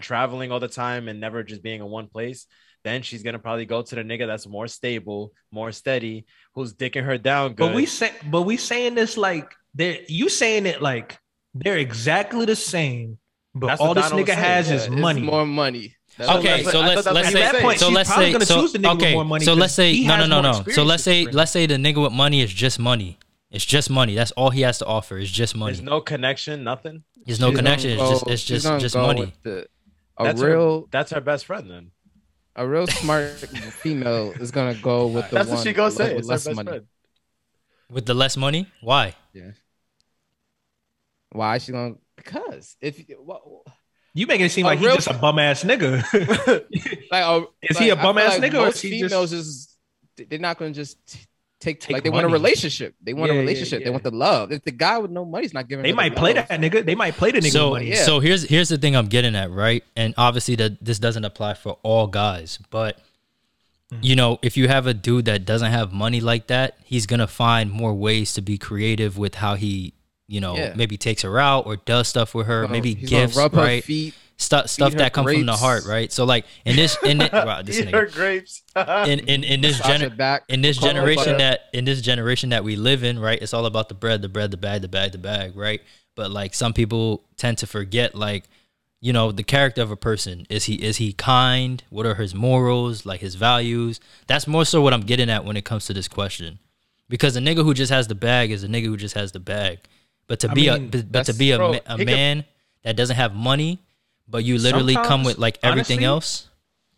Speaker 10: traveling all the time and never just being in one place, then she's gonna probably go to the nigga that's more stable, more steady, who's dicking her down. Good.
Speaker 11: But we say, but we saying this like they're you saying it like they're exactly the same, but
Speaker 10: That's what
Speaker 11: all this
Speaker 10: Donald
Speaker 11: nigga
Speaker 10: was saying.
Speaker 11: has
Speaker 10: Yeah,
Speaker 11: is
Speaker 10: it's
Speaker 11: money.
Speaker 3: more money.
Speaker 7: okay, so let's let's
Speaker 11: At that
Speaker 7: say
Speaker 11: point,
Speaker 7: so
Speaker 11: she's
Speaker 7: let's
Speaker 11: probably
Speaker 7: say
Speaker 11: gonna
Speaker 7: so
Speaker 11: choose the nigga with
Speaker 7: okay
Speaker 11: more money
Speaker 7: so
Speaker 11: 'cause
Speaker 7: let's say
Speaker 11: he
Speaker 7: no no
Speaker 11: has
Speaker 7: no
Speaker 11: more
Speaker 7: no so
Speaker 11: experience
Speaker 7: let's say
Speaker 11: different.
Speaker 7: let's say the nigga with money is just money. It's just money. That's all he has to offer. It's just money.
Speaker 10: There's no connection, nothing.
Speaker 7: There's no
Speaker 3: She's gonna
Speaker 7: connection. It's just
Speaker 3: go-
Speaker 7: it's
Speaker 3: she's
Speaker 7: just
Speaker 3: gonna
Speaker 7: just
Speaker 3: go
Speaker 7: money.
Speaker 3: with the- a
Speaker 10: that's
Speaker 3: real,
Speaker 10: Her, that's her best friend then.
Speaker 3: a real smart female is gonna go with the
Speaker 10: That's
Speaker 3: one
Speaker 10: what she goes
Speaker 3: with
Speaker 10: say. It's her
Speaker 3: less
Speaker 10: best
Speaker 3: money.
Speaker 10: friend.
Speaker 7: With the less money? Why?
Speaker 3: Yeah. Why is she gonna? Because if wha-
Speaker 11: You making it seem
Speaker 3: A
Speaker 11: like he's
Speaker 3: real-
Speaker 11: just a bum ass nigga.
Speaker 3: like, a,
Speaker 11: Is he a
Speaker 3: like, I
Speaker 11: bum
Speaker 3: feel
Speaker 11: ass
Speaker 3: like
Speaker 11: nigga or
Speaker 3: most
Speaker 11: is he just-
Speaker 3: females just... they're not gonna just t- take,
Speaker 11: Take
Speaker 3: like they want a
Speaker 11: money.
Speaker 3: relationship. They want
Speaker 11: Yeah,
Speaker 3: a
Speaker 11: yeah,
Speaker 3: relationship.
Speaker 11: yeah.
Speaker 3: They want the love. If the guy with no money's not giving,
Speaker 11: they
Speaker 3: her the
Speaker 11: might play
Speaker 3: love,
Speaker 11: that nigga. They might play the nigga
Speaker 7: so,
Speaker 11: with money.
Speaker 7: So here's here's the thing I'm getting at, right? And obviously that this doesn't apply for all guys, but
Speaker 3: Mm-hmm.
Speaker 7: you know, if you have a dude that doesn't have money like that, he's gonna find more ways to be creative with how he, you know,
Speaker 3: Yeah.
Speaker 7: maybe takes her out or does stuff with her,
Speaker 3: He's gonna-
Speaker 7: maybe
Speaker 3: he's gonna
Speaker 7: gifts,
Speaker 3: rub her
Speaker 7: right?
Speaker 3: feet,
Speaker 7: stuff stuff
Speaker 3: feed her
Speaker 7: that comes from the
Speaker 3: grapes.
Speaker 7: heart, right? So like in this in this, wow, this
Speaker 10: Eat
Speaker 7: nigga
Speaker 10: her grapes.
Speaker 7: in in, in this
Speaker 3: Massage
Speaker 7: gener-
Speaker 3: it back,
Speaker 7: in this
Speaker 3: call it butter.
Speaker 7: generation that in this generation that we live in, right? It's all about the bread, the bread, the bag, the bag, the bag, right? But like some people tend to forget, like you know, the character of a person. Is he is he kind? What are his morals? Like his values? That's more so what I'm getting at when it comes to this question, because a nigga who just has the bag is a nigga who just has the bag. But to
Speaker 11: I
Speaker 7: be
Speaker 11: mean,
Speaker 7: a but, but to
Speaker 11: that's-
Speaker 7: be a,
Speaker 10: bro,
Speaker 7: ma- a
Speaker 10: he could-
Speaker 7: man that doesn't have money, but you literally come
Speaker 11: Sometimes,
Speaker 7: with like everything
Speaker 11: honestly,
Speaker 7: else.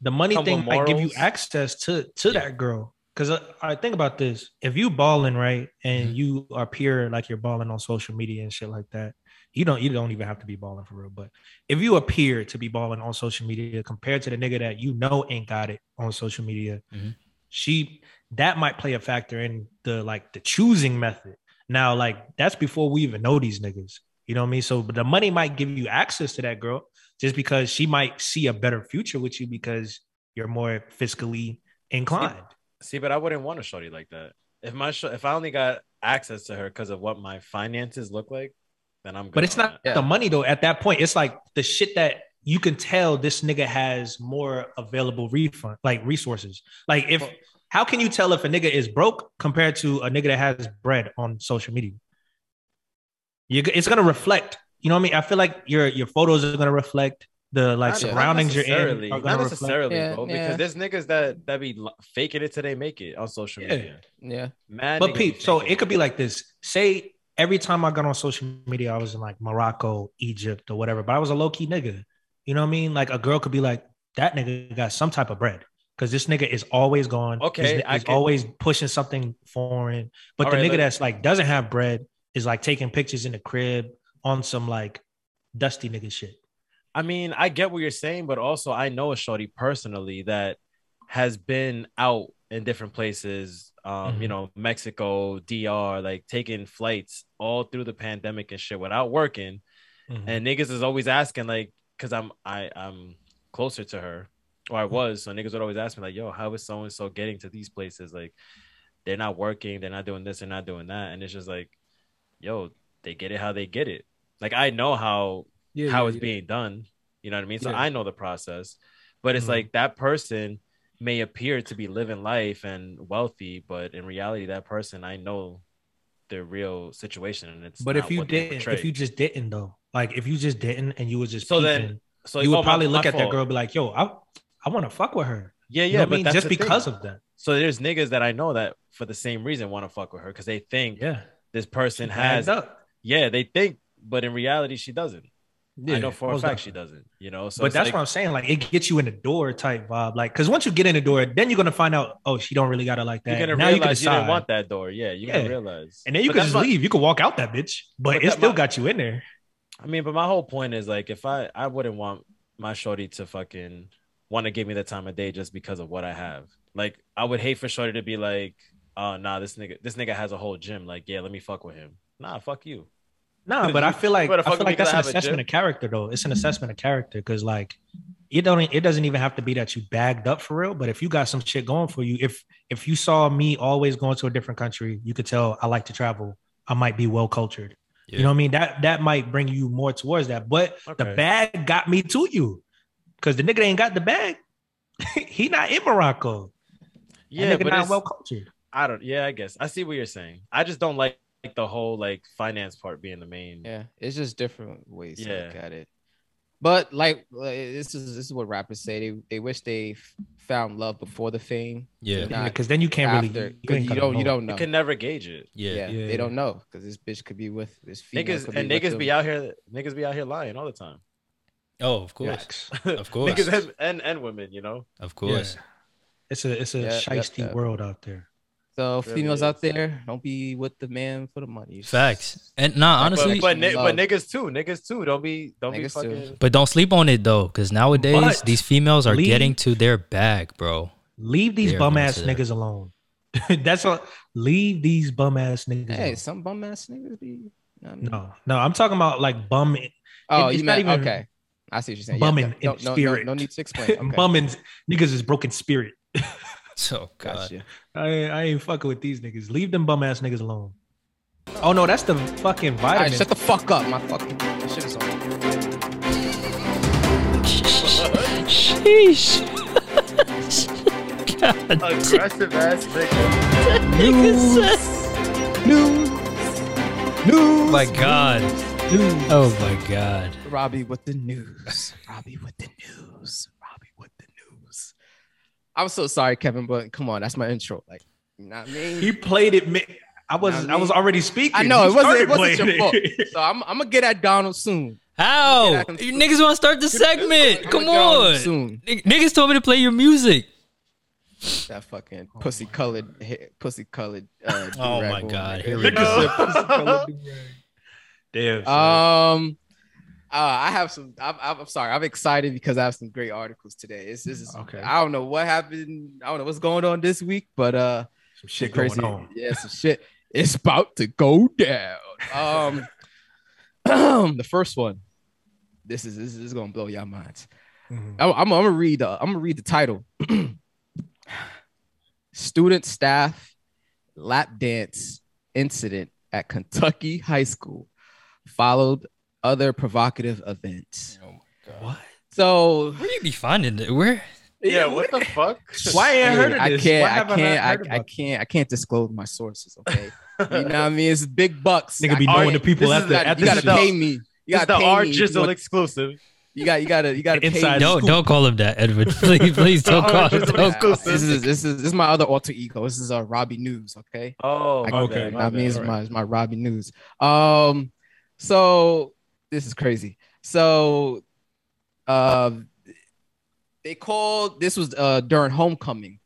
Speaker 11: the money
Speaker 10: Come
Speaker 11: thing
Speaker 10: with
Speaker 11: might give you
Speaker 10: morals.
Speaker 11: access to to that girl. Because I, I think about this: if you balling right and you are pure, like you're balling on social media and shit like that, you don't you don't even have to be balling for real. But if you appear to be balling on social media compared to the nigga that you know ain't got it on social media,
Speaker 7: Mhm.
Speaker 11: she that might play a factor in the like the choosing method. Now, like that's before we even know these niggas. You know what I mean? So, but the money might give you access to that girl just because she might see a better future with you because you're more fiscally inclined.
Speaker 10: See, but I wouldn't want a shorty like that. If my sh- if I only got access to her because of what my finances look like, then I'm good.
Speaker 11: But it's
Speaker 10: on
Speaker 11: not
Speaker 10: that.
Speaker 11: the money though. At that point, it's like the shit that you can tell this nigga has more available refund, like resources. Like if how can you tell if a nigga is broke compared to a nigga that has bread on social media? You it's gonna reflect. You know what I mean? I feel like your your photos are gonna reflect the like
Speaker 10: Not- not
Speaker 11: surroundings you're
Speaker 10: necessarily.
Speaker 11: in. Are
Speaker 10: Not
Speaker 11: gonna reflect.
Speaker 10: necessarily,
Speaker 3: Yeah,
Speaker 10: bro.
Speaker 3: yeah.
Speaker 10: Because there's niggas that that be li- faking it till they make it on social
Speaker 11: Yeah.
Speaker 10: media.
Speaker 3: Yeah,
Speaker 10: Mad
Speaker 11: But
Speaker 10: niggas be
Speaker 11: Pete, so
Speaker 10: faking
Speaker 11: it could be like this. Say every time I got on social media, I was in like Morocco, Egypt, or whatever, but I was a low key nigga. You know what I mean? Like a girl could be like, that nigga got some type of bread. Cause this nigga is always gone.
Speaker 10: Okay, I
Speaker 11: He's
Speaker 10: can-
Speaker 11: always pushing something foreign. But
Speaker 10: All
Speaker 11: the
Speaker 10: right,
Speaker 11: nigga
Speaker 10: let-
Speaker 11: that's like doesn't have bread is like taking pictures in the crib on some like dusty nigga shit.
Speaker 10: I mean, I get what you're saying, but also I know a shorty personally that has been out in different places, um, you
Speaker 11: Mhm.
Speaker 10: know, Mexico, DR, like taking flights all through the pandemic and shit without working.
Speaker 11: Mhm.
Speaker 10: And niggas is always asking, like, cause I'm I I'm closer to her, or I was, so niggas would always ask me, like, yo, how is so and so getting to these places? Like, they're not working, they're not doing this, they're not doing that. And it's just like, yo, they get it how they get it. Like I know how
Speaker 11: Yeah,
Speaker 10: how
Speaker 11: yeah,
Speaker 10: it's
Speaker 11: yeah.
Speaker 10: being done. You know what I mean? So
Speaker 11: Yeah.
Speaker 10: I know the process. But it's
Speaker 11: Mhm.
Speaker 10: like that person may appear to be living life and wealthy, but in reality, that person I know their real situation and it's
Speaker 11: But
Speaker 10: not
Speaker 11: if you
Speaker 10: what they
Speaker 11: didn't,
Speaker 10: portray.
Speaker 11: if you just didn't though, like if you just didn't and you was just
Speaker 10: so then
Speaker 11: peeping,
Speaker 10: so
Speaker 11: you
Speaker 10: oh,
Speaker 11: would
Speaker 10: my-
Speaker 11: probably
Speaker 10: my
Speaker 11: look at that
Speaker 10: fault.
Speaker 11: girl and be like, yo, I I want to fuck with her.
Speaker 10: Yeah,
Speaker 11: You
Speaker 10: yeah,
Speaker 11: know what I
Speaker 10: but
Speaker 11: mean?
Speaker 10: that's
Speaker 11: just
Speaker 10: the thing.
Speaker 11: because of that.
Speaker 10: So there's niggas that I know that for the same reason want to fuck with her because they think
Speaker 11: Yeah.
Speaker 10: this person
Speaker 11: Bagged
Speaker 10: has
Speaker 11: up.
Speaker 10: yeah, they think, but in reality she doesn't. I
Speaker 11: Yeah,
Speaker 10: know for a
Speaker 11: most
Speaker 10: fact she doesn't, you know. So
Speaker 11: but
Speaker 10: it's
Speaker 11: that's
Speaker 10: like-
Speaker 11: what I'm saying. Like it gets you in the door type vibe. Like, cause once you get in the door, then you're gonna find out, oh, she don't really gotta like that.
Speaker 10: You're gonna
Speaker 11: now you can
Speaker 10: realize you,
Speaker 11: decide.
Speaker 10: didn't want that door. Yeah, you're
Speaker 11: Yeah.
Speaker 10: gonna realize.
Speaker 11: and then you
Speaker 10: But
Speaker 11: can
Speaker 10: that's
Speaker 11: just
Speaker 10: my-
Speaker 11: leave. You can walk out that bitch, but,
Speaker 10: But
Speaker 11: it
Speaker 10: that
Speaker 11: still
Speaker 10: my-
Speaker 11: got you in there.
Speaker 10: I mean, but my whole point is like, if I I wouldn't want my shorty to fucking want to give me the time of day just because of what I have. Like, I would hate for shorty to be like, oh nah, this nigga, this nigga has a whole gym. Like, yeah, let me fuck with him. Nah, fuck you.
Speaker 11: Nah, but I feel like
Speaker 10: You better
Speaker 11: I
Speaker 10: fuck
Speaker 11: feel
Speaker 10: with me
Speaker 11: like
Speaker 10: 'cause
Speaker 11: that's
Speaker 10: I
Speaker 11: an
Speaker 10: have a
Speaker 11: assessment
Speaker 10: gym.
Speaker 11: of character, though. It's an assessment of character because like it don't e, it doesn't even have to be that you bagged up for real. But if you got some shit going for you, if if you saw me always going to a different country, you could tell I like to travel. I might be well cultured. You know what I mean? That that might bring you more towards that. But the
Speaker 10: Okay.
Speaker 11: bag got me to you because the nigga ain't got the bag. he not in Morocco.
Speaker 10: Yeah,
Speaker 11: nigga
Speaker 10: but
Speaker 11: not
Speaker 10: it's-
Speaker 11: well cultured.
Speaker 10: I don't. Yeah, I guess I see what you're saying. I just don't like, like the whole like finance part being the main.
Speaker 3: Yeah, it's just different ways to look
Speaker 10: Yeah.
Speaker 3: at it. But like, like, this is this is what rappers say. They they wish they f- found love before the fame.
Speaker 7: Yeah.
Speaker 3: not
Speaker 11: Yeah, because then you can't really
Speaker 3: after, 'cause
Speaker 11: ain't
Speaker 3: you
Speaker 11: gonna
Speaker 3: don't you don't know.
Speaker 10: You can never gauge it.
Speaker 7: Yeah.
Speaker 3: yeah,
Speaker 11: Yeah.
Speaker 3: they don't know because this bitch could be with this female.
Speaker 10: Niggas
Speaker 3: could
Speaker 10: and
Speaker 3: with
Speaker 10: niggas
Speaker 3: them.
Speaker 10: be out here. Niggas be out here lying all the time.
Speaker 7: Oh, of course.
Speaker 11: Facts.
Speaker 7: Of course.
Speaker 10: Niggas and, and and women, you know.
Speaker 7: Of course.
Speaker 11: Yeah. It's a it's a
Speaker 3: Yep, yep,
Speaker 11: shiesty
Speaker 3: yep.
Speaker 11: world out there.
Speaker 3: So
Speaker 10: Really
Speaker 3: females
Speaker 10: is.
Speaker 3: out there, don't be with the man for the money.
Speaker 7: Facts. And nah,
Speaker 3: But-
Speaker 7: honestly,
Speaker 10: But ni- but
Speaker 3: Love.
Speaker 10: niggas too. Niggas too. Don't be don't be
Speaker 3: Niggas too.
Speaker 10: fucking.
Speaker 7: but don't sleep on it though, because nowadays
Speaker 11: But
Speaker 7: these females are
Speaker 11: leave-
Speaker 7: getting to their bag, bro.
Speaker 11: Leave these
Speaker 7: Yeah,
Speaker 11: bum
Speaker 7: I
Speaker 11: ass
Speaker 7: said that.
Speaker 11: niggas alone. That's all. Leave these bum ass niggas.
Speaker 3: Hey,
Speaker 11: alone.
Speaker 3: some bum ass niggas be. you know what I mean?
Speaker 11: No, no, I'm talking about like bum,
Speaker 3: Oh,
Speaker 11: It-
Speaker 3: you
Speaker 11: it's not
Speaker 3: meant
Speaker 11: even
Speaker 3: okay. I see what you're saying.
Speaker 11: bum
Speaker 3: yeah,
Speaker 11: in,
Speaker 3: no,
Speaker 11: in
Speaker 3: no, no,
Speaker 11: spirit.
Speaker 3: No, no need to explain. Okay.
Speaker 11: bum in niggas is broken spirit.
Speaker 7: So Oh, God.
Speaker 3: Gotcha.
Speaker 11: I, I ain't fucking with these niggas. Leave them bum ass niggas alone. Oh no, that's the fucking
Speaker 3: All right,
Speaker 11: vitamin.
Speaker 3: shut the fuck up. My fucking my shit is on.
Speaker 7: Sheesh. God,
Speaker 10: Aggressive ass nigga.
Speaker 7: oh my God. Oh my God.
Speaker 3: Robbie with the news. Robbie with the news. Robbie with the news. I'm so sorry, Kevin, but come on, that's my intro. Like, you know what I mean?
Speaker 11: he played it. Mi- I was
Speaker 3: Nah,
Speaker 11: I was
Speaker 3: me-
Speaker 11: already speaking.
Speaker 3: I know
Speaker 11: You
Speaker 3: it wasn't, it
Speaker 11: started
Speaker 3: wasn't your
Speaker 11: playing
Speaker 3: fault.
Speaker 11: it.
Speaker 3: So I'm, I'm gonna get at Donald soon.
Speaker 7: How?
Speaker 3: Get out
Speaker 7: You niggas want to start the segment.
Speaker 3: I'ma
Speaker 7: Come
Speaker 3: get on
Speaker 7: on.
Speaker 3: soon.
Speaker 7: Nig- Niggas told me to play your music.
Speaker 3: That fucking pussy colored, pussy colored. Uh,
Speaker 7: Oh
Speaker 3: do-rag
Speaker 7: my
Speaker 3: on
Speaker 7: God.
Speaker 3: there.
Speaker 7: Here we go.
Speaker 10: No.
Speaker 11: Damn. son.
Speaker 3: Um, uh, I have some. I'm, I'm, I'm sorry. I'm excited because I have some great articles today. It's this is
Speaker 11: Okay.
Speaker 3: I don't know what happened. I don't know what's going on this week, but uh,
Speaker 11: Some shit
Speaker 3: crazy.
Speaker 11: going on.
Speaker 3: Yeah, some shit. It's about to go down. Um, the first one. This is this is gonna blow your minds.
Speaker 11: Mhm.
Speaker 3: I'm, I'm, I'm gonna read. Uh, I'm gonna read the title. Student staff lap dance incident at Kentucky high school followed other provocative events.
Speaker 11: Oh What?
Speaker 3: So
Speaker 7: Where you be finding it? Where?
Speaker 10: Yeah. What the fuck?
Speaker 11: Why ain't heard of
Speaker 3: I
Speaker 11: this? Why
Speaker 3: can't.
Speaker 11: have
Speaker 3: I
Speaker 11: not
Speaker 3: can't. I,
Speaker 11: heard
Speaker 3: I,
Speaker 11: about
Speaker 3: can't. I can't disclose my sources. Okay, you know what I mean. It's big bucks.
Speaker 11: Nigga be
Speaker 3: I
Speaker 11: knowing
Speaker 3: can't-
Speaker 11: the people
Speaker 3: this
Speaker 11: at
Speaker 3: is
Speaker 11: the-
Speaker 3: not-
Speaker 11: at
Speaker 3: You
Speaker 11: the
Speaker 3: gotta
Speaker 11: show.
Speaker 3: pay me. You
Speaker 10: This
Speaker 3: gotta
Speaker 10: is the
Speaker 3: pay
Speaker 10: R
Speaker 3: me. if You,
Speaker 10: Jizzle
Speaker 3: want-
Speaker 10: exclusive.
Speaker 3: you got. You gotta. You gotta pay
Speaker 11: Inside
Speaker 3: me.
Speaker 7: Don't don't call him that, Edward. Please, please don't
Speaker 10: The
Speaker 7: call him.
Speaker 10: orange is
Speaker 7: Don't call
Speaker 10: exclusive.
Speaker 3: This is this is this is my other alter ego. This is uh, Robbie News. Okay.
Speaker 10: Oh,
Speaker 3: I-
Speaker 10: my
Speaker 11: okay.
Speaker 10: bad, my bad.
Speaker 3: That means
Speaker 10: All right.
Speaker 3: my it's my Robbie news. Um, so this is crazy. So, uh, they called this was uh during homecoming.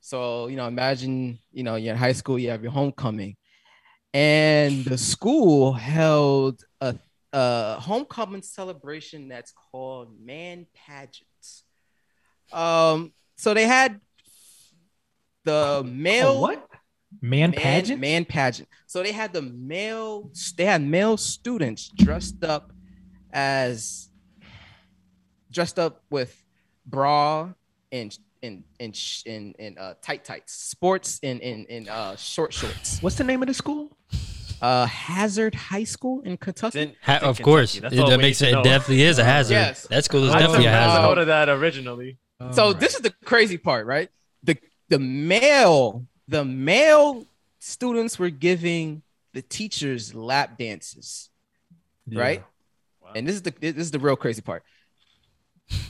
Speaker 3: So you know, imagine you know you're in high school, you have your homecoming, and the school held a, a homecoming celebration that's called man pageants. Um, so they had the male
Speaker 11: Oh, what? Man,
Speaker 3: man
Speaker 11: pageant.
Speaker 3: Man pageant. So they had the male, they had male students dressed up as dressed up with bra and and and sh- and, and uh, tight tights, sports and and, and uh, short shorts.
Speaker 11: What's the name of the school?
Speaker 3: Uh, Hazard High School in Kentucky.
Speaker 10: Then-
Speaker 7: Ha-
Speaker 10: Kentucky.
Speaker 7: of course,
Speaker 10: That's
Speaker 7: It-
Speaker 10: all
Speaker 7: that
Speaker 10: we
Speaker 7: makes
Speaker 10: need
Speaker 7: it,
Speaker 10: to know.
Speaker 7: definitely is a hazard.
Speaker 3: Yes.
Speaker 7: That school is
Speaker 10: I
Speaker 7: definitely a
Speaker 10: took
Speaker 3: know.
Speaker 7: hazard.
Speaker 10: note of that originally.
Speaker 3: so this is the crazy part, right? The the male the male students were giving the teachers lap dances, right?
Speaker 10: Wow.
Speaker 3: And this is the this is the real crazy part.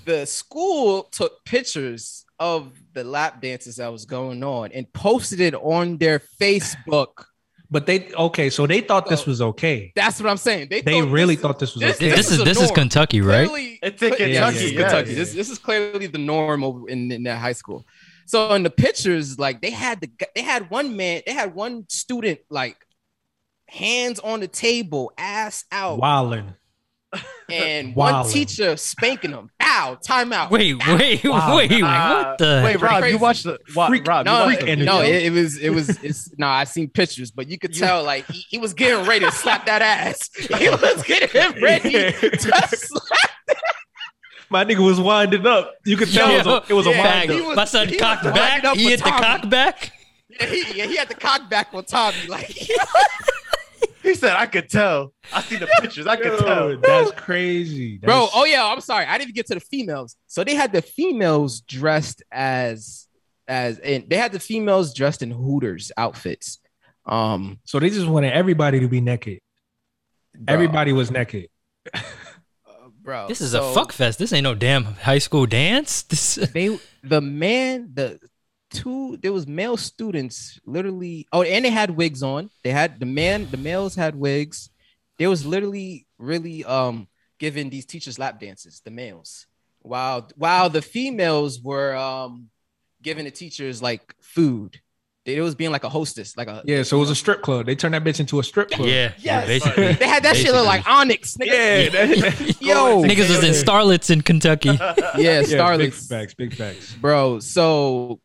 Speaker 3: The school took pictures of the lap dances that was going on and posted it on their Facebook.
Speaker 11: But they okay, so they thought this
Speaker 3: So-
Speaker 11: was okay.
Speaker 3: That's what I'm saying. They,
Speaker 11: They
Speaker 3: thought
Speaker 11: really
Speaker 3: this
Speaker 11: thought this was
Speaker 3: this-
Speaker 11: okay.
Speaker 7: this
Speaker 3: is
Speaker 7: is
Speaker 3: the
Speaker 7: this is
Speaker 3: norm.
Speaker 7: Kentucky, right?
Speaker 3: Clearly,
Speaker 10: It's in
Speaker 3: cl- yeah,
Speaker 10: Kentucky,
Speaker 3: this is
Speaker 10: yes.
Speaker 3: Kentucky. This, this is clearly the norm over in, in that high school. So in the pictures, like they had the gu- they had one man, they had one student like hands on the table, ass out,
Speaker 11: Wildin'.
Speaker 3: and one
Speaker 11: Wildin'.
Speaker 3: teacher spanking him. Ow! Time out.
Speaker 7: Wait, wait,
Speaker 3: Wow.
Speaker 7: wait, what the?
Speaker 3: Wait, Rob, you watched
Speaker 10: the
Speaker 3: what,
Speaker 10: Rob, you
Speaker 3: No,
Speaker 10: watched the video?
Speaker 3: no, it, it was, it was, it's no. I seen pictures, but you could tell like he, he was getting ready to slap that ass. He was getting ready to slap.
Speaker 11: My nigga was winding up. You could tell it was a, it was a wind
Speaker 3: he
Speaker 11: up.
Speaker 3: was-
Speaker 7: My son
Speaker 3: he was
Speaker 7: cocked
Speaker 3: winding
Speaker 7: back?
Speaker 3: up
Speaker 7: He
Speaker 3: for
Speaker 7: hit the
Speaker 3: Tommy.
Speaker 7: cock back?
Speaker 3: Yeah, he, yeah, he had the cock back on Tommy. Like
Speaker 10: he said, I could tell. I see the pictures. I could tell.
Speaker 11: That's crazy,
Speaker 3: bro. Oh yeah, I'm sorry, I didn't even get to the females. So they had the females dressed as as and they had the females dressed in Hooters outfits. Um,
Speaker 11: so they just wanted everybody to be naked. Everybody was naked.
Speaker 3: bro.
Speaker 7: This is
Speaker 3: so
Speaker 7: a fuck fest. This ain't no damn high school dance. This
Speaker 3: They the man the two there was male students literally. Oh, and they had wigs on. They had the man the males had wigs. They was literally really um giving these teachers lap dances. The males. Wow, wow. The females were um giving the teachers like food. They- It was being like a hostess, like a
Speaker 11: Yeah, so it was a strip club. They turned that bitch into a strip club.
Speaker 7: Yeah,
Speaker 3: Yes. They had that shit look like Onyx. Nigga.
Speaker 11: Yeah, that-
Speaker 3: Yo.
Speaker 7: niggas was in starlets in Kentucky.
Speaker 3: Yeah,
Speaker 11: Big
Speaker 3: starlets.
Speaker 11: facts, big facts.
Speaker 3: bro so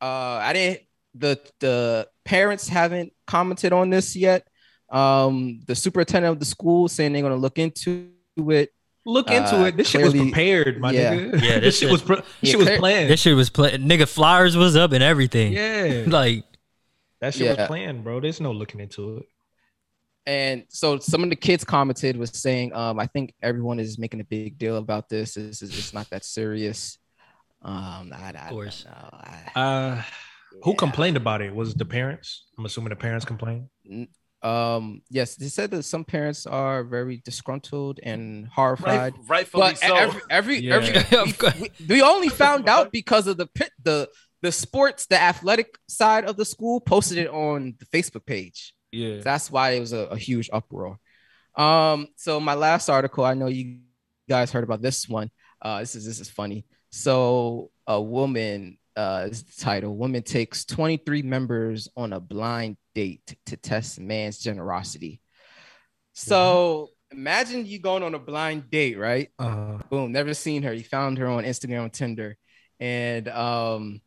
Speaker 3: uh i didn't the the parents haven't commented on this yet um the superintendent of the school saying they're going to look into it
Speaker 11: Look into
Speaker 3: Uh,
Speaker 11: it. This shit
Speaker 3: clearly-
Speaker 11: was prepared, my
Speaker 3: yeah.
Speaker 11: nigga.
Speaker 7: Yeah,
Speaker 11: this shit was pre- this
Speaker 3: Yeah,
Speaker 11: shit was
Speaker 3: clear-
Speaker 11: planned.
Speaker 7: This shit was play. Nigga, flyers was up and everything.
Speaker 11: yeah,
Speaker 7: Like,
Speaker 11: that shit
Speaker 3: Yeah.
Speaker 11: was planned, bro. There's no looking into it.
Speaker 3: and so some of the kids commented was saying um i think everyone is making a big deal about this this is it's not that serious um I, I,
Speaker 7: of course.
Speaker 3: I, I-
Speaker 11: Uh, who
Speaker 3: Yeah.
Speaker 11: complained about it? Was it the parents? I'm assuming the parents complained.
Speaker 3: um yes they said that some parents are very disgruntled and
Speaker 10: Right,
Speaker 3: horrified
Speaker 10: rightfully
Speaker 3: but e-,
Speaker 10: so.
Speaker 3: every every,
Speaker 11: Yeah.
Speaker 3: every
Speaker 7: Of course.
Speaker 3: we, we only found out because of the pit, the the sports, the athletic side of the school posted it on the Facebook page.
Speaker 11: Yeah.
Speaker 3: That's why it was a, a huge uproar. Um, so my last article, I know you guys heard about this one. Uh, this is this is funny. So a woman uh, is the title. Woman takes 23 members on a blind date to test man's generosity. So imagine you going on a blind date, right?
Speaker 11: Uh,
Speaker 3: boom, never seen her. You found her on Instagram and Tinder. And um,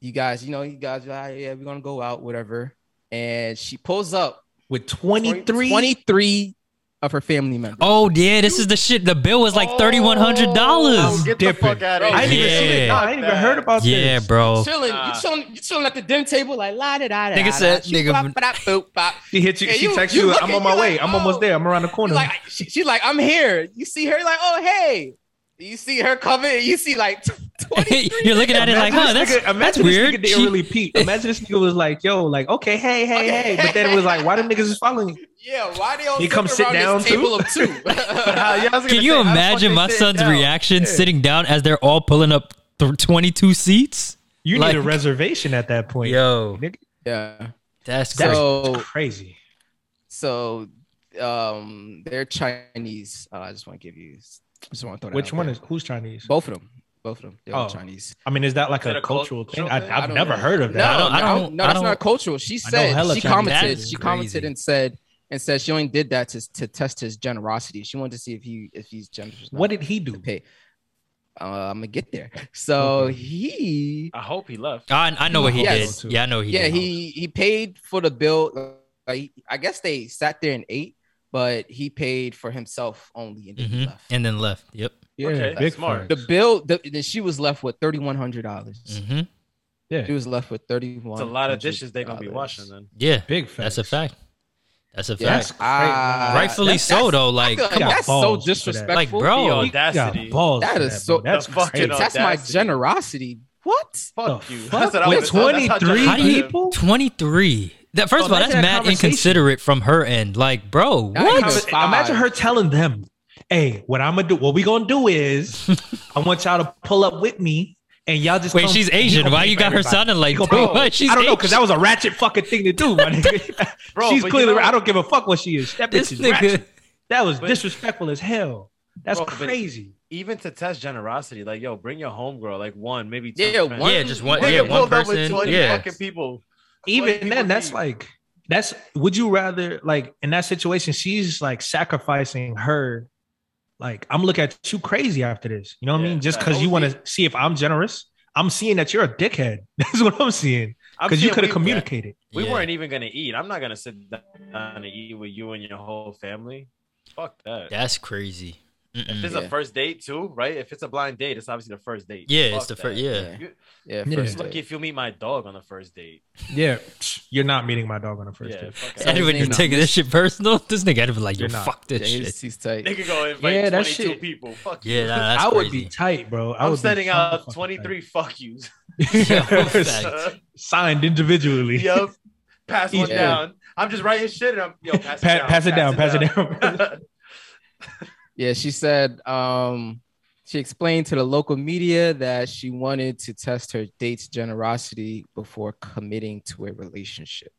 Speaker 3: you guys, you know, you guys, ah, yeah, we're gonna go out, whatever. And she pulls up
Speaker 11: with 23,
Speaker 3: 23 of her family members.
Speaker 7: Oh yeah, this is the shit. The bill was like thirty one hundred
Speaker 10: Oh,
Speaker 7: dollars.
Speaker 10: get the
Speaker 11: Different.
Speaker 10: fuck out of here.
Speaker 11: I didn't even see
Speaker 7: Yeah.
Speaker 11: it. Nah, I ain't even heard about
Speaker 7: Yeah,
Speaker 11: this.
Speaker 7: bro.
Speaker 3: Chilling, you
Speaker 10: Ah.
Speaker 3: chilling, you chilling at the dinner table, like la da da da.
Speaker 7: Nigga
Speaker 3: da,
Speaker 7: said-
Speaker 3: da, shoo,
Speaker 7: nigga-
Speaker 3: bop, bop, boop, bop.
Speaker 11: She hit you.
Speaker 3: Yeah,
Speaker 11: she
Speaker 3: you-
Speaker 11: texts
Speaker 3: you
Speaker 11: you.
Speaker 3: look
Speaker 11: I'm
Speaker 3: at-
Speaker 11: on my
Speaker 3: you
Speaker 11: way.
Speaker 3: like,
Speaker 11: I'm almost
Speaker 3: oh.
Speaker 11: there. I'm around the
Speaker 3: You
Speaker 11: corner.
Speaker 3: Like she, she like, I'm here. You see her, like, oh hey. You see her coming, you see like 23.
Speaker 7: You're looking at it like, huh?
Speaker 11: Imagine
Speaker 7: That's
Speaker 11: this nigga,
Speaker 7: that's
Speaker 11: imagine this
Speaker 7: weird.
Speaker 11: nigga didn't
Speaker 7: She-
Speaker 11: really peep. Imagine this nigga was like, "Yo, like, okay, hey, hey,
Speaker 3: Okay.
Speaker 11: hey," but then it was like, "Why the niggas is following?" you?
Speaker 3: Yeah, why they all
Speaker 11: He
Speaker 3: sit
Speaker 11: come sit
Speaker 3: around this
Speaker 11: down, too?
Speaker 3: table of two?
Speaker 7: Can you imagine my son's reaction sitting down as they're all pulling up th- twenty two seats?
Speaker 11: You
Speaker 7: Like-
Speaker 11: need a reservation at that point.
Speaker 7: Yo,
Speaker 11: nigga,
Speaker 3: yeah.
Speaker 7: that's crazy.
Speaker 3: So
Speaker 11: crazy.
Speaker 3: So um they're Chinese. Uh, I just want to give you I just want to throw that
Speaker 11: Which
Speaker 3: out
Speaker 11: one
Speaker 3: there.
Speaker 11: is who's Chinese?
Speaker 3: both of them. Both of them. They're all
Speaker 11: Oh.
Speaker 3: Chinese.
Speaker 11: I mean, is that like
Speaker 10: Is
Speaker 11: a,
Speaker 10: it a
Speaker 11: cultural
Speaker 10: cultural
Speaker 11: thing?
Speaker 10: thing?
Speaker 11: I,
Speaker 3: I
Speaker 11: I've
Speaker 3: don't
Speaker 11: never
Speaker 3: know.
Speaker 11: heard of
Speaker 3: No,
Speaker 11: that.
Speaker 7: I don't- I
Speaker 3: no,
Speaker 7: don't-
Speaker 3: no,
Speaker 7: I
Speaker 3: that's
Speaker 7: don't-
Speaker 3: not cultural. She
Speaker 11: know
Speaker 3: said
Speaker 11: hella
Speaker 3: she
Speaker 11: Chinese.
Speaker 3: commented.
Speaker 7: That's
Speaker 3: She commented
Speaker 7: crazy.
Speaker 3: and said and said she only did that to, to test his generosity. She wanted to see if he if he's generous.
Speaker 11: What did he do?
Speaker 3: pay? Uh, I'm gonna get there. So he
Speaker 10: I hope he left.
Speaker 7: I, I know what he
Speaker 3: Yes.
Speaker 7: did. Yeah, I know what he
Speaker 3: yeah
Speaker 7: did.
Speaker 3: he he paid for the bill like, i guess they sat there and ate but he paid for himself only and then he
Speaker 7: Mhm.
Speaker 3: left
Speaker 7: and then left. Yep.
Speaker 11: Mm-hmm. Yeah,
Speaker 10: Okay,
Speaker 11: big
Speaker 10: smart.
Speaker 3: the
Speaker 11: facts.
Speaker 3: bill the, then she was left with $3100 dollars
Speaker 7: hmm
Speaker 3: she was left with 31
Speaker 10: It's a lot of dishes they're gonna be washing then.
Speaker 7: Yeah,
Speaker 11: Big
Speaker 7: that's
Speaker 11: facts.
Speaker 7: a fact. That's a
Speaker 3: yeah,
Speaker 7: fact.
Speaker 11: That's crazy.
Speaker 7: Rightfully so, though. Like,
Speaker 3: that's,
Speaker 11: come on.
Speaker 3: that's so
Speaker 11: Balls for that.
Speaker 3: disrespectful
Speaker 7: like,
Speaker 10: The
Speaker 7: bro,
Speaker 10: audacity.
Speaker 11: Yeah, balls.
Speaker 3: That
Speaker 11: for
Speaker 3: is
Speaker 11: bro.
Speaker 3: so-
Speaker 11: That's
Speaker 10: The fucking
Speaker 11: fucking.
Speaker 10: aud-
Speaker 3: that's my
Speaker 10: audacity.
Speaker 3: generosity what
Speaker 10: Fuck
Speaker 11: The
Speaker 10: you. That's
Speaker 11: fuck?
Speaker 10: what I
Speaker 11: With
Speaker 10: was that's how
Speaker 11: 23
Speaker 10: Johnny-
Speaker 7: how do you
Speaker 11: people?
Speaker 7: 23? That first of all, that's
Speaker 11: Imagine that
Speaker 7: mad
Speaker 11: conversation.
Speaker 7: inconsiderate from her end. Like, bro,
Speaker 3: Now
Speaker 7: what?
Speaker 3: you know-
Speaker 11: Conver- Imagine her telling them, "Hey, what I'm gonna do? What we gonna do is, I want y'all to pull up with me, and y'all just
Speaker 7: Wait,
Speaker 11: come-
Speaker 7: she's
Speaker 11: we gonna
Speaker 7: Asian.
Speaker 11: pay
Speaker 7: Why you
Speaker 11: for
Speaker 7: got her
Speaker 11: everybody.
Speaker 7: sounding like
Speaker 11: We gonna
Speaker 7: that?
Speaker 11: pay-
Speaker 7: Why she's
Speaker 11: I don't know because
Speaker 7: Asian?
Speaker 11: that was a ratchet fucking thing to do, my nigga.
Speaker 10: Bro,
Speaker 11: she's
Speaker 10: but you
Speaker 11: clearly.
Speaker 10: know-
Speaker 11: I don't give a fuck what she is. That
Speaker 7: This
Speaker 11: bitch is
Speaker 7: nigga-
Speaker 11: ratchet. That was
Speaker 10: But-
Speaker 11: disrespectful as hell. That's
Speaker 10: Bro, but-
Speaker 11: crazy.
Speaker 10: Even to test generosity, like yo, bring your homegirl, like one, maybe two.
Speaker 3: Yeah,
Speaker 10: friends.
Speaker 3: one-
Speaker 7: yeah, just one,
Speaker 10: Nigga
Speaker 7: yeah, one
Speaker 10: pulled up with
Speaker 7: person.
Speaker 10: 20
Speaker 7: Yeah,
Speaker 10: fucking people.
Speaker 11: Even
Speaker 10: people
Speaker 11: then, that's
Speaker 10: need-
Speaker 11: like that's. Would you rather like in that situation? She's like sacrificing her Like I'm looking at you crazy after this. You know what I mean? Just
Speaker 10: like,
Speaker 11: because you want
Speaker 10: OD.
Speaker 11: to see if I'm generous, I'm seeing that you're a dickhead. That's what I'm seeing. Because you
Speaker 10: saying
Speaker 11: could have
Speaker 10: we-
Speaker 11: communicated.
Speaker 10: We weren't even gonna eat. I'm not gonna sit down and eat with you and your whole family. Fuck that.
Speaker 7: That's crazy.
Speaker 10: If it's a first date too, right? If it's a blind date, it's obviously the first date.
Speaker 7: Yeah,
Speaker 10: Fuck
Speaker 7: it's the fir-
Speaker 10: that.
Speaker 7: yeah.
Speaker 10: You-
Speaker 3: Yeah,
Speaker 11: Yeah.
Speaker 10: It's
Speaker 11: first
Speaker 10: lucky if you meet my dog on the first date.
Speaker 11: Yeah, you're not meeting my dog on the first
Speaker 10: Yeah,
Speaker 11: date.
Speaker 10: fuck
Speaker 7: So Edwin, you taking this shit personal? This nigga Edwin like, yo,
Speaker 11: You're not.
Speaker 7: fuck this
Speaker 11: Yeah,
Speaker 7: shit.
Speaker 11: he's-
Speaker 3: he's tight.
Speaker 10: They could go invite
Speaker 11: Yeah, that
Speaker 10: 22
Speaker 11: shit-
Speaker 10: people. Fuck
Speaker 7: Yeah,
Speaker 10: you.
Speaker 7: nah, that's
Speaker 11: I would
Speaker 7: crazy.
Speaker 11: be tight, bro. I
Speaker 10: I'm
Speaker 11: would be
Speaker 10: sending
Speaker 11: so
Speaker 10: out
Speaker 11: fucking
Speaker 10: 23 fuck yous.
Speaker 11: tight. signed individually.
Speaker 10: Yup. Pass one
Speaker 11: Yeah.
Speaker 10: down. I'm just writing shit and I'm yo, pass,
Speaker 11: Pa- pass it down, pass it
Speaker 3: Yeah, she said um, she explained to the local media that she wanted to test her date's generosity before committing to a relationship.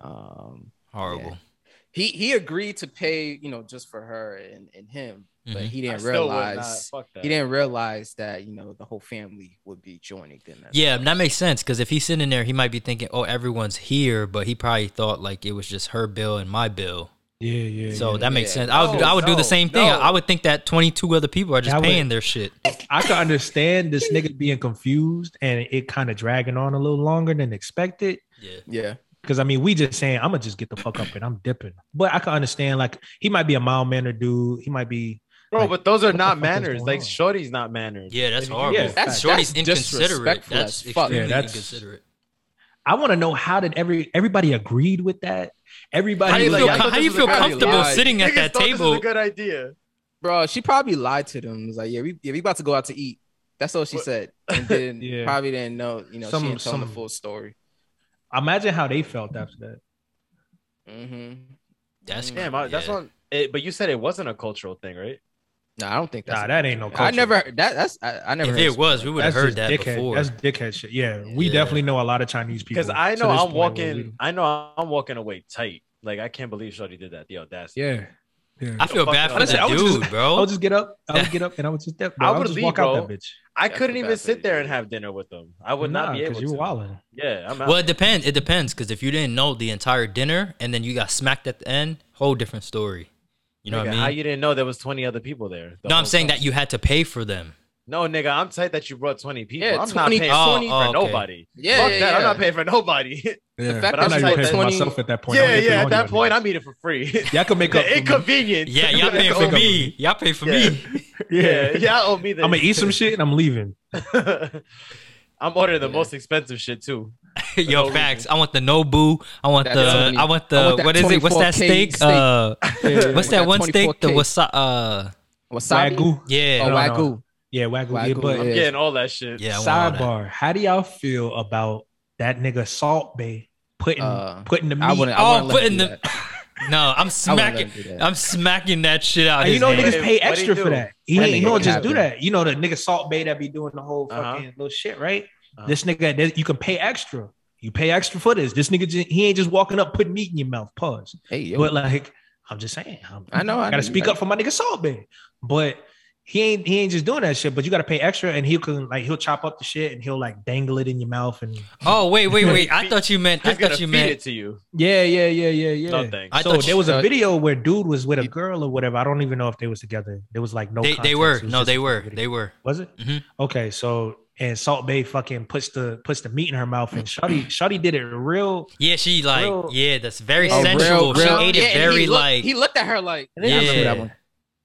Speaker 3: Um,
Speaker 7: Horrible.
Speaker 3: he he agreed to pay, you know, just for her and, and him, but
Speaker 7: Mhm.
Speaker 3: he
Speaker 10: I
Speaker 3: didn't
Speaker 10: still would not.
Speaker 3: realize
Speaker 10: Fuck that.
Speaker 3: he didn't realize that you know the whole family would be joining them. as
Speaker 7: Yeah,
Speaker 3: well.
Speaker 7: that makes sense because if he's sitting there, he might be thinking, "Oh, everyone's here," but he probably thought like it was just her bill and my bill.
Speaker 11: Yeah, yeah.
Speaker 7: So
Speaker 11: yeah.
Speaker 7: that makes
Speaker 3: Yeah.
Speaker 7: sense. I would,
Speaker 10: No,
Speaker 7: I would do
Speaker 10: no,
Speaker 7: the same thing.
Speaker 10: no.
Speaker 7: I would think that twenty two other people are just
Speaker 11: That would-
Speaker 7: paying their shit.
Speaker 11: I can understand this nigga being confused and it kind of dragging on a little longer than expected.
Speaker 7: Yeah,
Speaker 3: yeah.
Speaker 11: Because I mean, we just saying I'm gonna just get the fuck up and I'm dipping. But I can understand like he might be a mild mannered dude. He might be
Speaker 10: Bro,
Speaker 11: Like,
Speaker 10: but those
Speaker 11: what
Speaker 10: are
Speaker 11: the
Speaker 10: not
Speaker 11: fuck is
Speaker 10: manners.
Speaker 11: going
Speaker 10: Like
Speaker 11: on?
Speaker 10: Shorty's not mannered.
Speaker 7: Oh, yeah, that's
Speaker 11: Yeah,
Speaker 7: horrible.
Speaker 11: that's- that's
Speaker 7: Shorty's inconsiderate.
Speaker 3: disrespectful
Speaker 7: That's
Speaker 3: as fuck.
Speaker 7: extremely
Speaker 11: Yeah, that's-
Speaker 7: inconsiderate.
Speaker 11: I want to know how did every everybody agreed with that? Everybody
Speaker 7: How do you
Speaker 11: was
Speaker 7: feel?
Speaker 11: like,
Speaker 7: com- how do you feel
Speaker 3: good idea.
Speaker 7: comfortable
Speaker 3: Like,
Speaker 7: sitting at
Speaker 10: Niggas
Speaker 7: that
Speaker 10: thought This
Speaker 7: table?
Speaker 10: is a good idea.
Speaker 3: bro, she probably lied to them. It was like, yeah, we yeah, we about to go out to eat. That's all she
Speaker 10: What-
Speaker 3: said, and then
Speaker 11: Yeah.
Speaker 3: probably didn't know. You know,
Speaker 11: Some-
Speaker 3: she didn't tell them the
Speaker 11: some-
Speaker 3: full story.
Speaker 11: imagine how they felt after that.
Speaker 3: hmm
Speaker 7: That's
Speaker 10: Damn, I, that's
Speaker 7: yeah.
Speaker 10: on. It, but you said it wasn't a cultural thing, right?
Speaker 3: No, I don't think that's.
Speaker 11: Nah, that ain't no.
Speaker 3: I
Speaker 11: Culture.
Speaker 3: never heard that. That's I, I never.
Speaker 7: If
Speaker 3: heard
Speaker 7: it was, we would have
Speaker 11: That's
Speaker 7: heard
Speaker 11: just
Speaker 7: that
Speaker 11: dickhead.
Speaker 7: before.
Speaker 11: That's dickhead shit. Yeah, we
Speaker 7: Yeah.
Speaker 11: definitely know a lot of Chinese people.
Speaker 10: Because I
Speaker 11: to
Speaker 10: know
Speaker 11: this
Speaker 10: I'm
Speaker 11: point where
Speaker 10: walking. I know I'm walking away tight. Like I can't believe Shorty did that. The audacity.
Speaker 11: we- yeah, yeah.
Speaker 7: I feel
Speaker 10: fuck
Speaker 7: bad
Speaker 10: up.
Speaker 7: for
Speaker 10: Listen,
Speaker 7: that
Speaker 11: I would just-
Speaker 7: dude,
Speaker 11: I
Speaker 7: bro.
Speaker 11: would just get up. I would get up and I would just step.
Speaker 10: I
Speaker 11: I would,
Speaker 10: would
Speaker 11: just
Speaker 10: leave,
Speaker 11: walk
Speaker 10: bro.
Speaker 11: out that bitch.
Speaker 10: I
Speaker 3: That's
Speaker 10: couldn't
Speaker 3: the
Speaker 10: even
Speaker 3: bad
Speaker 10: sit
Speaker 3: thing.
Speaker 10: there and have dinner with them. I would not be able
Speaker 11: you
Speaker 10: to.
Speaker 11: wilding.
Speaker 10: Yeah, I'm out.
Speaker 7: Well, it depends. It depends because if you didn't know the entire dinner and then you got smacked at the end, whole different story. You know
Speaker 10: Nigga,
Speaker 7: what I mean?
Speaker 10: How you didn't know there was 20 other people there? the
Speaker 7: no, I'm
Speaker 10: whole
Speaker 7: saying
Speaker 10: time?
Speaker 7: that you had to pay for them.
Speaker 10: No, nigga, I'm tight that you brought 20 people.
Speaker 3: Yeah,
Speaker 10: I'm
Speaker 3: 20
Speaker 10: not paying
Speaker 7: Oh,
Speaker 10: 20 for
Speaker 7: oh, okay.
Speaker 10: nobody.
Speaker 3: Yeah,
Speaker 10: Fuck
Speaker 3: yeah,
Speaker 10: that. I'm
Speaker 3: yeah.
Speaker 10: not paying for nobody.
Speaker 11: Yeah.
Speaker 3: The fact
Speaker 10: that I'm
Speaker 11: I'm not even
Speaker 10: like
Speaker 11: paying for
Speaker 3: 20
Speaker 11: myself at that point. I don't
Speaker 10: yeah,
Speaker 11: get to
Speaker 10: yeah.
Speaker 11: know
Speaker 10: At that
Speaker 11: you
Speaker 10: point,
Speaker 11: anymore.
Speaker 10: I'm eating for free.
Speaker 11: y'all can make up.
Speaker 10: the inconvenience.
Speaker 7: Yeah, y'all paying for me. Y'all pay for me.
Speaker 10: Yeah,
Speaker 11: yeah.
Speaker 10: y'all owe me
Speaker 11: I'm gonna
Speaker 10: this.
Speaker 11: eat some shit and I'm leaving.
Speaker 10: I'm ordering the most expensive shit too.
Speaker 7: Yo, facts. I want the Nobu. I want
Speaker 3: That's
Speaker 7: the.
Speaker 3: Tony.
Speaker 7: I want the.
Speaker 3: I want that
Speaker 7: what is it? What's that
Speaker 3: 24K
Speaker 7: steak?
Speaker 3: steak.
Speaker 7: Uh, what's
Speaker 3: Yeah.
Speaker 7: that one steak? The
Speaker 3: 24K.
Speaker 7: wasa. Uh,
Speaker 3: Wasabi?
Speaker 11: Wagyu.
Speaker 7: yeah,
Speaker 3: Oh,
Speaker 11: No, no.
Speaker 3: wagyu.
Speaker 11: Yeah, wagyu. yeah,
Speaker 3: Wagyu,
Speaker 11: but
Speaker 3: yeah.
Speaker 10: Getting all that shit.
Speaker 7: yeah. I want all that.
Speaker 11: sidebar. How do y'all feel about that nigga Salt Bay putting
Speaker 3: Uh,
Speaker 11: putting the meat?
Speaker 3: I wouldn't.
Speaker 7: Oh,
Speaker 3: I wouldn't let
Speaker 7: putting
Speaker 3: him do
Speaker 7: the-
Speaker 3: that.
Speaker 7: No, I'm
Speaker 3: wouldn't let him
Speaker 7: smacking.
Speaker 3: do that.
Speaker 7: I'm smacking that shit out.
Speaker 11: And you
Speaker 7: his
Speaker 11: know
Speaker 7: hand.
Speaker 11: niggas pay
Speaker 10: What'd he
Speaker 11: extra
Speaker 10: do?
Speaker 11: for that. He,
Speaker 3: That
Speaker 11: ain't- he
Speaker 3: nigga
Speaker 11: don't just
Speaker 3: capping.
Speaker 11: do that. You know the nigga Salt Bay that be doing the whole
Speaker 10: Uh-huh.
Speaker 11: fucking little shit, right?
Speaker 10: Uh-huh.
Speaker 11: This nigga, that- you can pay extra. You pay extra for this. This nigga, ju- he ain't just walking up putting meat in your mouth. Pause.
Speaker 3: Hey, yo.
Speaker 11: But like, I'm just saying, I'm,
Speaker 3: I know, I
Speaker 11: gotta
Speaker 3: know,
Speaker 11: speak
Speaker 3: like-
Speaker 11: up for my nigga Salt Bay. But he ain't he ain't just doing that shit. But you gotta pay extra, and he can like he'll chop up the shit and he'll like dangle it in your mouth and
Speaker 7: Oh wait, wait, wait. I thought you meant. I
Speaker 10: He's gonna
Speaker 7: thought
Speaker 10: feed
Speaker 7: you meant.
Speaker 10: it to you.
Speaker 11: yeah yeah yeah yeah yeah.
Speaker 10: No thanks.
Speaker 7: I
Speaker 11: so
Speaker 7: thought
Speaker 11: there was a
Speaker 3: uh,
Speaker 11: video where dude was with a
Speaker 3: you-
Speaker 11: girl or whatever. I don't even know if they was together. There was like no.
Speaker 7: They, they
Speaker 11: context.
Speaker 7: were.
Speaker 11: It was
Speaker 7: No,
Speaker 11: just
Speaker 7: they
Speaker 11: a
Speaker 7: were.
Speaker 11: video.
Speaker 7: They were.
Speaker 11: Was it?
Speaker 7: Mhm.
Speaker 11: Okay, so and Salt Bay fucking puts the puts the meat in her mouth, and Shotty Shotty did it real.
Speaker 7: Yeah, she like.
Speaker 11: Real-
Speaker 7: Yeah, that's very
Speaker 3: Oh, real-
Speaker 7: sensual.
Speaker 3: real-
Speaker 7: She ate
Speaker 3: yeah,
Speaker 7: it
Speaker 3: and he
Speaker 7: very
Speaker 3: looked-
Speaker 7: like.
Speaker 3: He looked at her like. I remember that
Speaker 7: Yeah.
Speaker 3: one.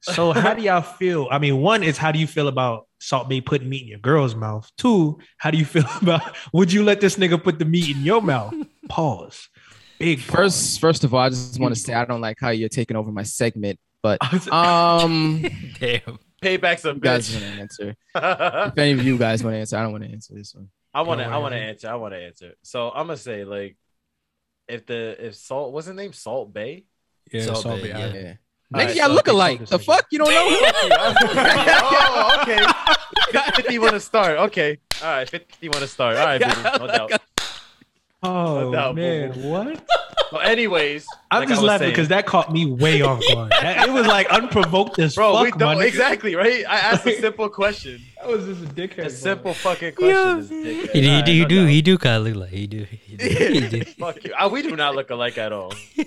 Speaker 11: So how do y'all feel? I mean, one is how do you feel about Salt Bay putting meat in your girl's mouth? Two, how do you feel about would you let this nigga put the meat in your mouth? Pause. Big
Speaker 3: First, first of all, I just want to say I don't like how you're taking over my segment, but
Speaker 11: pause.
Speaker 3: um,
Speaker 7: Damn.
Speaker 10: Payback's a
Speaker 3: you guys
Speaker 10: bitch.
Speaker 3: want to answer.
Speaker 10: I
Speaker 3: If any of you guys want to answer, I don't want to answer this one.
Speaker 10: want to.
Speaker 11: Don't
Speaker 10: I
Speaker 11: worry.
Speaker 10: want to answer. I want to answer. So I'm gonna say like, if the if Salt wasn't named Salt Bay.
Speaker 11: yeah,
Speaker 7: Salt
Speaker 11: Salt,
Speaker 7: Bae,
Speaker 11: Bae.
Speaker 7: yeah.
Speaker 11: I-
Speaker 3: Yeah. Nigga,
Speaker 10: All right,
Speaker 3: y'all
Speaker 11: so
Speaker 3: look
Speaker 11: I
Speaker 3: alike.
Speaker 11: focus
Speaker 3: The
Speaker 11: again.
Speaker 3: fuck? You don't know who?
Speaker 10: oh, okay. 50 want to start. Okay. All right. 50 want to start. All right. Baby. No doubt.
Speaker 11: Oh
Speaker 10: doubt,
Speaker 11: man,
Speaker 10: boo-boo.
Speaker 11: what?
Speaker 10: So, anyways,
Speaker 11: I'm
Speaker 10: like I
Speaker 11: just
Speaker 10: was
Speaker 11: laughing
Speaker 10: saying-
Speaker 11: because that caught me way off guard. That- it was like unprovoked as
Speaker 10: bro,
Speaker 11: fuck.
Speaker 10: we
Speaker 11: my
Speaker 10: don't
Speaker 11: nigga.
Speaker 10: exactly right. I asked a simple question.
Speaker 11: That was just a dickhead.
Speaker 10: The
Speaker 11: bro.
Speaker 10: simple fucking question is dickhead.
Speaker 7: He do, he
Speaker 10: All
Speaker 7: do,
Speaker 10: right,
Speaker 7: he
Speaker 10: no
Speaker 7: do,
Speaker 10: doubt. Uh,
Speaker 7: he do kind of look like he do. He do. He do.
Speaker 10: Fuck you. Ah, we do not look alike at all.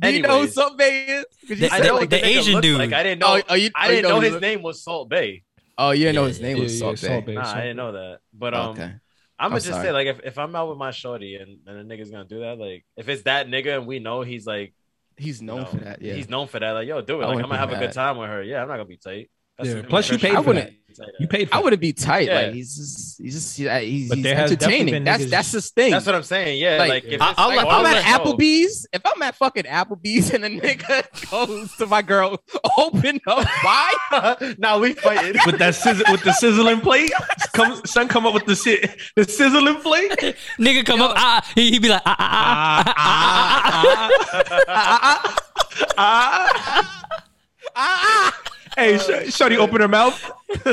Speaker 3: Do you know who Salt Bay is? 'Cause you
Speaker 10: I
Speaker 3: said
Speaker 10: know
Speaker 3: it
Speaker 10: what
Speaker 3: like
Speaker 10: the
Speaker 3: nigga
Speaker 10: Asian
Speaker 3: looked
Speaker 10: dude.
Speaker 3: like.
Speaker 10: I didn't know.
Speaker 3: Oh, oh, you-
Speaker 10: I
Speaker 3: oh, you
Speaker 10: didn't know,
Speaker 3: who
Speaker 10: his
Speaker 3: looked-
Speaker 10: name was Salt Bay.
Speaker 3: Oh, you didn't know his name was
Speaker 10: yeah,
Speaker 3: Salt Bay.
Speaker 10: Salt Bae, Nah, Salt I didn't Bae. know that. But, um, I'm gonna
Speaker 3: I'm
Speaker 10: just
Speaker 3: sorry.
Speaker 10: say like if, if I'm out with my shorty and, and a nigga's gonna do that, like if it's that nigga and we know he's like
Speaker 3: he's known for that, yeah.
Speaker 10: he's known for that. Like yo, do it. like
Speaker 3: I
Speaker 10: I'm
Speaker 3: wouldn't
Speaker 10: gonna
Speaker 3: be
Speaker 10: have a
Speaker 3: mad.
Speaker 10: good time with her. Yeah, I'm not gonna be tight.
Speaker 11: Yeah,
Speaker 10: the
Speaker 11: plus you
Speaker 10: impression
Speaker 11: paid
Speaker 10: I
Speaker 11: for
Speaker 10: wouldn't-
Speaker 11: You paid for
Speaker 3: I wouldn't be tight.
Speaker 10: Yeah.
Speaker 3: Like he's just, he's just, he's, he's,
Speaker 11: But
Speaker 3: he's
Speaker 11: there has definitely
Speaker 3: entertaining.
Speaker 11: been
Speaker 3: That's
Speaker 11: niggas-
Speaker 3: that's his thing.
Speaker 10: That's what I'm saying. Yeah, like, if
Speaker 3: I,
Speaker 10: it's
Speaker 3: I'll
Speaker 10: like
Speaker 3: let- I'm
Speaker 10: Arlo-
Speaker 3: at Applebee's. If I'm at fucking Applebee's and a nigga goes to my girl, open up, why?
Speaker 10: now we fighting
Speaker 11: with that sizzle, with the sizzling plate. Come, son, come up with the si- the sizzling plate.
Speaker 7: Nigga come up, ah, he, he be like, ah, ah, ah, ah,
Speaker 11: ah, ah. Hey, sh- Shorty, open her mouth.
Speaker 3: oh,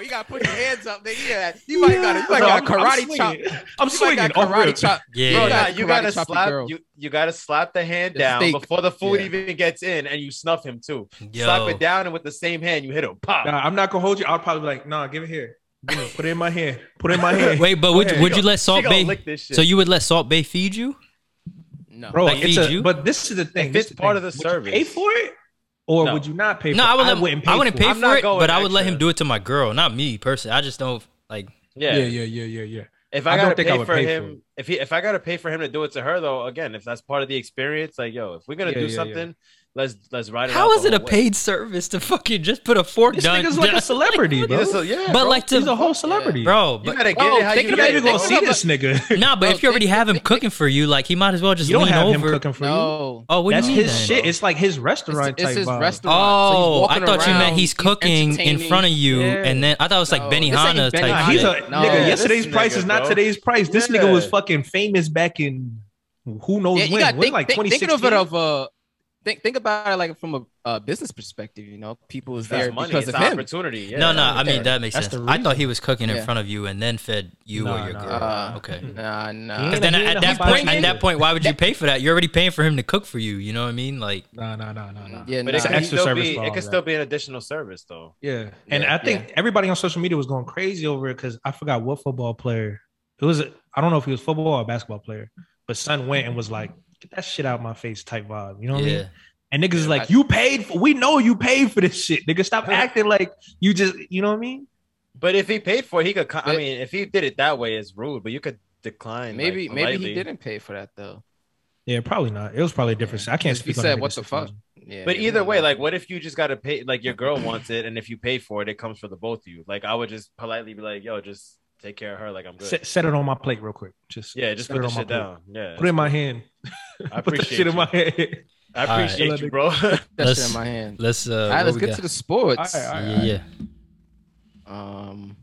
Speaker 3: you gotta put your hands up, nigga. Yeah, you might gotta, you might
Speaker 11: No,
Speaker 3: got
Speaker 11: I'm-
Speaker 3: a karate
Speaker 11: I'm swinging.
Speaker 3: chop.
Speaker 11: I'm
Speaker 3: you
Speaker 11: swinging
Speaker 3: Might got
Speaker 11: off
Speaker 3: karate
Speaker 11: rip.
Speaker 3: chop.
Speaker 7: Yeah.
Speaker 10: Bro, nah,
Speaker 3: you gotta
Speaker 10: you
Speaker 3: karate
Speaker 10: gotta
Speaker 3: chop your girl.
Speaker 10: slap you, you gotta slap the hand
Speaker 3: The
Speaker 10: down
Speaker 3: steak.
Speaker 10: before the food
Speaker 3: Yeah.
Speaker 10: even gets in, and you snuff him too.
Speaker 7: Yo.
Speaker 10: Slap it down, and with the same hand you hit him. Pop.
Speaker 11: Nah, I'm not gonna hold you. I'll probably be like, nah, give it here. Give it- Put it in my hand. Put it in my hand.
Speaker 7: Wait, but would,
Speaker 11: Go
Speaker 7: would you
Speaker 11: ahead.
Speaker 7: let Salt
Speaker 10: She gonna
Speaker 7: Bay?
Speaker 10: lick this shit.
Speaker 7: So you would let Salt Bay feed you?
Speaker 3: No,
Speaker 11: bro?
Speaker 7: like,
Speaker 11: it's
Speaker 7: feed
Speaker 11: a-
Speaker 7: you?
Speaker 11: but this is the thing.
Speaker 10: If
Speaker 11: This
Speaker 10: it's
Speaker 11: is
Speaker 10: part
Speaker 11: thing.
Speaker 10: of the
Speaker 11: Would you
Speaker 10: service.
Speaker 11: pay for it, or
Speaker 10: No.
Speaker 11: would you not pay?
Speaker 7: No,
Speaker 11: for
Speaker 7: I
Speaker 11: it?
Speaker 7: wouldn't. I
Speaker 11: wouldn't
Speaker 7: wouldn't pay,
Speaker 11: pay for it.
Speaker 10: I'm
Speaker 7: for
Speaker 10: not
Speaker 7: it,
Speaker 10: going
Speaker 7: but I would let
Speaker 10: extra.
Speaker 7: him do it to my girl, not me personally. I just don't like.
Speaker 10: Yeah.
Speaker 11: Yeah, yeah, yeah, yeah, yeah.
Speaker 10: If
Speaker 11: I
Speaker 10: I,
Speaker 11: don't
Speaker 10: gotta
Speaker 11: think I
Speaker 10: pay
Speaker 11: would
Speaker 10: for
Speaker 11: pay for
Speaker 10: him,
Speaker 11: it.
Speaker 10: if he, if I gotta pay for him to do it to her though, again, if that's part of the experience, like yo, if we're gonna
Speaker 11: Yeah,
Speaker 10: do
Speaker 11: yeah, yeah.
Speaker 10: something, let's let's ride it.
Speaker 7: How
Speaker 10: out
Speaker 7: is
Speaker 10: the
Speaker 7: it a
Speaker 10: whole way.
Speaker 7: paid service to fucking just put a fork
Speaker 11: This
Speaker 7: down?
Speaker 11: nigga's like a celebrity, bro.
Speaker 10: Yeah, so- yeah,
Speaker 7: but
Speaker 10: bro.
Speaker 7: like
Speaker 11: He's a
Speaker 7: to
Speaker 11: whole celebrity,
Speaker 7: bro,
Speaker 10: you
Speaker 7: but
Speaker 10: gotta get
Speaker 3: Bro,
Speaker 10: it how
Speaker 3: thinking
Speaker 10: you get
Speaker 3: about
Speaker 11: Think you
Speaker 10: it.
Speaker 11: gonna
Speaker 10: dog.
Speaker 11: see this nigga.
Speaker 7: nah, but
Speaker 3: Bro,
Speaker 7: if you already
Speaker 3: think-
Speaker 7: have him
Speaker 3: think-
Speaker 7: cooking for you, like he might as well just
Speaker 11: You don't
Speaker 7: lean
Speaker 11: have him
Speaker 7: over.
Speaker 11: cooking for you.
Speaker 3: no.
Speaker 7: Oh, what
Speaker 11: That's
Speaker 7: do you mean?
Speaker 11: his
Speaker 7: then?
Speaker 11: shit. It's like his
Speaker 3: It's,
Speaker 11: restaurant
Speaker 3: it's
Speaker 11: type
Speaker 3: his
Speaker 11: vibe.
Speaker 3: restaurant.
Speaker 7: Oh,
Speaker 3: so
Speaker 7: I
Speaker 3: he's walking
Speaker 7: thought you meant
Speaker 3: around,
Speaker 7: he's cooking in
Speaker 3: entertaining.
Speaker 7: front of you,
Speaker 11: Yeah.
Speaker 7: and then I thought it was like
Speaker 3: No,
Speaker 7: Benny
Speaker 3: this ain't
Speaker 7: Benihana
Speaker 3: Benihana.
Speaker 7: type
Speaker 11: He's
Speaker 7: shit.
Speaker 11: a
Speaker 3: No,
Speaker 11: nigga.
Speaker 3: this
Speaker 11: Yesterday's
Speaker 10: nigga,
Speaker 11: price is not
Speaker 10: bro.
Speaker 11: today's price. This
Speaker 10: Yeah.
Speaker 11: nigga was fucking famous back in who knows
Speaker 3: Yeah, you
Speaker 11: when.
Speaker 3: got
Speaker 11: When,
Speaker 3: think,
Speaker 11: like
Speaker 3: think,
Speaker 11: twenty
Speaker 3: think of it
Speaker 11: sixteen.
Speaker 3: of uh, think think about it like from a uh, business perspective. You know, people is
Speaker 10: That's
Speaker 3: there
Speaker 10: money.
Speaker 3: because
Speaker 10: It's
Speaker 3: of
Speaker 10: an
Speaker 3: him.
Speaker 10: opportunity. Yeah.
Speaker 7: no, no, I
Speaker 3: Yeah.
Speaker 7: mean that makes
Speaker 11: That's
Speaker 7: sense.
Speaker 11: the
Speaker 7: I thought he was cooking in
Speaker 3: Yeah.
Speaker 7: front of you and then fed you
Speaker 11: Nah,
Speaker 7: or your
Speaker 11: nah.
Speaker 7: girl.
Speaker 3: Uh,
Speaker 7: okay.
Speaker 3: Nah, nah.
Speaker 11: He
Speaker 7: Because then
Speaker 11: ain't
Speaker 7: at
Speaker 11: a
Speaker 7: that
Speaker 11: hot
Speaker 7: point, at
Speaker 11: chick.
Speaker 7: that point, why would you pay for that? You're already paying for him to cook for you. You know what I mean? Like,
Speaker 11: Nah, nah, nah, nah, nah.
Speaker 3: Yeah,
Speaker 10: But
Speaker 3: nah.
Speaker 10: it
Speaker 11: It's an
Speaker 10: can
Speaker 11: extra
Speaker 10: still
Speaker 11: service
Speaker 10: be
Speaker 11: for
Speaker 10: it
Speaker 11: all
Speaker 10: can
Speaker 11: that.
Speaker 10: still be an additional service though.
Speaker 11: Yeah, and I think
Speaker 3: yeah.
Speaker 11: everybody on social media was going crazy over it because I forgot what football player it was. I don't know if he was football or basketball player, but son went and was like, "Get that shit out my face," type vibe. You know what I
Speaker 7: yeah.
Speaker 11: mean? And niggas is like, "You paid for. We know you paid for this shit, nigga. Stop acting like you just. You know what I mean?
Speaker 10: But if he paid for it, he could. co- I
Speaker 3: But-
Speaker 10: mean, if he did it that way, it's rude. But you could decline.
Speaker 3: maybe
Speaker 10: like,
Speaker 3: maybe
Speaker 10: politely.
Speaker 3: he didn't pay for that though.
Speaker 11: Yeah, probably not. It was probably a different. I can't
Speaker 3: If he
Speaker 11: speak. on
Speaker 3: said,
Speaker 11: that
Speaker 3: "What
Speaker 11: nigga's
Speaker 3: the fuck?"
Speaker 11: situation.
Speaker 3: Yeah,
Speaker 10: But
Speaker 3: yeah,
Speaker 10: either
Speaker 3: no,
Speaker 10: way,
Speaker 3: no.
Speaker 10: like, what if you just gotta pay? Like, your girl wants it, and if you pay for it, it comes for the both of you. Like, I would just politely be like, "Yo, just take care of her. Like, I'm good."
Speaker 11: Set, set it on my plate real quick. Just
Speaker 10: yeah, just
Speaker 11: set
Speaker 10: put the
Speaker 11: it on my
Speaker 10: shit
Speaker 11: plate.
Speaker 10: down. Yeah,
Speaker 11: Put it in my hand.
Speaker 10: I
Speaker 11: Put that
Speaker 10: appreciate
Speaker 11: shit in
Speaker 10: you.
Speaker 11: my hand.
Speaker 7: All
Speaker 10: I
Speaker 7: right.
Speaker 10: appreciate you, bro.
Speaker 3: that shit
Speaker 7: Let's-
Speaker 3: in my hand.
Speaker 7: Let's uh.
Speaker 3: all right,
Speaker 7: what
Speaker 3: let's
Speaker 7: we
Speaker 3: get
Speaker 7: got?
Speaker 3: to the sports.
Speaker 11: All right, all right.
Speaker 7: Yeah, yeah.
Speaker 3: Um,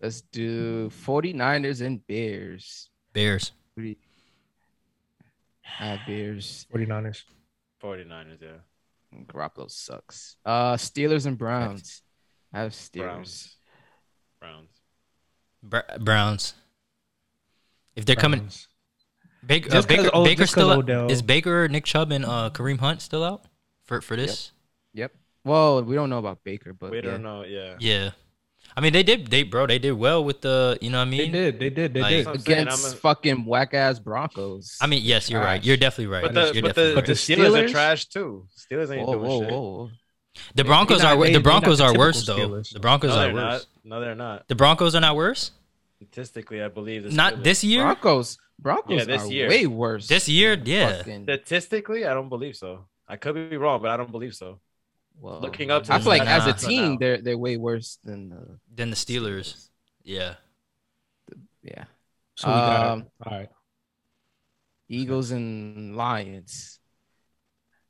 Speaker 3: let's do 49ers and Bears.
Speaker 7: Bears.
Speaker 3: Three. I have Bears.
Speaker 11: 49ers.
Speaker 10: 49ers, yeah.
Speaker 3: Garoppolo sucks. Uh, Steelers and Browns. I have Steelers.
Speaker 10: Browns. Browns.
Speaker 7: Br- Browns. If they're coming,
Speaker 11: Browns.
Speaker 7: Baker, uh,
Speaker 11: Just 'cause
Speaker 7: Baker,
Speaker 11: Od-
Speaker 7: Baker
Speaker 11: just 'cause
Speaker 7: still out.
Speaker 11: Odell.
Speaker 7: Is Baker, Nick Chubb, and uh, Kareem Hunt still out for for this?
Speaker 3: Yep. Well, we don't know about Baker, but
Speaker 10: We
Speaker 3: yeah.
Speaker 10: don't know. Yeah.
Speaker 7: Yeah. I mean, they did. They bro, they did well with the. You know what I
Speaker 11: They
Speaker 7: mean?
Speaker 11: did. They did. They
Speaker 7: Like-
Speaker 11: did.
Speaker 10: I'm saying,
Speaker 3: against
Speaker 10: I'm a-
Speaker 3: fucking whack ass Broncos.
Speaker 7: I mean, yes, you're right. You're definitely right.
Speaker 10: But the
Speaker 7: You're
Speaker 10: but
Speaker 7: definitely
Speaker 10: the,
Speaker 7: right.
Speaker 10: but the
Speaker 11: the
Speaker 10: Steelers, are
Speaker 11: Steelers-
Speaker 10: trash too. Steelers ain't
Speaker 3: whoa,
Speaker 10: doing
Speaker 3: whoa,
Speaker 10: shit.
Speaker 3: whoa.
Speaker 7: The Broncos
Speaker 11: not-
Speaker 7: are wor-
Speaker 11: they-
Speaker 7: the
Speaker 11: they're not
Speaker 7: Broncos
Speaker 11: the
Speaker 7: are
Speaker 11: typical
Speaker 7: worse though.
Speaker 11: Steelers.
Speaker 7: The Broncos
Speaker 10: No,
Speaker 7: are
Speaker 10: they're
Speaker 7: worse.
Speaker 10: not. No, they're not.
Speaker 7: The Broncos are not worse.
Speaker 10: Statistically, I believe the
Speaker 7: Not
Speaker 10: Steelers-
Speaker 7: this year.
Speaker 3: Broncos. Broncos
Speaker 10: Yeah, this
Speaker 3: are
Speaker 10: year.
Speaker 3: way worse.
Speaker 7: This year,
Speaker 3: than
Speaker 7: yeah.
Speaker 3: fucking-
Speaker 10: Statistically, I don't believe so. I could be wrong, but I don't believe so.
Speaker 3: whoa.
Speaker 10: Looking up to
Speaker 3: I
Speaker 10: the
Speaker 3: feel like as a
Speaker 10: stats
Speaker 7: Nah.
Speaker 10: right
Speaker 3: team,
Speaker 10: now.
Speaker 3: they're they're way worse than the
Speaker 7: Then the Steelers. Yeah.
Speaker 3: yeah
Speaker 11: So we got
Speaker 3: Um,
Speaker 11: all right.
Speaker 3: Eagles and Lions.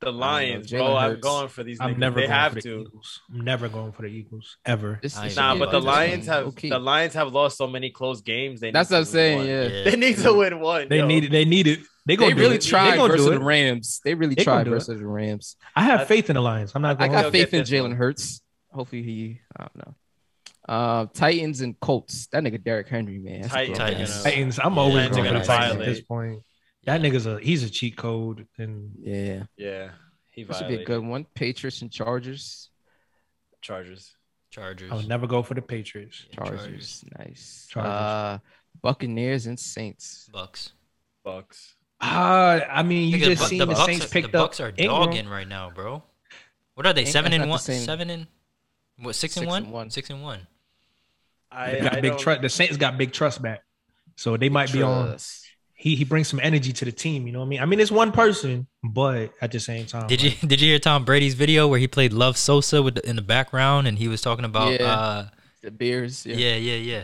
Speaker 10: the Lions,
Speaker 3: Jalen
Speaker 10: bro. I'm
Speaker 3: Hurts.
Speaker 10: going for these.
Speaker 11: I'm
Speaker 10: niggas.
Speaker 11: never
Speaker 10: They
Speaker 11: going
Speaker 10: have
Speaker 11: for the
Speaker 10: to.
Speaker 11: Eagles. I'm never going for the Eagles ever.
Speaker 3: This,
Speaker 7: Nah,
Speaker 3: this
Speaker 10: Nah,
Speaker 3: shit
Speaker 10: but the
Speaker 3: is
Speaker 10: Lions have
Speaker 3: okay.
Speaker 10: the Lions have lost so many close games. They
Speaker 3: That's
Speaker 10: need
Speaker 3: what
Speaker 10: to win
Speaker 3: I'm saying.
Speaker 10: one.
Speaker 3: Yeah,
Speaker 7: Yeah.
Speaker 10: They need to win one.
Speaker 11: They
Speaker 10: yo.
Speaker 11: need it. They need it.
Speaker 3: they
Speaker 11: They gonna do
Speaker 3: really
Speaker 11: it. They
Speaker 3: tried
Speaker 11: gonna do
Speaker 3: versus
Speaker 11: it.
Speaker 3: the Rams. They really
Speaker 11: They gonna
Speaker 3: tried
Speaker 11: do it.
Speaker 3: versus the Rams.
Speaker 11: I have faith in the Lions. I'm not
Speaker 3: I
Speaker 11: going.
Speaker 3: got
Speaker 10: they'll
Speaker 3: faith
Speaker 10: get
Speaker 3: in
Speaker 10: this
Speaker 3: Jalen
Speaker 10: one.
Speaker 3: Hurts. Hopefully he, I don't know. Uh, Titans and Colts. That nigga Derrick Henry, man. That's a
Speaker 10: Titans.
Speaker 3: grown
Speaker 10: are
Speaker 7: Titans.
Speaker 10: gonna-
Speaker 11: Titans. I'm
Speaker 7: Yeah,
Speaker 11: always
Speaker 7: Lions
Speaker 11: going
Speaker 7: are
Speaker 11: for the
Speaker 7: gonna
Speaker 11: Titans at
Speaker 10: violate.
Speaker 11: this point. That nigga's a he's a cheat code, and
Speaker 3: Yeah,
Speaker 10: Yeah, he
Speaker 3: that should be a
Speaker 10: violated
Speaker 3: good one. Patriots and Chargers.
Speaker 10: Chargers.
Speaker 7: Chargers.
Speaker 11: I would never go for the Patriots.
Speaker 7: Yeah,
Speaker 3: Chargers, nice.
Speaker 11: Chargers.
Speaker 3: Uh, Buccaneers and Saints.
Speaker 7: Bucks.
Speaker 10: Bucks.
Speaker 11: Uh, I mean, you
Speaker 7: Nigga,
Speaker 11: just
Speaker 7: Bu-
Speaker 11: seen
Speaker 7: the
Speaker 11: the,
Speaker 7: Bucks
Speaker 11: Saints
Speaker 7: are-
Speaker 11: picked
Speaker 7: the
Speaker 11: up
Speaker 7: Bucks are
Speaker 11: Ingram.
Speaker 7: dogging right now, bro. What are they?
Speaker 11: Ingram's
Speaker 7: seven and
Speaker 11: not
Speaker 7: one.
Speaker 11: the same.
Speaker 7: Seven and what? Six, and,
Speaker 11: Six
Speaker 7: one?
Speaker 11: and Oh,
Speaker 7: Six and one.
Speaker 11: They got big trust. The Saints got big trust back, so they might be on. He he brings some energy to the team. You know what I mean? I mean, it's one person, but at the same time,
Speaker 7: Did you did you hear Tom Brady's video where he played Love Sosa with the, in the background and he was talking about
Speaker 3: Yeah.
Speaker 7: uh
Speaker 3: the beers. Yeah,
Speaker 7: yeah, yeah, yeah.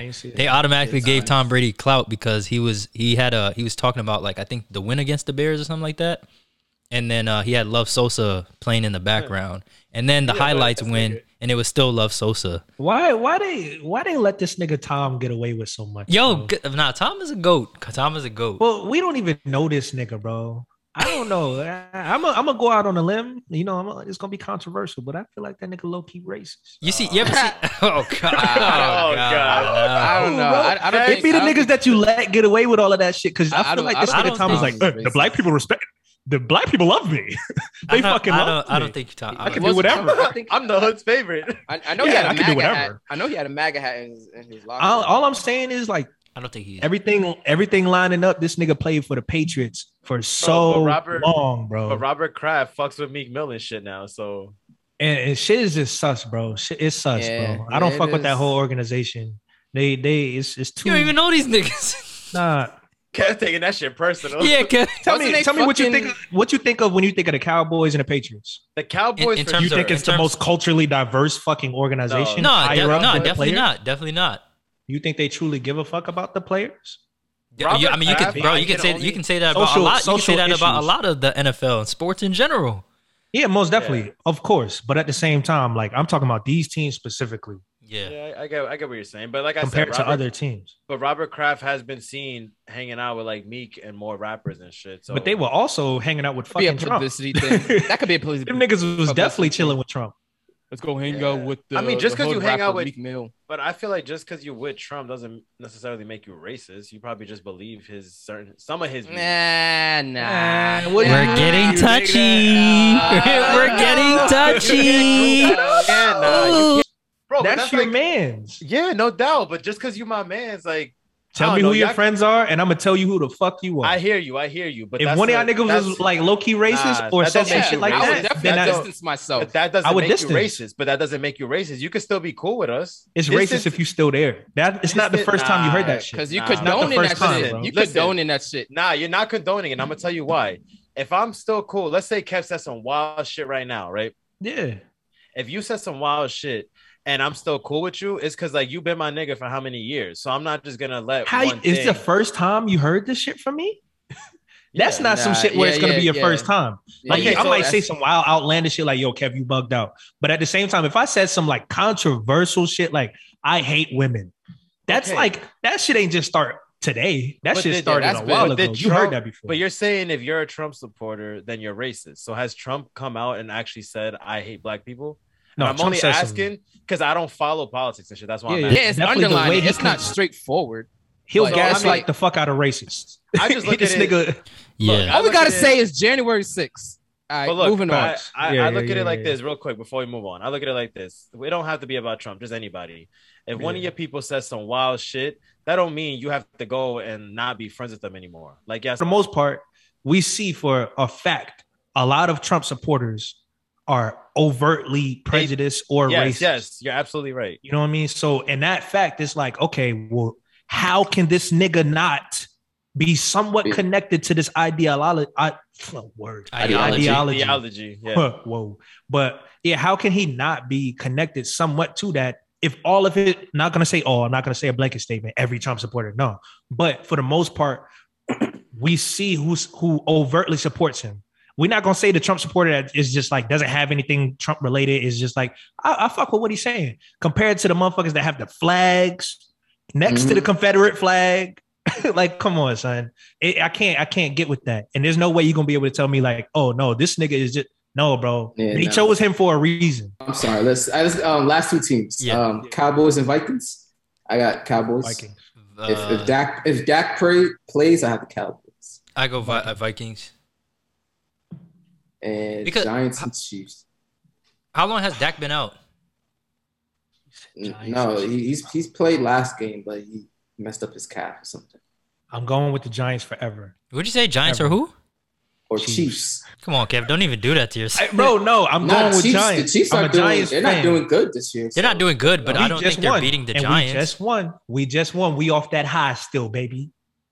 Speaker 7: yeah
Speaker 3: see
Speaker 7: they
Speaker 3: that.
Speaker 7: automatically
Speaker 3: It's
Speaker 7: gave
Speaker 3: nice.
Speaker 7: Tom Brady clout because he was he had a he was talking about like I think the win against the Bears or something like that. And then uh, he had Love Sosa playing in the background, and then the
Speaker 11: Yeah,
Speaker 7: highlights win, and it was still Love Sosa.
Speaker 11: why why they why they let this nigga Tom get away with so much?
Speaker 7: Yo, g- nah, Tom is a goat. Tom is a goat.
Speaker 11: Well, we don't even know this nigga, bro. I don't know. I'm gonna I'm gonna go out on a limb. You know, I'm a, it's gonna be controversial, but I feel like that nigga low key racist.
Speaker 7: You see, you ever see? Oh god! Oh
Speaker 11: God.
Speaker 7: god!
Speaker 3: I don't know. I, I don't
Speaker 11: It
Speaker 3: think.
Speaker 11: be the
Speaker 3: I don't-
Speaker 11: niggas that you let get away with all of that shit because
Speaker 3: I-
Speaker 11: I,
Speaker 3: I
Speaker 11: feel
Speaker 3: don't-
Speaker 11: like
Speaker 3: I
Speaker 11: this
Speaker 3: don't
Speaker 11: nigga
Speaker 3: think
Speaker 11: Tom is
Speaker 3: Tom
Speaker 11: like,
Speaker 3: is
Speaker 11: "Uh, the black people respect, the black people love me. they
Speaker 7: I don't-
Speaker 11: fucking
Speaker 7: I
Speaker 11: love
Speaker 7: don't- I
Speaker 11: me.
Speaker 7: don't think Tom- I don't
Speaker 11: I can
Speaker 7: think
Speaker 11: do whatever.
Speaker 3: I think
Speaker 10: I'm the hood's favorite.
Speaker 3: I, I know
Speaker 11: Yeah, I
Speaker 3: he
Speaker 11: can
Speaker 3: had
Speaker 11: do
Speaker 3: a MAGA hat.
Speaker 11: whatever.
Speaker 3: I know he had a MAGA hat in his, in his locker.
Speaker 11: All, all I'm saying is like
Speaker 7: I don't think he.
Speaker 11: everything, everything lining up. This nigga played for the Patriots for so
Speaker 10: but Robert-
Speaker 11: long,
Speaker 3: Oh.
Speaker 11: bro.
Speaker 10: But Robert Kraft fucks with Meek Mill and shit now, so
Speaker 11: and, and shit is just sus, bro. Shit is sus,
Speaker 10: Yeah,
Speaker 11: bro. I don't
Speaker 10: yeah,
Speaker 11: fuck
Speaker 10: it
Speaker 11: with that
Speaker 10: is.
Speaker 11: whole organization. They they it's it's too
Speaker 7: You don't even know these niggas.
Speaker 11: nah.
Speaker 10: Kev taking that shit personal.
Speaker 7: Yeah, Kev.
Speaker 11: Tell me, tell me what you think. Of, what you think of when you think of the Cowboys and the Patriots?
Speaker 10: The Cowboys.
Speaker 7: in
Speaker 10: for
Speaker 7: terms
Speaker 11: you
Speaker 10: sure.
Speaker 11: think it's the most culturally diverse fucking organization?
Speaker 7: No,
Speaker 11: higher
Speaker 7: de- no,
Speaker 11: up than the
Speaker 7: definitely
Speaker 11: players?
Speaker 7: not. Definitely not.
Speaker 11: You think they truly give a fuck about the players?
Speaker 7: Yeah, you- I mean, you
Speaker 11: Robert
Speaker 7: could, bro.
Speaker 11: Kraft
Speaker 7: You can
Speaker 11: can
Speaker 7: say
Speaker 11: only-
Speaker 7: you can say that about
Speaker 11: Social-
Speaker 7: a lot. You can say
Speaker 11: social
Speaker 7: that about a
Speaker 11: issues.
Speaker 7: lot of the NFL and sports in general.
Speaker 11: Yeah, most definitely, of course. But at the same time, like I'm talking about these teams specifically
Speaker 7: Yeah,
Speaker 10: yeah, I I get, I get what you're saying, but like I
Speaker 11: compared
Speaker 10: said,
Speaker 11: to
Speaker 10: Robert-
Speaker 11: other teams.
Speaker 10: But Robert Kraft has been seen hanging out with like Meek and more rappers and shit. So,
Speaker 11: But they were also hanging out with
Speaker 10: Could be a
Speaker 11: fucking Trump.
Speaker 10: publicity
Speaker 3: thing. That could be a police.
Speaker 11: Them niggas was definitely chilling with Trump.
Speaker 3: Let's go hang out with the.
Speaker 10: I mean, just
Speaker 3: the
Speaker 10: because you
Speaker 3: hood
Speaker 10: hang out
Speaker 3: rapper
Speaker 10: with
Speaker 3: Meek Mill.
Speaker 10: But I feel like just because you with Trump doesn't necessarily make you racist. You probably just believe his certain some of his. views.
Speaker 3: Nah, nah.
Speaker 10: what do
Speaker 7: We're
Speaker 10: you
Speaker 7: getting touchy. We're getting touchy.
Speaker 10: Yeah, nah, you
Speaker 7: Ooh.
Speaker 10: can't-
Speaker 7: Oh,
Speaker 10: Bro, but
Speaker 11: that's, your
Speaker 10: like-
Speaker 11: man's.
Speaker 10: Yeah, no doubt. But just because you my man's, like, I
Speaker 11: Tell
Speaker 10: don't
Speaker 11: me
Speaker 10: know,
Speaker 11: who your
Speaker 10: y'all-
Speaker 11: friends are, and I'm gonna tell you who the fuck you are.
Speaker 10: I hear you. I hear you. But
Speaker 11: if
Speaker 10: that's
Speaker 11: one of y'all
Speaker 10: like-
Speaker 11: niggas was
Speaker 10: that's-
Speaker 11: like low key racist
Speaker 10: Nah,
Speaker 11: or
Speaker 10: that
Speaker 11: said
Speaker 10: don't
Speaker 11: some
Speaker 10: make
Speaker 11: shit
Speaker 10: you
Speaker 11: like
Speaker 10: racist. I would
Speaker 11: that,
Speaker 10: definitely
Speaker 11: then I,
Speaker 10: distance
Speaker 3: myself.
Speaker 10: But that doesn't
Speaker 11: Oh, I would
Speaker 10: make you
Speaker 11: distance.
Speaker 10: racist. But that doesn't make you racist. You could still be cool with us.
Speaker 11: it's
Speaker 10: This
Speaker 11: racist
Speaker 10: is-
Speaker 11: if you still there. That it's not the first time you heard that shit.
Speaker 3: 'cause you
Speaker 11: It's not the
Speaker 3: condoning
Speaker 11: first
Speaker 3: that
Speaker 11: time,
Speaker 3: shit.
Speaker 11: bro.
Speaker 3: You condoning that shit.
Speaker 10: Nah, you're not condoning it. I'm gonna tell you why. If I'm still cool, let's say Kev said some wild shit right now, right?
Speaker 11: Yeah.
Speaker 10: If you said some wild shit and I'm still cool with you, it's because like you've been my nigga for how many years? So I'm not just gonna let
Speaker 11: How
Speaker 10: one
Speaker 11: is
Speaker 10: thing-
Speaker 11: the first time you heard this shit from me? That's
Speaker 10: Yeah.
Speaker 11: not some
Speaker 10: Nah,
Speaker 11: shit where
Speaker 10: yeah,
Speaker 11: it's gonna
Speaker 10: yeah,
Speaker 11: be your
Speaker 10: yeah.
Speaker 11: first time.
Speaker 10: Yeah,
Speaker 11: Like
Speaker 10: yeah.
Speaker 11: I
Speaker 10: So
Speaker 11: might say
Speaker 10: that's-
Speaker 11: some wild outlandish shit like, "Yo, Kev, you bugged out." But at the same time, if I said some like controversial shit like, "I hate women," that's
Speaker 10: Okay.
Speaker 11: like that shit ain't just start today. That
Speaker 10: But
Speaker 11: shit
Speaker 10: did-
Speaker 11: started
Speaker 10: that's
Speaker 11: a
Speaker 10: been-
Speaker 11: while
Speaker 10: but
Speaker 11: ago.
Speaker 10: did
Speaker 11: You heard
Speaker 10: Trump-
Speaker 11: that before.
Speaker 10: But you're saying if you're a Trump supporter, then you're racist. So has Trump come out and actually said, "I hate black people"?
Speaker 11: No,
Speaker 10: And I'm
Speaker 11: Trump
Speaker 10: only
Speaker 11: says some-
Speaker 10: asking because I don't follow politics and shit. That's why I'm
Speaker 11: Yeah,
Speaker 10: asking.
Speaker 11: yeah, it's Definitely the underlined. way he It's con- not
Speaker 3: straightforward.
Speaker 11: He'll
Speaker 10: Like,
Speaker 11: gaslight
Speaker 10: I mean-
Speaker 11: the fuck out of racists.
Speaker 10: I just look
Speaker 11: this
Speaker 10: at it-
Speaker 11: nigga.
Speaker 7: Yeah.
Speaker 3: All we
Speaker 10: look at
Speaker 3: gotta
Speaker 10: it-
Speaker 3: say is January 6th. All right,
Speaker 10: but look,
Speaker 3: moving on.
Speaker 10: I, I,
Speaker 11: Yeah,
Speaker 10: I look
Speaker 11: yeah,
Speaker 10: at
Speaker 11: yeah,
Speaker 10: it like
Speaker 11: yeah.
Speaker 10: this real quick before we move on. I look at it like this. It don't have to be about Trump, just anybody. If one of
Speaker 11: Yeah.
Speaker 10: your people says some wild shit, that don't mean you have to go and not be friends with them anymore. Like yes,
Speaker 11: for the most part, we see for a fact a lot of Trump supporters are overtly prejudiced or
Speaker 10: yes,
Speaker 11: racist.
Speaker 10: yes, you're absolutely right.
Speaker 11: You know what I mean? So, in that fact, it's like, okay, well, how can this nigga not be somewhat connected to this ideology? I, word
Speaker 10: Ideology.
Speaker 11: ideology.
Speaker 10: Ideology, yeah.
Speaker 11: Huh, Whoa, but yeah, how can he not be connected somewhat to that? If all of it, not gonna say all, I'm not gonna say a blanket statement. Every Trump supporter, no, but for the most part, we see who's who overtly supports him. We're not gonna say the Trump supporter that is just like doesn't have anything Trump related. Is just like I, I fuck with what he's saying compared to the motherfuckers that have the flags next to the Confederate flag. like, come on, son. It, I can't, I can't get with that. And there's no way you're gonna be able to tell me like, oh no, this nigga is just no, bro.
Speaker 5: Yeah,
Speaker 11: they
Speaker 5: no.
Speaker 11: chose him for a reason.
Speaker 5: I'm sorry. Let's. I just, um, last two teams. Um, Cowboys and Vikings. I got Cowboys.
Speaker 11: Vikings.
Speaker 5: If,
Speaker 7: Uh,
Speaker 5: if Dak if Dak pray, plays, I have the Cowboys
Speaker 7: I go Vi- uh, Vikings.
Speaker 5: and
Speaker 7: Because-
Speaker 5: Giants and Chiefs.
Speaker 7: How long has Dak been out?
Speaker 5: N- No, he, he's he's played last game, but he messed up his calf or something.
Speaker 11: I'm going with the Giants forever.
Speaker 7: Would you say Giants or who?
Speaker 5: Or Chiefs.
Speaker 7: Come on, Kev. Don't even do that to yourself.
Speaker 11: I- bro, no, I'm
Speaker 5: Nah,
Speaker 11: going
Speaker 5: Chiefs-
Speaker 11: with
Speaker 5: the
Speaker 11: Giants.
Speaker 5: Chiefs
Speaker 11: I'm
Speaker 5: are
Speaker 11: a
Speaker 5: doing-
Speaker 11: Giants
Speaker 5: they're not
Speaker 11: fan.
Speaker 5: doing good this year.
Speaker 7: They're not doing good, but
Speaker 11: We
Speaker 7: I don't
Speaker 11: just
Speaker 7: think they're
Speaker 11: won.
Speaker 7: beating the
Speaker 11: And
Speaker 7: Giants.
Speaker 11: We just won. We just won. We off that high still, baby.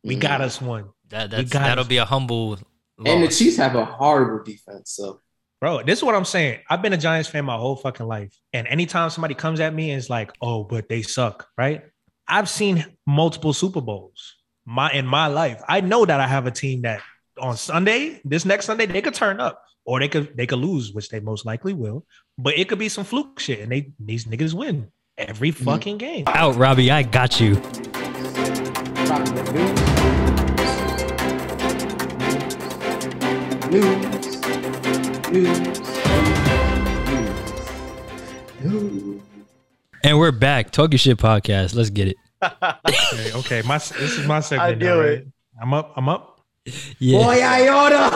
Speaker 5: Mm.
Speaker 11: We got us one.
Speaker 7: That,
Speaker 11: We
Speaker 7: that's,
Speaker 11: got
Speaker 7: that'll
Speaker 11: us.
Speaker 7: be a humble.
Speaker 5: And the
Speaker 7: loss.
Speaker 5: Chiefs have a horrible defense. So
Speaker 11: Bro, this is what I'm saying. I've been a Giants fan my whole fucking life. And anytime somebody comes at me and is like, oh, but they suck, right? I've seen multiple Super Bowls my in my life. I know that I have a team that on Sunday, this next Sunday, they could turn up or they could they could lose, which they most likely will. But it could be some fluke shit. And they these niggas win every fucking game.
Speaker 7: Out, Robbie. I got you.
Speaker 5: news, news, news.
Speaker 7: And we're back. Talk your shit podcast. Let's get it.
Speaker 11: okay, okay. My this is my segment.
Speaker 10: do
Speaker 11: now, right?
Speaker 10: it.
Speaker 11: I'm up. I'm up.
Speaker 7: Yeah.
Speaker 5: Boy, Iota.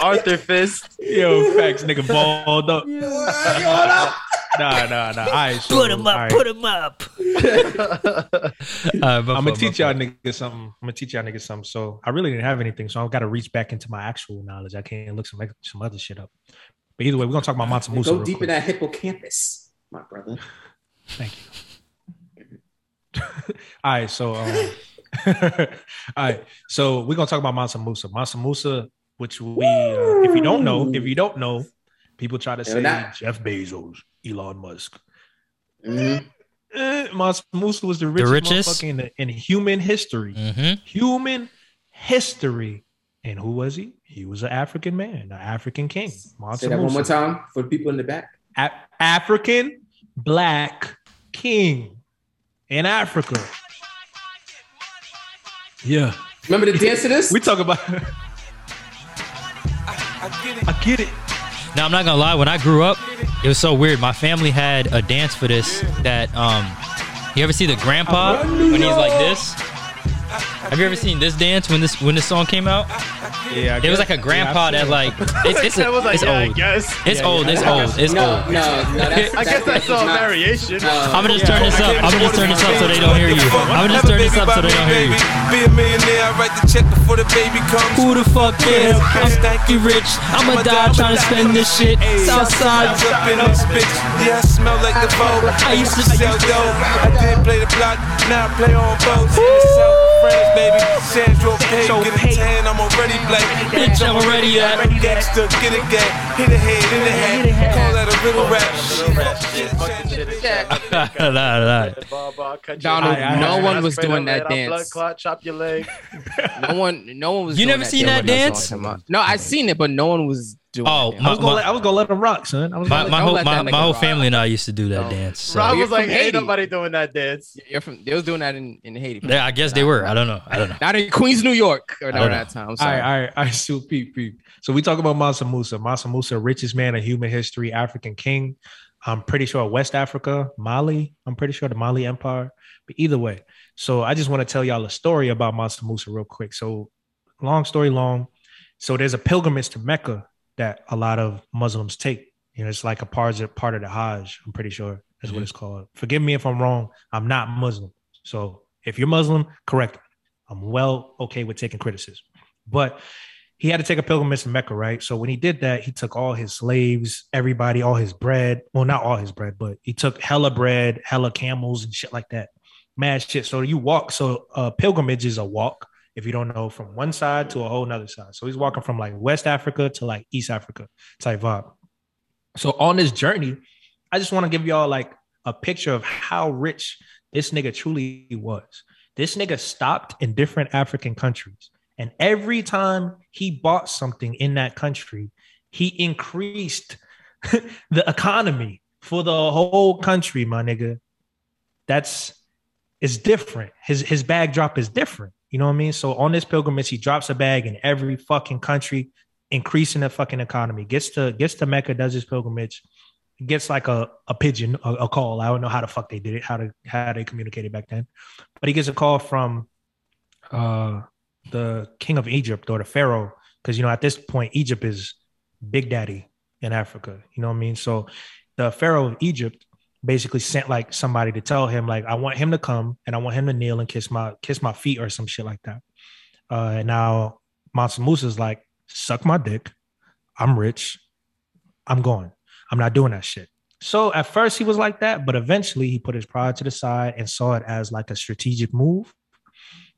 Speaker 10: Arthur Fist.
Speaker 11: Yo, facts, nigga, balled up.
Speaker 5: Boy, Iota.
Speaker 11: Nah, nah, nah. All right, so,
Speaker 7: Put him
Speaker 11: all
Speaker 7: up.
Speaker 11: right.
Speaker 7: Put him up. I'm
Speaker 11: I'm gonna teach y'all niggas something. I'm gonna teach y'all niggas something. So I really didn't have anything. So I've got to reach back into my actual knowledge. I can't look some some other shit up. But either way, we're gonna talk about Monta Musa.
Speaker 5: Go
Speaker 11: real
Speaker 5: deep
Speaker 11: quick.
Speaker 5: in that hippocampus, my brother.
Speaker 11: Thank you. all right, so um, all right, so we're gonna talk about Mansa Musa. Mansa Musa, which we, uh, if you don't know, if you don't know, people try to
Speaker 5: They're
Speaker 11: say
Speaker 5: not.
Speaker 11: Jeff Bezos, Elon Musk.
Speaker 5: Mhm.
Speaker 11: Eh, Mansa Musa was the richest,
Speaker 7: richest?
Speaker 11: motherfucker in, the- in human history.
Speaker 7: Mm-hmm.
Speaker 11: Human history. And who was he? He was an African man, an African king. Mansa
Speaker 5: Say that one
Speaker 11: Musa.
Speaker 5: more time for the people in the back.
Speaker 11: A- African black king in Africa. Yeah.
Speaker 5: Remember the dance to this?
Speaker 11: We talk about I get it.
Speaker 7: Now I'm not gonna lie. When I grew up, it was so weird. My family had a dance for this. That um, you ever see the grandpa when he's like this? Have you ever seen this dance when this when this song came out?
Speaker 11: Yeah, I
Speaker 7: It was like a
Speaker 11: get it.
Speaker 7: grandpa
Speaker 11: Yeah,
Speaker 7: that like it's it's,
Speaker 10: I was like,
Speaker 7: it's
Speaker 10: yeah, I
Speaker 7: old.
Speaker 10: guess.
Speaker 7: It's
Speaker 11: Yeah,
Speaker 7: old.
Speaker 11: yeah,
Speaker 7: It's
Speaker 11: I
Speaker 7: old. It's
Speaker 5: no,
Speaker 7: old.
Speaker 5: no, no. That's,
Speaker 10: I guess that's all variation.
Speaker 3: uh,
Speaker 7: I'm gonna just turn this up. I'm gonna just turn this up so they don't hear you. I'm gonna just turn this up so they don't hear you.
Speaker 12: Be a millionaire, I write the check before the baby comes.
Speaker 7: Who the fuck cares? I'm
Speaker 12: stanky
Speaker 7: rich. I'ma die trying to spend this shit. Southside.
Speaker 12: Eyes up in this bitch. Yeah, I smell like the boat. I used to sell dope. I did play the block, now I play on boats. In the South of France, baby. Sandro Pay, get a tan, I'm already black.
Speaker 7: Bitch, I'm already that.
Speaker 12: Gangster, get a gang. Hit a head, in the head. Call that a riddle rap.
Speaker 7: Nah, nah, nah.
Speaker 3: Donald,
Speaker 11: I- I-
Speaker 3: no
Speaker 11: I-
Speaker 3: one was doing that
Speaker 10: Blood
Speaker 3: dance.
Speaker 10: clot, chop your leg.
Speaker 3: No one, no one was.
Speaker 7: You
Speaker 3: doing
Speaker 7: never seen that
Speaker 3: when I saw
Speaker 7: dance?
Speaker 3: it come out. No, I seen it, but no one was doing.
Speaker 7: Oh,
Speaker 3: that
Speaker 11: I
Speaker 7: my-
Speaker 11: was gonna let I was gonna let him rock, son. I was
Speaker 7: My
Speaker 11: gonna
Speaker 7: my
Speaker 3: Don't
Speaker 7: whole
Speaker 3: let
Speaker 7: my,
Speaker 3: that nigga
Speaker 7: my whole
Speaker 3: rock.
Speaker 7: family and I used to do that dance. So
Speaker 10: Rob
Speaker 3: You're
Speaker 10: was like,
Speaker 3: from
Speaker 10: ain't
Speaker 3: Haiti.
Speaker 10: nobody doing that dance.
Speaker 3: dance. You're from. They was doing that in, in Haiti.
Speaker 7: yeah, I guess they were. I don't know. I don't know.
Speaker 3: Not in Queens, New York, or
Speaker 7: I
Speaker 3: no,
Speaker 7: don't
Speaker 3: that time. I'm
Speaker 11: all
Speaker 3: sorry.
Speaker 11: right, all right, all right. So, peep, peep. So we talk about Mansa Musa. Mansa Musa, richest man in human history, African king. I'm pretty sure West Africa, Mali. I'm pretty sure the Mali Empire. But either way, so I just want to tell y'all a story about Mansa Musa real quick. So, long story long. So there's a pilgrimage to Mecca that a lot of Muslims take. You know, it's like a part of part of the Hajj. I'm pretty sure that's
Speaker 3: Mm-hmm.
Speaker 11: what it's called. Forgive me if I'm wrong. I'm not Muslim. So if you're Muslim, correct me. I'm well okay with taking criticism. But he had to take a pilgrimage to Mecca, right? So when he did that, he took all his slaves, everybody, all his bread. Well, not all his bread, but he took hella bread, hella camels, and shit like that. Mad shit. So you walk. So uh, pilgrimage is a walk, if you don't know, from one side to a whole nother side. So he's walking from like West Africa to like East Africa type vibe. So on this journey, I just want to give y'all like a picture of how rich this nigga truly was. This nigga stopped in different African countries. And every time he bought something in that country, he increased the economy for the whole country, my nigga. That's it's different. His his bag drop is different. You know what I mean? So on this pilgrimage, he drops a bag in every fucking country, increasing the fucking economy. Gets to gets to Mecca, does his pilgrimage, gets like a, a pigeon, a, a call. I don't know how the fuck they did it, how to how they communicated back then. But he gets a call from uh the king of Egypt or the pharaoh, because you know at this point Egypt is big daddy in Africa. You know what I mean? So the pharaoh of Egypt basically sent like somebody to tell him like I want him to come and I want him to kneel and kiss my kiss my feet or some shit like that. Uh, and now Mansa Musa's like suck my dick. I'm rich. I'm going. I'm not doing that shit. So at first he was like that, but eventually he put his pride to the side and saw it as like a strategic move.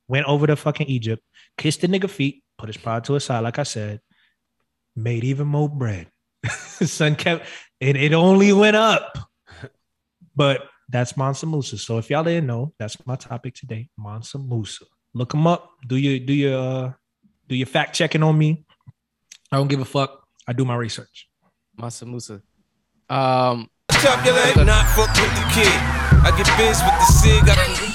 Speaker 11: Went over to fucking Egypt, kissed the nigga feet, put his pride to his side, like I said, made even more bread. Son kept it, it only went up. But that's Mansa Musa. So if y'all didn't know, that's my topic today. Mansa Musa. Look him up. Do your do your uh, do your fact checking on me. I don't give a fuck. I do my research.
Speaker 3: Mansa Musa.
Speaker 12: Um, chop your leg, not fuck with the kid. I get biz with the sig. I can-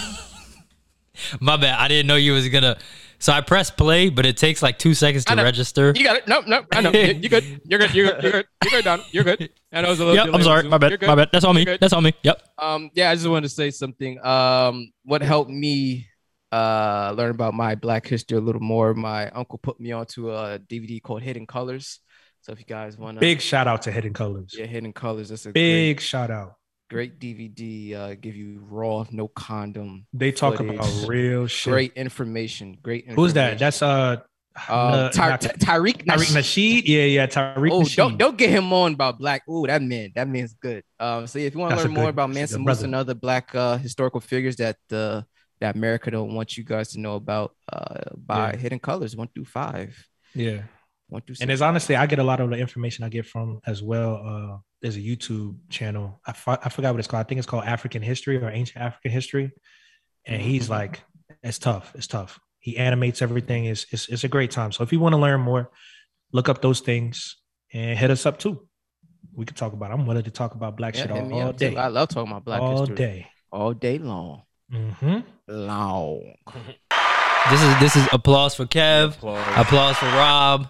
Speaker 7: My bad. I didn't know you was gonna. So I press play, but it takes like two seconds to
Speaker 3: I know.
Speaker 7: register.
Speaker 3: You got it. Nope, nope. I know. You you good. You're good. You're good. You're good. You're good. Don. You're good. I know it was a little.
Speaker 7: Yep,
Speaker 3: bit
Speaker 7: I'm
Speaker 3: late.
Speaker 7: sorry. My
Speaker 3: You're
Speaker 7: bad.
Speaker 3: good.
Speaker 7: My bad. That's on me.
Speaker 3: You're good.
Speaker 7: That's on me. Yep.
Speaker 3: Um, yeah, I just wanted to say something. Um, what helped me uh learn about my Black history a little more, my uncle put me onto a DVD called Hidden Colors. So if you guys want to
Speaker 11: Big shout out to Hidden Colors.
Speaker 3: yeah, Hidden Colors, that's a
Speaker 11: Big
Speaker 3: great,
Speaker 11: shout out.
Speaker 3: great DVD. Uh, give you raw, no condom.
Speaker 11: They talk
Speaker 3: footage.
Speaker 11: about real shit.
Speaker 3: Great information. Great. Information.
Speaker 11: Who's that? That's uh,
Speaker 3: Uh,
Speaker 11: uh,
Speaker 3: Ty-
Speaker 11: not-
Speaker 3: Ty- Tyreek
Speaker 11: Tyreek Nasheed. Yeah, yeah. Tyreek
Speaker 3: Oh,
Speaker 11: Nasheed.
Speaker 3: don't don't get him on about black. Oh, that man, that man's good. Um, so yeah, if you want to
Speaker 11: That's a
Speaker 3: learn more
Speaker 11: good-
Speaker 3: about
Speaker 11: that's a
Speaker 3: Mansa
Speaker 11: good
Speaker 3: Musa
Speaker 11: brother.
Speaker 3: and other black uh, historical figures that uh, that America don't want you guys to know about, uh, by
Speaker 11: Yeah.
Speaker 3: Hidden Colors one through five.
Speaker 11: Yeah.
Speaker 3: One through six.
Speaker 11: And it's honestly, I get a lot of the information I get from as well. Uh, there's a YouTube channel. I fi- I forgot what it's called. I think it's called African History or Ancient African History. And
Speaker 10: Mm-hmm.
Speaker 11: he's like, it's tough. It's tough. He animates everything. It's it's, it's a great time. So if you want to learn more, look up those things and hit us up too. We could talk about. it. I'm willing to talk about black
Speaker 3: Yeah,
Speaker 11: shit
Speaker 3: hit
Speaker 11: all,
Speaker 3: me
Speaker 11: all
Speaker 3: up, too.
Speaker 11: day.
Speaker 3: I love talking about black
Speaker 11: all
Speaker 3: history.
Speaker 11: day.
Speaker 3: all day long,
Speaker 11: Mhm.
Speaker 3: long.
Speaker 7: This is this is applause for Kev. Applause. for Rob.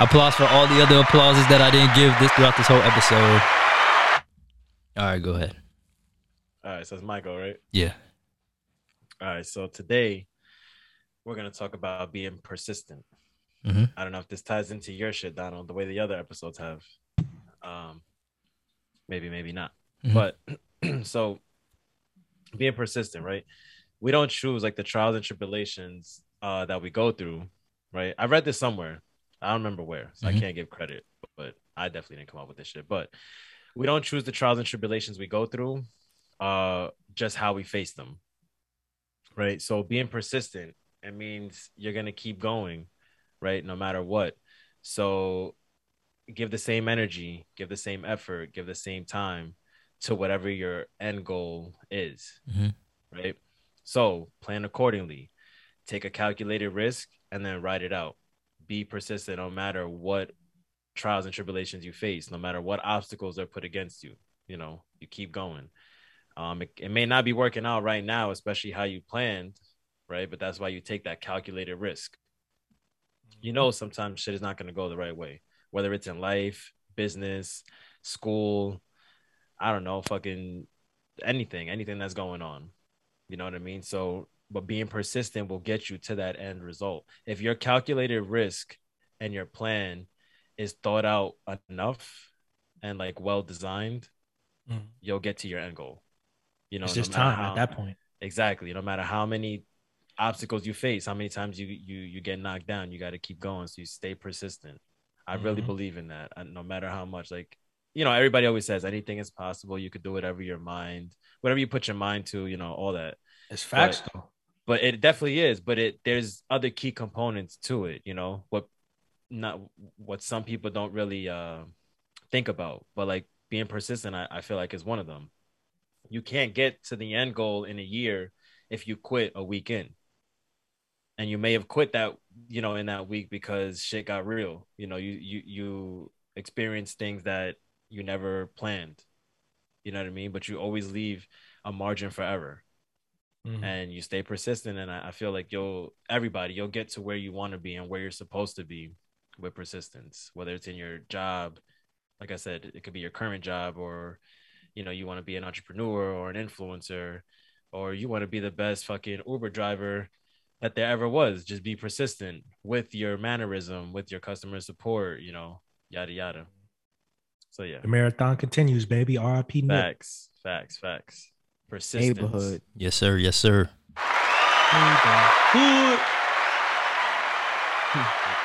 Speaker 7: Applause for all the other applauses that I didn't give this throughout this whole episode. All right, go ahead.
Speaker 10: All right, so it's Michael, right?
Speaker 7: Yeah.
Speaker 10: All right, so today we're gonna talk about being persistent.
Speaker 7: Mhm.
Speaker 10: I don't know if this ties into your shit, Donald, the way the other episodes have. Um, maybe, maybe not.
Speaker 7: Mhm.
Speaker 10: But so being persistent, right? We don't choose like the trials and tribulations uh, that we go through, right? I read this somewhere. I don't remember where, so
Speaker 13: Mhm.
Speaker 10: I can't give credit, but I definitely didn't come up with this shit. But we don't choose the trials and tribulations we go through, uh, just how we face them, right? So being persistent, it means you're gonna keep going, right? No matter what. So give the same energy, give the same effort, give the same time to whatever your end goal is,
Speaker 7: Mhm.
Speaker 10: right? So plan accordingly, take a calculated risk, and then ride it out. Be persistent, no matter what trials and tribulations you face, no matter what obstacles are put against you. You know, you keep going. Um, it, it may not be working out right now, especially how you planned, right? But that's why you take that calculated risk. You know, sometimes shit is not going to go the right way, whether it's in life, business, school, I don't know, fucking anything, anything that's going on. You know what I mean? So, but being persistent will get you to that end result. If your calculated risk and your plan is thought out enough and like well designed,
Speaker 11: Mm.
Speaker 10: you'll get to your end goal. You know,
Speaker 11: It's
Speaker 10: no
Speaker 11: just
Speaker 10: matter
Speaker 11: time at that point.
Speaker 10: Exactly. No matter how many obstacles you face, how many times you you you get knocked down, you got to keep going. So you stay persistent. I really
Speaker 11: Mm-hmm.
Speaker 13: Mhm.
Speaker 10: believe in that. And no matter how much, like you know, everybody always says anything is possible. You could do whatever your mind, whatever you put your mind to. You know, all that.
Speaker 11: It's facts,
Speaker 10: But-
Speaker 11: though.
Speaker 10: But it definitely is. But it there's other key components to it. You know what? Not what some people don't really uh, think about, but like being persistent, I, I feel like is one of them you can't get to the end goal in a year if you quit a week in. And you may have quit that, you know, in that week because shit got real. You know, you you you experience things that you never planned. You know what I mean? But you always leave a margin for error.
Speaker 11: Mhm.
Speaker 10: And you stay persistent. And I, I feel like you'll everybody, you'll get to where you want to be and where you're supposed to be with persistence, whether it's in your job, like I said, it could be your current job or you know, you want to be an entrepreneur or an influencer, or you want to be the best fucking Uber driver that there ever was. Just be persistent with your mannerism, with your customer support, you know, yada yada. So yeah.
Speaker 11: The marathon continues, baby. RIP Nick.
Speaker 10: Facts. Facts, facts. Persistence.
Speaker 7: Neighborhood. Yes, sir. Yes, sir.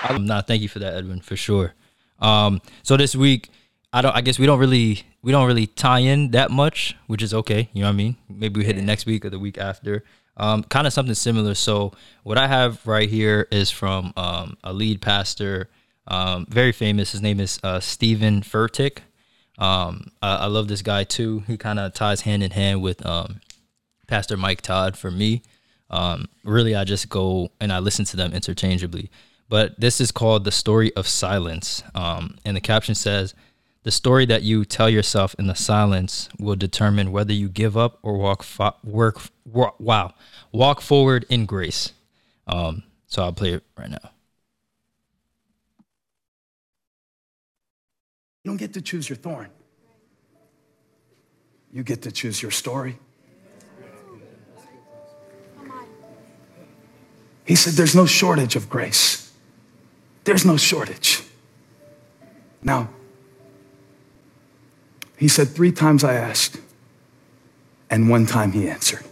Speaker 7: I'm not. Thank you for that, Edwin, for sure. Um, so this week, I don't. I guess we don't really we don't really tie in that much, which is okay. You know what I mean? Maybe we hit it next week or the week after. Um, kind of something similar. So what I have right here is from um, a lead pastor, um, very famous. His name is uh, Stephen Furtick. Um, I, I love this guy too. He kind of ties hand in hand with um, Pastor Mike Todd for me. Um, really, I just go and I listen to them interchangeably. But this is called The Story of Silence. Um, and the caption says, The story that you tell yourself in the silence will determine whether you give up or walk, fo- work, wa- wow, walk forward in grace. Um, so I'll play it right now.
Speaker 13: You don't get to choose your thorn. You get to choose your story. He said, There's no shortage of grace. There's no shortage. Now, he said, Three times I asked, and one time he answered.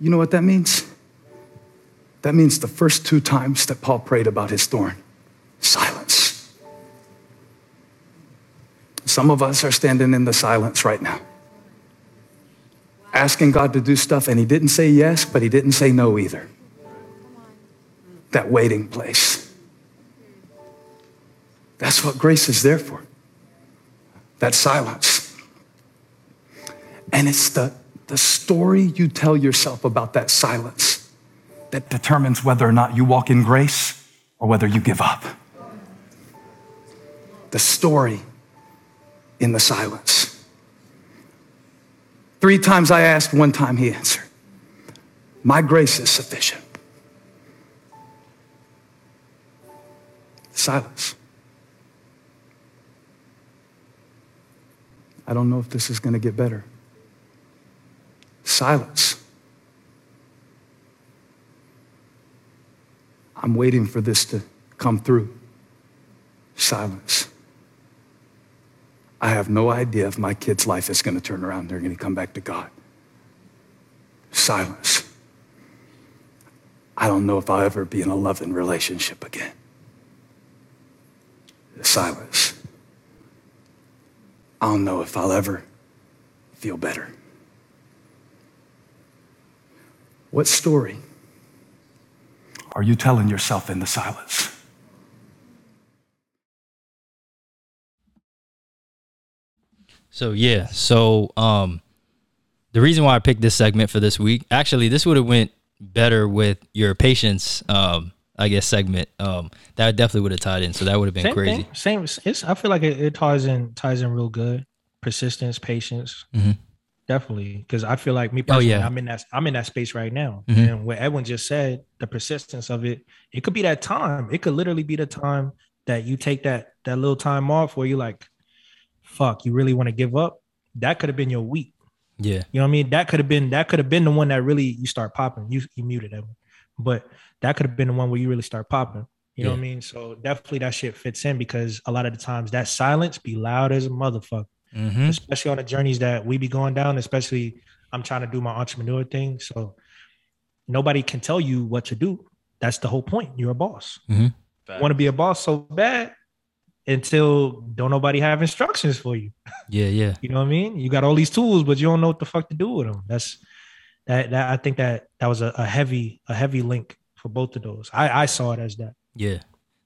Speaker 13: You know what that means? That means the first two times that Paul prayed about his thorn, silence. Some of us are standing in the silence right now, asking God to do stuff, and He didn't say yes, but He didn't say no either. That waiting place. That's what grace is there for that silence. And it's the, the story you tell yourself about that silence that determines whether or not you walk in grace or whether you give up. The story in the silence. Three times I asked, one time he answered. My grace is sufficient. Silence. I don't know if this is going to get better. Silence. I'm waiting for this to come through. Silence. I have no idea if my kid's life is going to turn around. They're going to come back to God. Silence. I don't know if I'll ever be in a loving relationship again. Silence. I don't know if I'll ever feel better. What story are you telling yourself in the silence?
Speaker 7: So yeah, so um, the reason why I picked this segment for this week, actually, this would have went better with your patience, um, I guess segment. Um, that definitely would have tied in. So that would have been
Speaker 11: Same
Speaker 7: crazy.
Speaker 11: thing. Same. It's. I feel like it, it ties in ties in real good. Persistence, patience,
Speaker 7: Mhm.
Speaker 11: definitely. Because I feel like me
Speaker 7: Oh,
Speaker 11: personally,
Speaker 7: yeah.
Speaker 11: I'm in that. I'm in that space right now.
Speaker 7: Mhm.
Speaker 11: And what Edwin just said, the persistence of it, it could be that time. It could literally be the time that you take that that little time off where you're like, "Fuck, you really want to give up." That could have been your week.
Speaker 7: Yeah.
Speaker 11: You know what I mean? That could have been that could have been the one that really you start popping. You you muted that one, but that could have been the one where you really start popping. You know what I
Speaker 7: Yeah.
Speaker 11: mean? So definitely that shit fits in because a lot of the times that silence be loud as a motherfucker,
Speaker 7: Mhm.
Speaker 11: especially on the journeys that we be going down. Especially I'm trying to do my entrepreneur thing, so nobody can tell you what to do. That's the whole point. You're a boss.
Speaker 7: Mhm.
Speaker 11: Want to be a boss so bad until don't nobody have instructions for you.
Speaker 7: Yeah, yeah.
Speaker 11: You know what I mean? You got all these tools, but you don't know what the fuck to do with them. That's that. that I think that that was a, a heavy a heavy link for both of those. I I saw it as that.
Speaker 7: Yeah,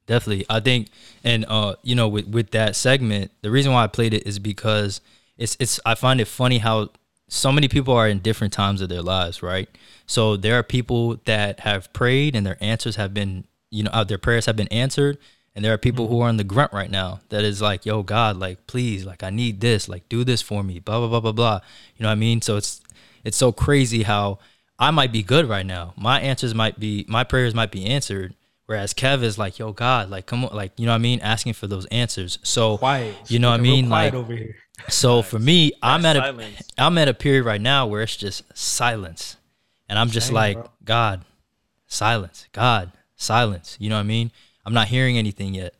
Speaker 7: definitely. I think, and uh, you know, with with that segment, the reason why I played it is because it's it's. I find it funny how so many people are in different times of their lives, right? So there are people that have prayed and their answers have been, you know, uh, their prayers have been answered, and there are people who are on the grunt right now that is like, yo, God, like, please, like, I need this, like, do this for me, blah blah blah blah blah. You know what I mean? So it's it's so crazy how I might be good right now. My answers might be, my prayers might be answered. Whereas Kev is like, yo, God, like, come on, like, you know what I mean? Asking for those answers. So, you know what I
Speaker 11: Looking real
Speaker 7: mean? Like,
Speaker 11: quiet over here.
Speaker 7: so for me, I'm at a,
Speaker 11: silence.
Speaker 7: I'm at a period right now where it's just silence. And I'm just
Speaker 11: Same,
Speaker 7: like,
Speaker 11: bro.
Speaker 7: God, silence, God, silence. You know what I mean? I'm not hearing anything yet.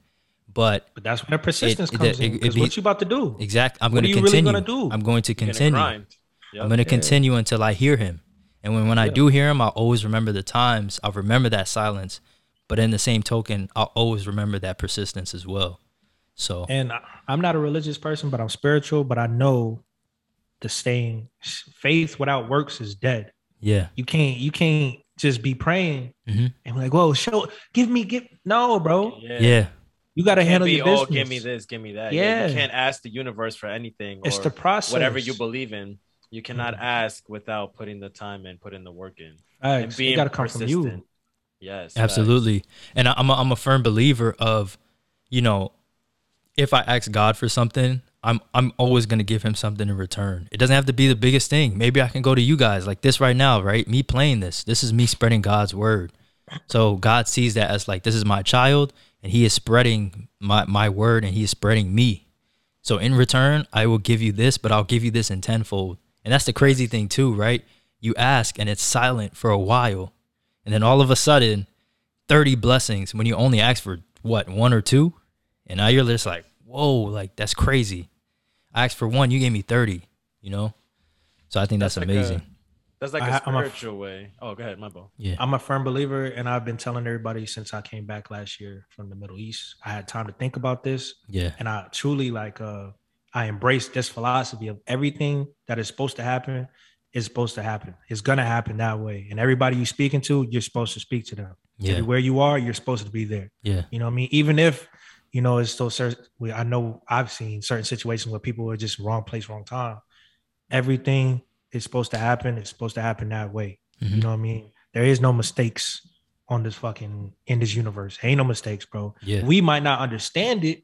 Speaker 7: but
Speaker 11: but that's where persistence comes in, 'cause what you about to do?
Speaker 7: Exactly. I'm going
Speaker 11: What are
Speaker 7: to
Speaker 11: you really
Speaker 7: continue.
Speaker 11: gonna do?
Speaker 7: I'm going to
Speaker 11: You're gonna
Speaker 7: continue.
Speaker 11: grind.
Speaker 7: I'm
Speaker 11: Yep.
Speaker 7: going to
Speaker 11: Yeah.
Speaker 7: continue until I hear him. And when, when I
Speaker 11: Yeah.
Speaker 7: do hear him, I'll always remember the times. I'll remember that silence. But in the same token, I'll always remember that persistence as well. So
Speaker 11: And I- I'm not a religious person, but I'm spiritual. But I know the saying: faith without works is dead.
Speaker 7: yeah.
Speaker 11: You can't. You can't just be praying
Speaker 7: Mhm.
Speaker 11: and like, whoa, show, give me, give. No, bro.
Speaker 10: Yeah.
Speaker 7: Yeah.
Speaker 11: You got to
Speaker 10: Can't
Speaker 11: handle
Speaker 10: be,
Speaker 11: your
Speaker 10: "Oh,
Speaker 11: business.
Speaker 10: give me this, give me that. Yeah.
Speaker 11: Yeah.
Speaker 10: You can't ask the universe for anything.
Speaker 11: It's
Speaker 10: or
Speaker 11: the process. Mm-hmm.
Speaker 10: Whatever you believe in, you cannot ask without putting the time in, putting the work in,
Speaker 11: Facts. It gotta come from you.
Speaker 10: persistent. Yes. facts.
Speaker 7: Absolutely. And I, I'm, a, I'm a firm believer of, you know, if I ask God for something, I'm I'm always gonna give him something in return. It doesn't have to be the biggest thing. Maybe I can go to you guys like this right now, right? Me playing this. This is me spreading God's word. So God sees that as like this is my child and he is spreading my, my word and he is spreading me. So in return, I will give you this, but I'll give you this in tenfold. And that's the crazy thing too, right? You ask and it's silent for a while. And then all of a sudden, 30 blessings when you only ask for what, one or two? And now you're just like, whoa, like that's crazy. I asked for one, you gave me 30, you know? So I think that's,
Speaker 10: Like a-
Speaker 7: amazing.
Speaker 10: that's like
Speaker 11: I-
Speaker 10: a
Speaker 11: I'm a-
Speaker 10: spiritual way. Oh, go ahead, my ball.
Speaker 7: Yeah.
Speaker 11: I'm a firm believer, and I've been telling everybody since I came back last year from the Middle East. I had time to think about this.
Speaker 7: Yeah.
Speaker 11: And I truly like uh I embraced this philosophy of everything that is supposed to happen is supposed to happen. It's gonna happen that way. And everybody you're speaking to, you're supposed to speak to them.
Speaker 7: Yeah.
Speaker 11: Where you are, you're supposed to be there.
Speaker 7: Yeah.
Speaker 11: You know what I mean? Even if you know it's still certain I know I've seen certain situations where people are just wrong place, wrong time. Everything is supposed to happen. It's supposed to happen that way.
Speaker 7: Mm-hmm.
Speaker 11: You know what I mean? There is no mistakes on this fucking in this universe. Ain't no mistakes, bro.
Speaker 7: Yeah.
Speaker 11: We might not understand it.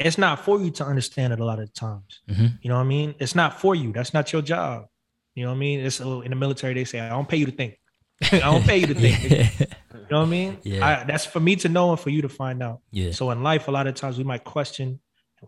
Speaker 11: It's not for you to understand it a lot of times.
Speaker 7: Mhm.
Speaker 11: You know what I mean? It's not for you. That's not your job. You know what I mean? It's in the military they say, I don't pay you to think. I don't pay you to think. You know what I mean?
Speaker 7: Yeah.
Speaker 11: I, that's for me to know and for you to find out.
Speaker 7: Yeah.
Speaker 11: So in life, a lot of times we might question,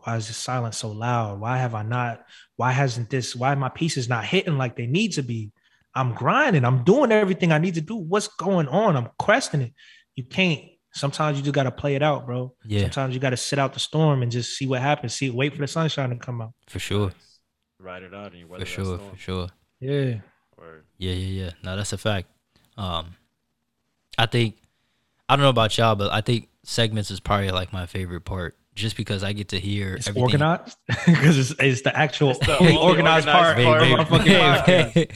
Speaker 11: why is this silence so loud? Why have I not? Why hasn't this? Why my pieces not hitting like they need to be? I'm grinding. I'm doing everything I need to do. What's going on? I'm questioning. You can't. Sometimes you just gotta play it out, bro.
Speaker 7: Yeah.
Speaker 11: Sometimes you gotta sit out the storm and just see what happens. See, wait for the sunshine to come out.
Speaker 7: For sure.
Speaker 10: Ride it out and you weather
Speaker 7: For
Speaker 10: that
Speaker 7: sure.
Speaker 10: storm.
Speaker 7: For sure.
Speaker 11: Yeah.
Speaker 7: Yeah, yeah, yeah. No, that's a fact. Um, I think I don't know about y'all, but I think segments is probably like my favorite part, just because I get to hear
Speaker 11: It's
Speaker 7: everything.
Speaker 11: organized because it's, it's the actual only organized, part,
Speaker 7: Maybe,
Speaker 11: of my fucking podcast.
Speaker 7: maybe,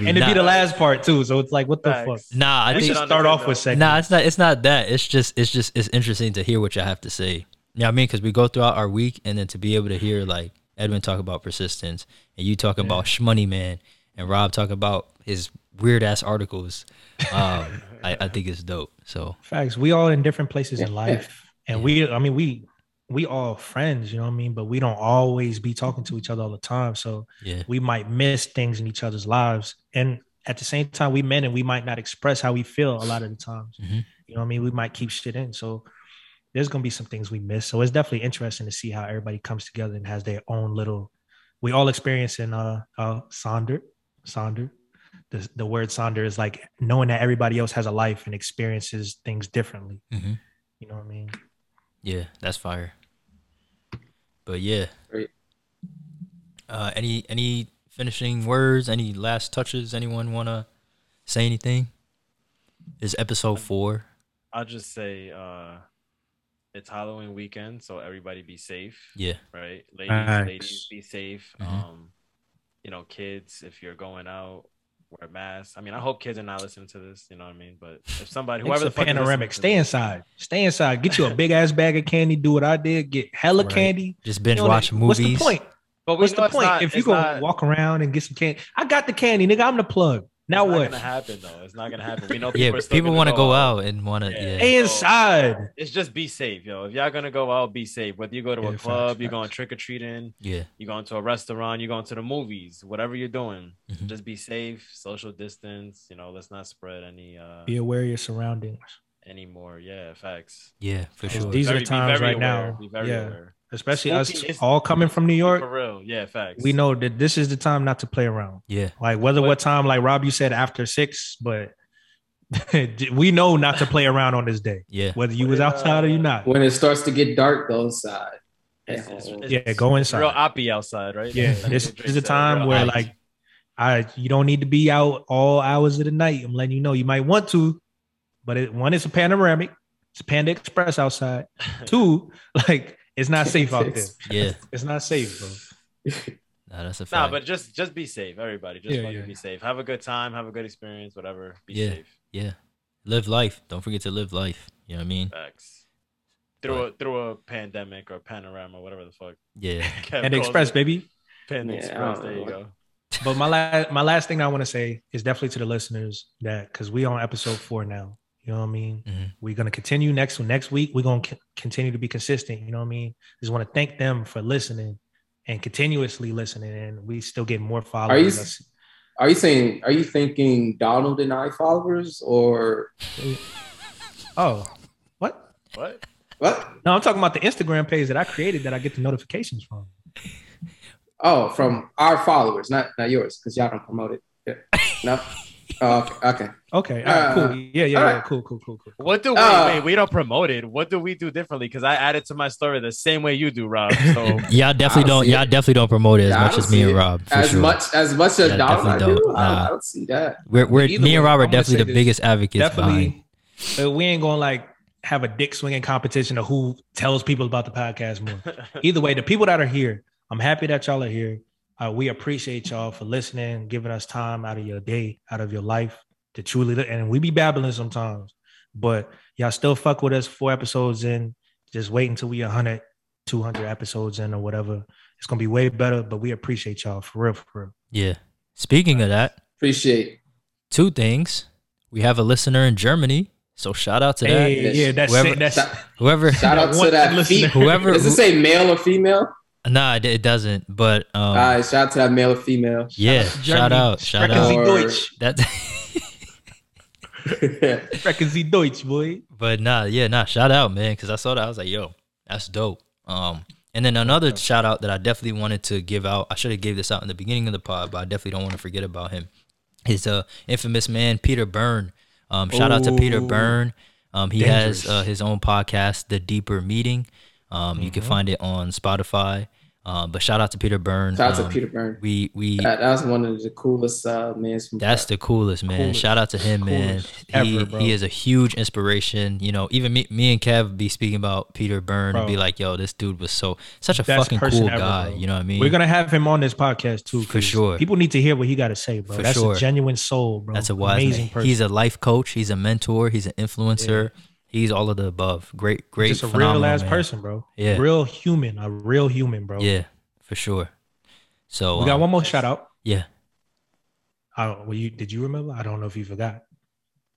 Speaker 7: maybe
Speaker 11: and it'd be
Speaker 7: not.
Speaker 11: the last part too. So it's like, what the fuck?
Speaker 7: Nah, I
Speaker 11: we
Speaker 7: think
Speaker 11: should start off with segments.
Speaker 7: Nah, it's not. It's not that. It's just. It's just. It's interesting to hear what you have to say. You know what I mean? Because we go throughout our week, and then to be able to hear like Edwin talk about persistence, and you talk about Shmoney Man, and Rob talk about his weird ass articles. Um, I, I think it's dope. So
Speaker 11: Facts. We all in different places in life, and we. I mean, we we all friends. You know what I mean? But we don't always be talking to each other all the time. So
Speaker 7: Yeah.
Speaker 11: we might miss things in each other's lives, and at the same time, we men and we might not express how we feel a lot of the times.
Speaker 7: Mhm.
Speaker 11: You know what I mean? We might keep shit in. So there's gonna be some things we miss. So it's definitely interesting to see how everybody comes together and has their own little. We all experience in uh uh Sonder Sonder. The, the word Sonder is like knowing that everybody else has a life and experiences things differently.
Speaker 7: Mhm.
Speaker 11: You know what I mean?
Speaker 7: yeah, that's fire. But yeah. Uh, any any finishing words? Any last touches? Anyone wanna say anything? This Is episode four?
Speaker 10: I'll just say uh it's Halloween weekend, so everybody be safe.
Speaker 7: Yeah.
Speaker 10: Right? Ladies,
Speaker 7: Facts.
Speaker 10: ladies, be safe.
Speaker 11: Mm-hmm.
Speaker 7: Mhm.
Speaker 10: Um, you know, kids, if you're going out, wear masks. I mean, I hope kids are not listening to this, you know what I mean? But if somebody whoever the
Speaker 11: it's a
Speaker 10: fuck is
Speaker 11: panoramic.
Speaker 10: listening
Speaker 11: Stay inside. Stay inside. Get you a big ass bag of candy. Do what I did. Get hella
Speaker 7: Right.
Speaker 11: candy.
Speaker 7: Just binge
Speaker 11: that-
Speaker 7: watch
Speaker 11: What's the
Speaker 7: movies.
Speaker 11: point?
Speaker 10: But we
Speaker 11: what's
Speaker 10: know
Speaker 11: the
Speaker 10: it's
Speaker 11: point?
Speaker 10: not-
Speaker 11: if you
Speaker 10: it's
Speaker 11: gonna
Speaker 10: not-
Speaker 11: walk around and get some candy, I got the candy, nigga. I'm the plug. Now
Speaker 10: to this, it's
Speaker 11: what?
Speaker 10: not gonna happen though. It's not gonna happen. We know people
Speaker 7: Yeah,
Speaker 10: are
Speaker 7: but
Speaker 10: still
Speaker 7: people
Speaker 10: gonna
Speaker 7: want to go out and want to. Yeah.
Speaker 11: Stay inside.
Speaker 10: It's just be safe, yo. If y'all gonna go out, be safe. Whether you go to a club, you're going trick or treating,
Speaker 7: Yeah.
Speaker 10: you're going to a restaurant, you're going to the movies, whatever you're doing,
Speaker 11: Mm-hmm.
Speaker 10: just be safe, social distance. You know, let's not spread any uh
Speaker 11: Be aware of your surroundings.
Speaker 10: anymore. Yeah, facts.
Speaker 7: Yeah, for
Speaker 10: So
Speaker 7: sure.
Speaker 11: These are
Speaker 10: very-
Speaker 11: the
Speaker 10: be
Speaker 11: times
Speaker 10: very
Speaker 11: right
Speaker 10: aware,
Speaker 11: now.
Speaker 10: be very
Speaker 11: yeah.
Speaker 10: aware.
Speaker 11: Especially
Speaker 10: Spooky
Speaker 11: us
Speaker 10: is-
Speaker 11: all coming from New York.
Speaker 10: for real. Yeah, facts.
Speaker 11: We know that this is the time not to play around.
Speaker 7: Yeah.
Speaker 11: Like whether what time, like Rob, you said after six, but we know not to play around on this day.
Speaker 7: Yeah.
Speaker 11: Whether you was outside or you not.
Speaker 5: When it starts to get dark, go inside.
Speaker 11: yeah, go inside.
Speaker 10: Real oppy outside, right?
Speaker 11: Yeah, this is a time where like I you don't need to be out all hours of the night. I'm letting you know you might want to, but it, one, it's a panoramic, it's Panda Express outside. Two, like it's not safe out there.
Speaker 7: Yeah.
Speaker 11: It's not safe, bro.
Speaker 7: Nah, that's a
Speaker 10: Nah,
Speaker 7: fact.
Speaker 10: but just just be safe, everybody. Just
Speaker 7: Yeah,
Speaker 10: fucking
Speaker 7: yeah.
Speaker 10: be safe. Have a good time. Have a good experience. Whatever. Be
Speaker 7: yeah,
Speaker 10: safe.
Speaker 7: yeah. Live life. Don't forget to live life. You know what I mean?
Speaker 10: Facts. Through a through a pandemic or panorama, whatever the fuck.
Speaker 7: Yeah.
Speaker 10: Kev
Speaker 11: Panda
Speaker 10: calls
Speaker 11: Express,
Speaker 10: it.
Speaker 11: baby.
Speaker 10: Panda Express. There you go.
Speaker 11: But my last my last thing I want to say is definitely to the listeners that because we on episode four now. You know what I mean? We're gonna continue next next week. We're gonna c- continue to be consistent. You know what I mean? Just want to thank them for listening and continuously listening, and we still get more followers.
Speaker 5: Are you
Speaker 11: That's-
Speaker 5: are you saying are you thinking Donald and I followers or
Speaker 11: Oh, what?
Speaker 10: What?
Speaker 11: What? No, I'm talking about the Instagram page that I created that I get the notifications from.
Speaker 5: oh from our followers, not not yours, because y'all don't promote it. Yeah. No. Oh, okay. Okay.
Speaker 11: Okay. All right,
Speaker 5: Uh,
Speaker 11: cool. Yeah, yeah, yeah.
Speaker 5: all right.
Speaker 11: Cool, cool, cool, cool.
Speaker 10: What do we,
Speaker 5: Uh,
Speaker 10: wait, we don't promote it? What do we do differently? Because I added to my story the same way you do, Rob. So
Speaker 7: Y'all definitely don't. Y'all definitely don't promote it as
Speaker 10: Yeah, I
Speaker 7: much
Speaker 10: don't
Speaker 7: as me
Speaker 10: see
Speaker 7: and
Speaker 10: it.
Speaker 7: Rob. For
Speaker 5: as
Speaker 7: sure.
Speaker 5: much as much as
Speaker 7: Yeah,
Speaker 5: Donald I
Speaker 7: definitely
Speaker 5: do,
Speaker 7: don't.
Speaker 5: I,
Speaker 7: Nah.
Speaker 5: I don't see that.
Speaker 7: We're, we're
Speaker 11: Either
Speaker 7: me and
Speaker 11: way,
Speaker 7: Rob are
Speaker 11: I'm gonna
Speaker 7: definitely
Speaker 11: say
Speaker 7: the
Speaker 11: this.
Speaker 7: biggest advocates behind.
Speaker 11: Definitely. uh, we ain't gonna like have a dick swinging competition of who tells people about the podcast more. Either way, the people that are here, I'm happy that y'all are here. Uh, we appreciate y'all for listening, giving us time out of your day, out of your life to truly. Li- and we be babbling sometimes, but y'all still fuck with us four episodes in. Just wait until we 100, 200 episodes in or whatever. It's gonna be way better, but we appreciate y'all for real, for real.
Speaker 7: Yeah. Speaking of that,
Speaker 5: appreciate
Speaker 7: two things. We have a listener in Germany, so shout out to
Speaker 11: Hey,
Speaker 7: that.
Speaker 11: yeah, that's
Speaker 7: whoever,
Speaker 11: it, that's-
Speaker 7: whoever.
Speaker 5: Shout out to that fe-
Speaker 7: Whoever
Speaker 5: Does it say male or female?
Speaker 7: Nah, it- it doesn't. But um,
Speaker 5: All right, shout out to that male or female.
Speaker 7: yeah, shout out, shout out. That
Speaker 11: Reckon Sie Deutsch, boy.
Speaker 7: But nah, yeah, nah, shout out, man, because I saw that. I was like, yo, that's dope. Um, and then another shout out that I definitely wanted to give out. I should have gave this out in the beginning of the pod, but I definitely don't want to forget about him. His uh infamous man, Peter Byrne. Um, shout out to Peter
Speaker 2: Ooh.
Speaker 7: Byrne. Um, he has
Speaker 2: Dangerous.
Speaker 7: uh, his own podcast, The Deeper Meeting. Um, you can
Speaker 2: Mm-hmm.
Speaker 5: Mhm.
Speaker 7: find it on Spotify. Um, but shout out to Peter Byrne.
Speaker 5: Shout out to
Speaker 7: Um,
Speaker 5: Peter Byrne.
Speaker 7: We we
Speaker 5: That, that was one of the coolest uh, men. from-
Speaker 7: that's the coolest, man.
Speaker 5: Coolest-
Speaker 7: Shout out to him, man.
Speaker 5: coolest
Speaker 7: He,
Speaker 5: ever, bro.
Speaker 7: he is a huge inspiration. You know, even me, me and Kev be speaking about Peter Byrne and be
Speaker 11: Bro.
Speaker 7: like, "Yo, this dude was so such a
Speaker 11: Best
Speaker 7: fucking
Speaker 11: person
Speaker 7: cool
Speaker 11: ever,
Speaker 7: guy."
Speaker 11: bro.
Speaker 7: You know what I mean?
Speaker 11: We're gonna have him on this podcast too.
Speaker 7: For
Speaker 11: 'cause
Speaker 7: sure.
Speaker 11: People need to hear what he got to say, bro.
Speaker 7: For
Speaker 11: That's
Speaker 7: sure.
Speaker 11: a genuine soul, bro.
Speaker 7: That's a wise
Speaker 11: amazing
Speaker 7: man.
Speaker 11: person.
Speaker 7: He's a life coach. He's a mentor. He's an influencer. He's all of the above. Great, great,
Speaker 11: just a real
Speaker 7: phenomenal
Speaker 11: ass
Speaker 7: man.
Speaker 11: person, bro.
Speaker 7: Yeah,
Speaker 11: real human, a real human, bro.
Speaker 7: yeah, for sure. So
Speaker 11: we got
Speaker 7: um,
Speaker 11: one more shout out.
Speaker 7: Yeah,
Speaker 11: Uh, well, you did you remember? I don't know if you forgot.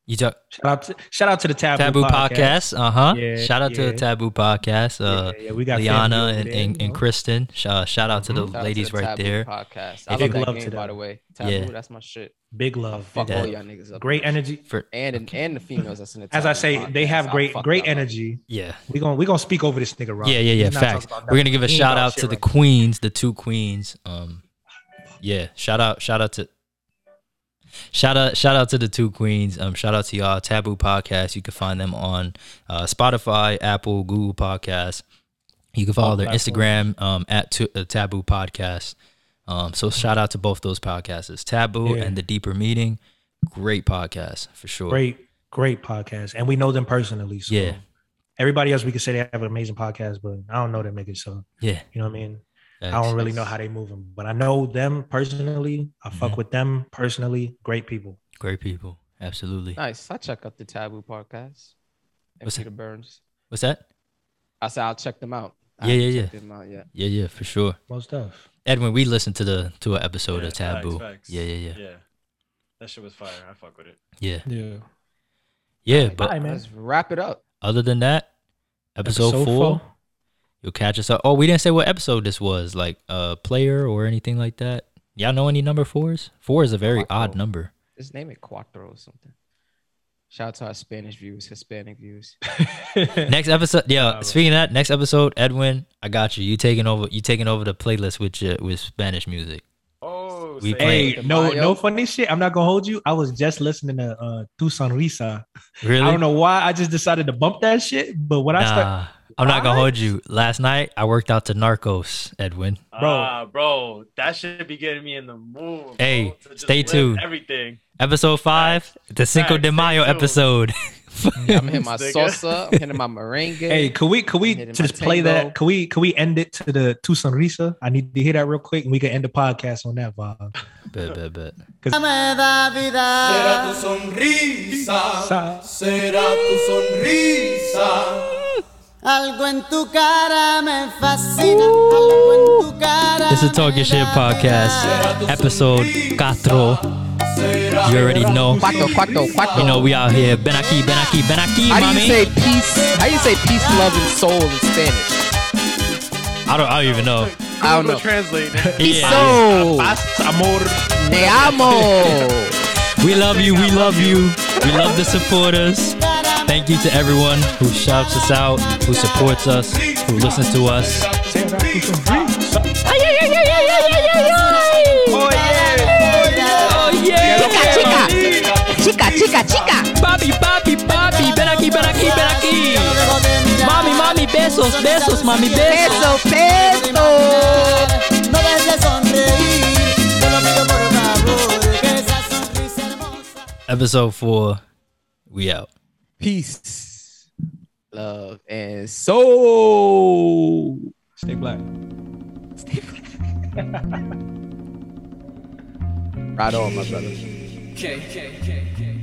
Speaker 7: you talk.
Speaker 11: Shout out to shout out to the Taboo,
Speaker 7: Taboo Podcast. Uh huh.
Speaker 11: Yeah,
Speaker 7: shout out to
Speaker 11: yeah.
Speaker 7: the Taboo Podcast. Uh,
Speaker 11: Yeah, yeah, we got
Speaker 7: Liana and,
Speaker 11: family over there,
Speaker 7: and,
Speaker 11: you
Speaker 7: and Kristen. Shout, shout out to the
Speaker 11: Mhm. Shout out to
Speaker 7: ladies
Speaker 11: the
Speaker 7: right
Speaker 11: Taboo
Speaker 7: there.
Speaker 3: podcast.
Speaker 7: If
Speaker 3: I
Speaker 7: you-
Speaker 3: love that game,
Speaker 11: to
Speaker 3: by
Speaker 11: them.
Speaker 3: the way. Taboo,
Speaker 7: Yeah.
Speaker 3: that's my shit.
Speaker 11: Big love.
Speaker 3: Fuck
Speaker 11: big
Speaker 3: all
Speaker 11: love.
Speaker 3: y'all niggas up.
Speaker 11: Great energy.
Speaker 3: and and the females that's in the
Speaker 11: As I
Speaker 3: Taboo
Speaker 11: say, they
Speaker 3: podcast.
Speaker 11: have
Speaker 3: I
Speaker 11: great
Speaker 3: fuck
Speaker 11: great
Speaker 3: y'all up.
Speaker 11: energy.
Speaker 7: Yeah.
Speaker 11: We're gonna we gonna speak over this nigga, Rob.
Speaker 7: Yeah, yeah, yeah.
Speaker 11: He's not talking
Speaker 7: Facts.
Speaker 11: about
Speaker 7: We're gonna give a
Speaker 11: nothing. He ain't
Speaker 7: shout
Speaker 11: about
Speaker 7: out
Speaker 11: shit
Speaker 7: to the
Speaker 11: right
Speaker 7: queens, the two queens. Um, yeah. Shout out, shout out to. Shout out, shout out to the two queens. Um, shout out to y'all. Taboo Podcast. You can find them on uh, Spotify, Apple, Google Podcasts. You can follow
Speaker 2: All
Speaker 7: their
Speaker 2: platforms.
Speaker 7: Instagram um, at t- uh, Taboo Podcast. Um, so shout out to both those podcasts, Taboo
Speaker 11: Yeah.
Speaker 7: and The Deeper Meeting. Great podcast for sure.
Speaker 11: Great, great podcast. And we know them personally. So
Speaker 7: Yeah.
Speaker 11: everybody else we could say they have an amazing podcast, but I don't know them niggas. So
Speaker 7: Yeah.
Speaker 11: You know what I mean? I
Speaker 7: Facts.
Speaker 11: don't really know how they move them, but I know them personally. I
Speaker 7: Mm-hmm.
Speaker 11: fuck with them personally. Great people.
Speaker 7: Great people. Absolutely.
Speaker 3: Nice. I check out the Taboo podcast. And
Speaker 7: What's that?
Speaker 3: Peter Burns.
Speaker 7: What's that?
Speaker 3: I said I'll check them out. I
Speaker 7: Yeah,
Speaker 3: haven't
Speaker 7: yeah,
Speaker 3: checked
Speaker 7: yeah.
Speaker 3: Them out yet.
Speaker 7: Yeah, yeah, for sure.
Speaker 11: Most stuff.
Speaker 7: Edwin, we listened to the to an episode
Speaker 10: Yeah,
Speaker 7: of Taboo.
Speaker 10: facts, facts.
Speaker 7: Yeah, yeah, yeah,
Speaker 10: Yeah. That shit was fire. I fuck with it.
Speaker 7: yeah,
Speaker 11: yeah.
Speaker 7: Yeah, but
Speaker 3: Let's wrap it up.
Speaker 7: other than that, episode,
Speaker 3: Episode
Speaker 7: 4
Speaker 3: four.
Speaker 7: you'll catch us up. Oh, we didn't say what episode this was, like uh, player or anything like that. Y'all know any number fours? Four is a very
Speaker 10: Oh.
Speaker 7: odd number.
Speaker 3: Just name it Cuatro or something. Shout out to our Spanish views, Hispanic views.
Speaker 7: next episode, yeah. speaking of that, next episode, Edwin, I got you. You taking over? You taking over the playlist with your, with Spanish music?
Speaker 10: Oh was
Speaker 11: We
Speaker 10: saying,
Speaker 11: hey,
Speaker 10: like, the
Speaker 11: no,
Speaker 10: bio-
Speaker 11: no funny shit. I'm not gonna hold you. I was just listening to uh Tu Sonrisa.
Speaker 7: Really?
Speaker 11: I don't know why I just decided to bump that shit. But when I
Speaker 7: Nah,
Speaker 11: start,
Speaker 7: I'm not gonna hold you. Last night I worked out to Narcos, Edwin.
Speaker 11: bro.
Speaker 10: Ah, bro, that should be getting me in the mood.
Speaker 7: Hey,
Speaker 10: bro, to just
Speaker 7: stay
Speaker 10: live
Speaker 7: tuned.
Speaker 10: Everything.
Speaker 7: Episode five, the Cinco de Mayo episode.
Speaker 3: Yeah, I'm hitting my salsa. I'm hitting my merengue.
Speaker 11: hey, could we could we
Speaker 3: I'm hitting my
Speaker 11: just play
Speaker 3: tango.
Speaker 11: that? Could we could we end it to the Tu Sonrisa? I need to hear that real quick, and we can end the podcast on that vibe.
Speaker 7: bet, bet, bet.
Speaker 6: Me
Speaker 12: Será
Speaker 6: da vida.
Speaker 12: tu sonrisa, será tu sonrisa.
Speaker 6: Algo en tu cara me fascina. Algo en tu cara.
Speaker 7: It's a Talking Shit podcast, episode cuatro. You already know.
Speaker 3: Cuatro, cuatro, cuatro.
Speaker 7: You know we out here. Ben aquí, ben aquí, ben aquí,
Speaker 3: How do you
Speaker 7: mommy.
Speaker 3: say peace? How do you say peace, love, and soul in Spanish?
Speaker 7: I don't, I don't even know.
Speaker 3: I don't know.
Speaker 10: Translate.
Speaker 3: Piso.
Speaker 11: Amor.
Speaker 3: Te amo.
Speaker 7: We love you. We love you. We love the supporters. Thank you to everyone who shouts us out, who supports us, who listens to us. Oh,
Speaker 6: Chica, chica, chica.
Speaker 7: Papi, papi, papi. Ven aquí, ven aquí, ven aquí. Mami, mami, besos, besos, mami, besos.
Speaker 6: No dejes de sonreír. Te lo pido por favor. Que esa sonrisa hermosa.
Speaker 7: Episode four. We out.
Speaker 3: Peace, love, and soul.
Speaker 11: Stay black.
Speaker 3: Right on, my brother.
Speaker 4: K, K, K, K.